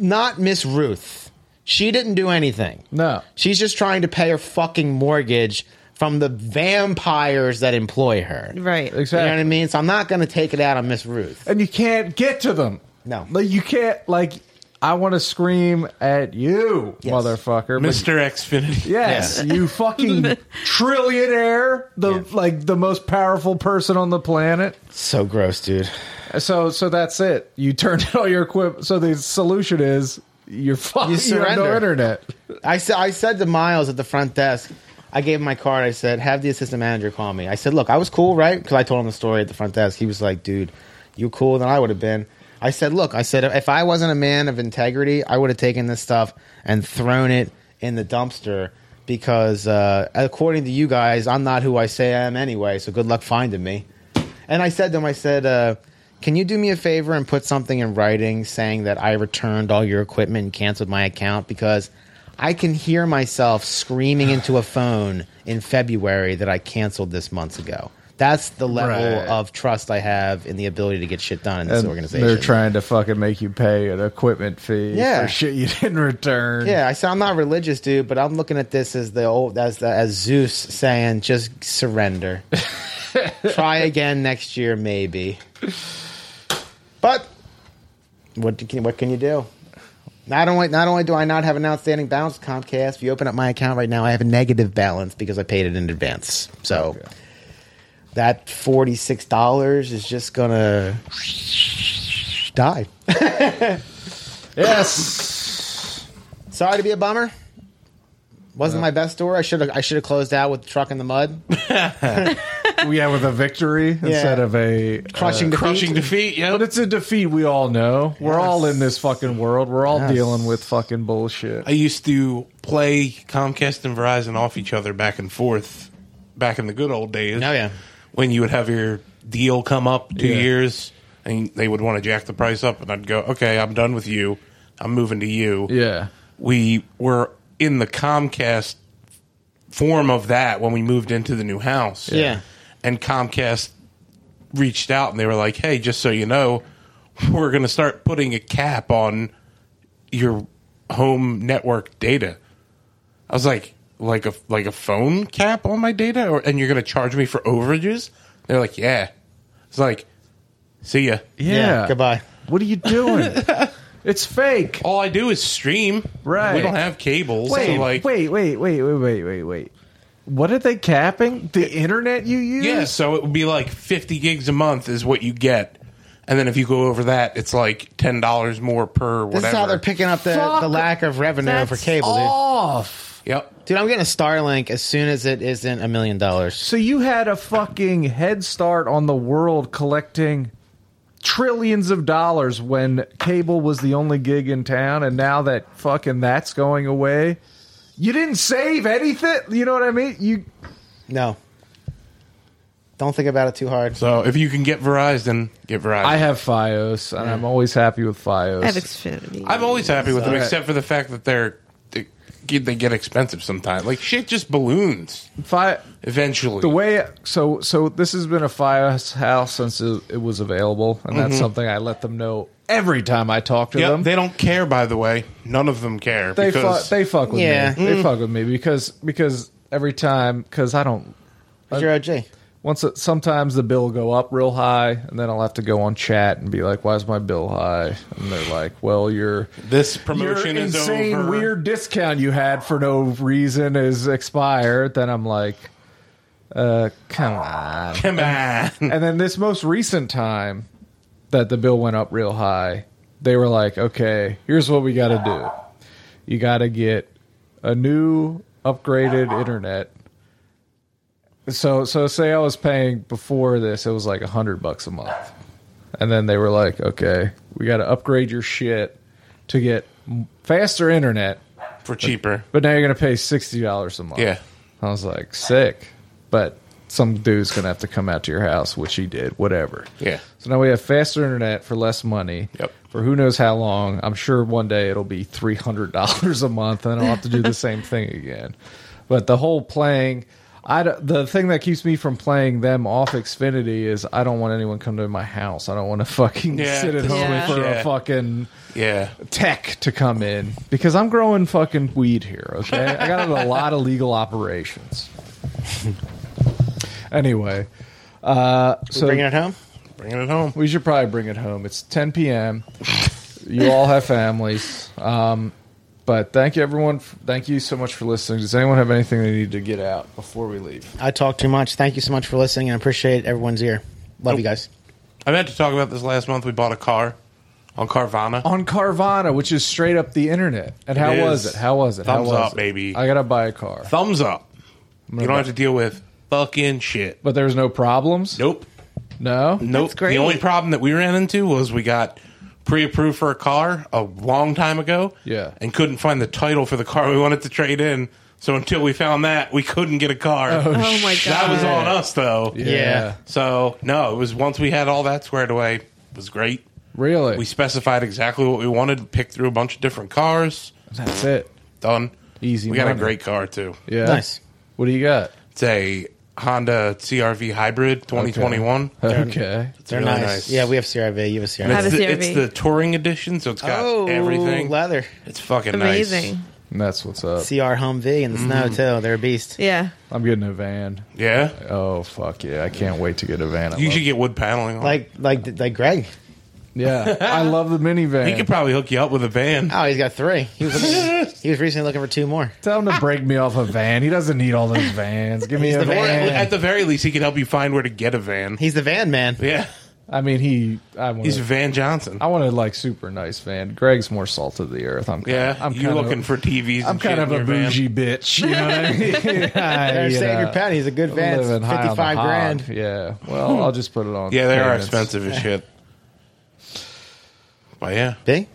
A: not Miss Ruth. She didn't do anything.
B: No.
A: she's just trying to pay her fucking mortgage from the vampires that employ her.
E: Right.
B: Exactly.
A: You know what I mean? So I'm not going to take it out on Miss Ruth.
B: And you can't get to them.
A: No.
B: Like you can't like I want to scream at you,
A: Yes.
B: motherfucker. but-
D: Mr. Xfinity.
B: Yes, you fucking trillionaire, the
A: Yeah.
B: like the most powerful person on the planet.
A: So gross, dude.
B: So so that's it. You turned <laughs> all your equip. So the solution is you're fucking you, have
A: surrender.
B: no internet.
A: I said I said to Miles at the front desk, I gave him my card. I said, "Have the assistant manager call me." I said, "Look, I was cool, right?" Because I told him the story at the front desk. He was like, "Dude, you cooler than I would have been." I said, "Look, I said if I wasn't a man of integrity, I would have taken this stuff and thrown it in the dumpster because, uh, according to you guys, I'm not who I say I am anyway. So good luck finding me." And I said to him, I said, uh, can you do me a favor and put something in writing saying that I returned all your equipment and canceled my account because I can hear myself screaming into a phone in February that I canceled this months ago. That's the level
B: Right.
A: of trust I have in the ability to get shit done in this
B: And
A: organization.
B: They're trying to fucking make you pay an equipment fee
A: Yeah.
B: for shit you didn't return.
A: Yeah, I said I'm not religious, dude, but I'm looking at this as the old as the, as Zeus saying, just surrender. Try again next year, maybe. But what do- can what can you do? Not only not only do I not have an outstanding balance with Comcast, if you open up my account right now, I have a negative balance because I paid it in advance. So that forty six dollars is just gonna die.
B: Yes.
A: Sorry to be a bummer. Wasn't my best door. I should have. I should have closed out with truck in the mud,
B: we have with a victory instead of a
A: crushing
B: uh,
A: the
D: Crushing
A: defeat.
D: defeat.
B: but
D: Yeah.
B: it's a defeat we all know. We're all in this fucking world. We're all
A: Yes.
B: dealing with fucking bullshit.
D: I used to play Comcast and Verizon off each other back and forth back in the good old days.
A: Oh, yeah.
D: When you would have your deal come up two
B: Yeah.
D: years and they would want to jack the price up, and I'd go, okay, I'm done with you. I'm moving to you.
B: yeah.
D: we were in the Comcast form of that when we moved into the new house.
A: Yeah.
D: And Comcast reached out and they were like, "Hey, just so you know, we're going to start putting a cap on your home network data. I was like, like a like a phone cap on my data, or and you're gonna charge me for overages? They're like, yeah. It's like, see ya.
B: Yeah.
A: Goodbye.
B: What are you
A: <laughs>
B: doing? it's fake.
D: All I do is stream.
B: Right.
D: We don't have cables.
B: Wait,
D: so like,
B: wait, wait, wait, wait, wait, wait, wait. What are they capping? The internet you use?
D: Yeah, so it would be like 50 gigs a month is what you get. And then if you go over that, it's like $10 more per whatever.
A: This is how they're picking up the,
B: Fuck.
A: the lack of revenue for
B: That's
A: cable, dude.
B: off.
D: Yep.
A: Dude, I'm getting a Starlink as soon as it isn't a million dollars.
B: So you had a fucking head start on the world collecting trillions of dollars when cable was the only gig in town and now that fucking that's going away. You didn't save anything, you know what I mean? You
A: No. Don't think about it too hard.
D: So if you can get Verizon, get Verizon.
B: I have Fios and I'm always happy with Fios.
E: I have Xfinity.
D: I'm always happy with them,
B: Okay.
D: except for the fact that they're they, get- they get expensive sometimes. Like shit just balloons
B: Fi-
D: eventually.
B: the way so so this has been a Fios house since it, it was available and that's something I let them know every time I talk to
D: Yep,
B: them.
D: they don't care. By the way, none of them care
B: they fuck
D: because Mm.
B: they fuck with
A: Yeah.
B: me. They fuck with me because because every time because I don't
A: But you're OG.
B: once it, sometimes the bill go up real high and then I'll have to go on chat and be like, "Why is my bill high?" And they're like, "Well, your
D: this
B: your
D: promotion is
B: insane
D: over.
B: weird discount you had for no reason is expired." Then I'm like, "Uh, come on."
D: Come on.
B: <laughs> and then this most recent time that the bill went up real high, they were like, okay, here's what we got to do. You got to get a new upgraded internet. So, so say I was paying before this, it was like a hundred bucks a month. And then they were like, okay, we got to upgrade your shit to get m- faster internet,
D: for cheaper.
B: but now you're going to pay $60 a month.
D: Yeah.
B: I was like, sick. But some dude's going to have to come out to your house, which he did, whatever.
D: Yeah.
B: So now we have faster internet for less money.
D: Yep.
B: For who knows how long. I'm sure one day it'll be $300 a month and I'll have to do the same thing again. But the whole playing, I d- the thing that keeps me from playing them off Xfinity is I don't want anyone come to my house. I don't want to fucking
D: Yeah.
B: sit at home
E: Yeah.
B: for
D: Yeah.
B: a fucking
D: Yeah.
B: tech to come in because I'm growing fucking weed here, okay? I got a lot of legal operations. anyway, uh,
A: We're
B: so
A: bringing it home?
D: Bringing it home.
B: we should probably bring it home. It's 10 p.m. you all have families. Um, but thank you, everyone. f- Thank you so much for listening. Does anyone have anything they need to get out before we leave?
A: I talk too much. Thank you so much for listening and I appreciate everyone's ear. Love you guys.
D: I meant to talk about this last month. We bought a car on Carvana.
B: On Carvana, which is straight up the internet. And how
D: It
B: was
D: is.
B: it? How was it? How
D: Thumbs
B: was
D: up,
B: it?
D: baby.
B: I got to buy a car.
D: Thumbs up. You don't
B: gonna
D: have to deal with fucking shit.
B: But there was no problems?
D: Nope.
B: No?
D: Nope.
E: That's great.
D: The only problem that we ran into was we got pre-approved for a car a long time ago.
B: Yeah.
D: And couldn't find the title for the car we wanted to trade in. So until we found that, we couldn't get a car.
E: Oh my god.
D: that was on us though.
A: Yeah.
D: So no, it was once we had all that squared away, it was great.
B: Really?
D: We specified exactly what we wanted, picked through a bunch of different cars.
B: That's it.
D: Done.
B: Easy
D: We got a
B: money.
D: great car too.
B: Yeah.
A: Nice.
B: What do you got?
D: It's a Honda CRV hybrid 2021.
B: Okay.
D: It's
A: They're
D: really
A: nice. Yeah, we have CRV. You have a
D: And
E: Have a
A: CRV.
D: it's, the,
E: CRV.
D: it's the touring edition, so it's got
B: Oh.
D: everything.
A: Leather.
D: It's fucking
E: Amazing.
D: nice.
B: And that's what's up.
A: CR Humvee in the snow, too. They're a beast.
E: Yeah.
B: I'm getting a van.
D: Yeah,
B: Oh fuck yeah! I can't wait to get a van. I
D: you
B: love-
D: should get wood paneling. On.
A: Like, like, like Greg.
B: yeah, I love the minivan.
D: he could probably hook you up with a van.
A: Oh, he's got three. He was, looking- he was recently looking for two more.
B: Tell him to break me off a van. He doesn't need all those vans. Give me
A: He's
B: a
A: the
D: Or
B: van.
A: van.
D: at the very least, he could help you find where to get a van.
A: He's the van man.
D: yeah,
B: I mean, he. I want.
D: he's
B: a-
D: Van Johnson.
B: I want a like super nice van. Greg's more salt of the earth. I'm. Kinda,
D: Yeah,
B: I'm
D: you
B: kinda-
D: looking for TVs?
B: I'm
D: and
B: kind
D: shit
B: of
D: in
B: a
D: your van.
B: bougie bitch. You know
D: <laughs>
B: what I mean? <laughs> I,
A: Better
B: you
A: save
B: know,
A: your pennies. A good van,
B: living high on the
A: 55 grand.
B: hog. Yeah. Well, I'll just put it on.
D: Yeah, they are
B: payments.
D: expensive as shit. But yeah,
A: B?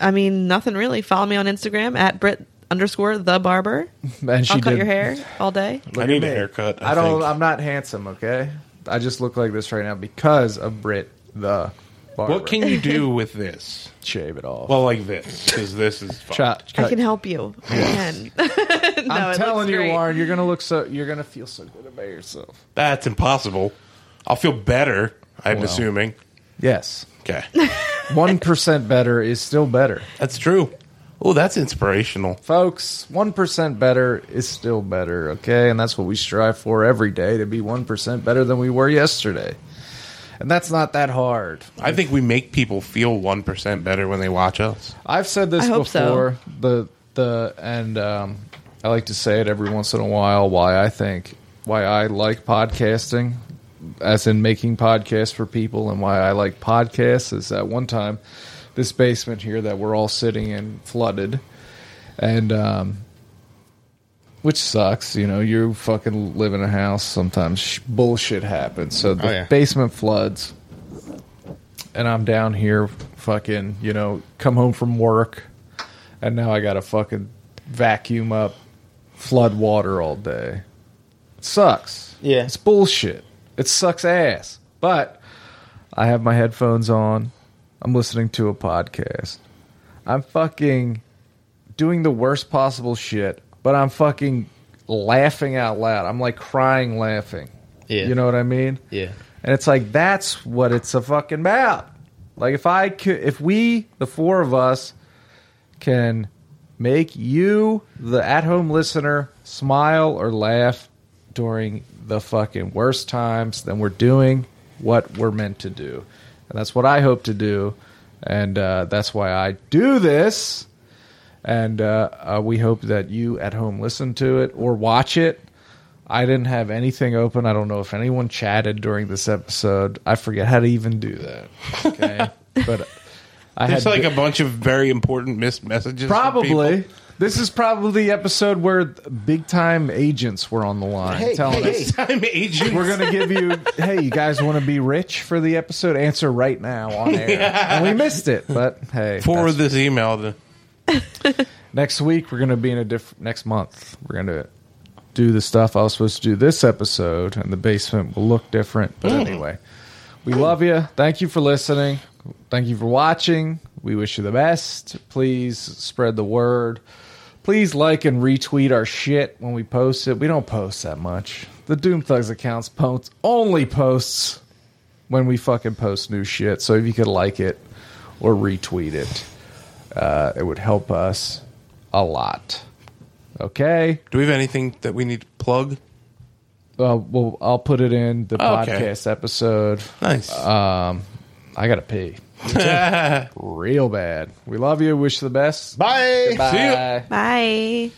E: I mean, nothing really. Follow me on Instagram at Brit underscore the barber.
B: And she
E: I'll cut
B: did-
E: your hair all day.
D: I need a haircut. I,
B: I don't.
D: think.
B: I'm not handsome. Okay, I just look like this right now because of Brit the barber.
D: what can you do with this?
B: shave it off?
D: Well, like this, because this is fucked.
B: Chop-
E: I
B: cut.
E: can help you. I can. <laughs> No, it
B: I'm
E: looks
B: telling you,
E: great.
B: Warren, you're gonna look so. You're gonna feel so good about yourself.
D: That's impossible. I'll feel better. I'm
B: Well.
D: assuming.
B: Yes,
D: Okay,
B: one percent better is still better.
D: <laughs> that's true. Oh, that's inspirational.
B: Folks, 1% better is still better, okay? And that's what we strive for every day to be 1% better than we were yesterday. And that's not that hard.
D: I think we make people feel 1% better when they watch us.
B: I've said this
E: I hope so.
B: before. The the and um, I like to say it every once in a while. Why I think why I like podcasting, as in making podcasts for people, and why I like podcasts is that one time, this basement here that we're all sitting in flooded, and um, which sucks. You know, you fucking live in a house. Sometimes sh- bullshit happens. So the
A: Oh, yeah.
B: basement floods, and I'm down here, fucking. You know, come home from work, and now I gotta fucking vacuum up flood water all day. It sucks.
A: Yeah.
B: it's bullshit. It sucks ass. But I have my headphones on. I'm listening to a podcast. I'm fucking doing the worst possible shit, but I'm fucking laughing out loud. I'm like crying laughing.
A: Yeah.
B: You know what I mean?
A: Yeah.
B: And it's like that's what it's a fucking about. Like if I could if we the four of us can make you the at-home listener smile or laugh during the fucking worst times, then we're doing what we're meant to do. And that's what I hope to do. And uh, that's why I do this and uh, uh, we hope that you at home listen to it or watch it. I didn't have anything open. I don't know if anyone chatted during this episode. I forget how to even do that.
A: <laughs>
B: Okay, but I
D: There's
B: had
D: like a bunch of very important missed messages. from people. <laughs>
B: probably. This is probably the episode where big time agents were on the line
A: Hey,
B: telling
A: hey,
B: us
A: hey.
D: Time agent.
B: we're going to give you, hey, you guys want to be rich for the episode? Answer right now
A: <laughs>
B: on air. And we missed it, but hey.
D: forward
B: that's-
D: this email to
B: next week we're going to be in a different next month we're going to do the stuff i was supposed to do this episode and the basement will look different but anyway we love you thank you for listening thank you for watching we wish you the best please spread the word please like and retweet our shit when we post it we don't post that much the doom thugs accounts posts only posts when we fucking post new shit so if you could like it or retweet it uh, it would help us a lot. Okay.
D: Do we have anything that we need to plug?
B: Uh, well, I'll put it in the
D: Okay.
B: podcast episode. Um,
D: Nice.
B: Uh, I gotta pee real bad. We love you. Wish you the best.
A: Bye.
D: See ya.
E: Bye.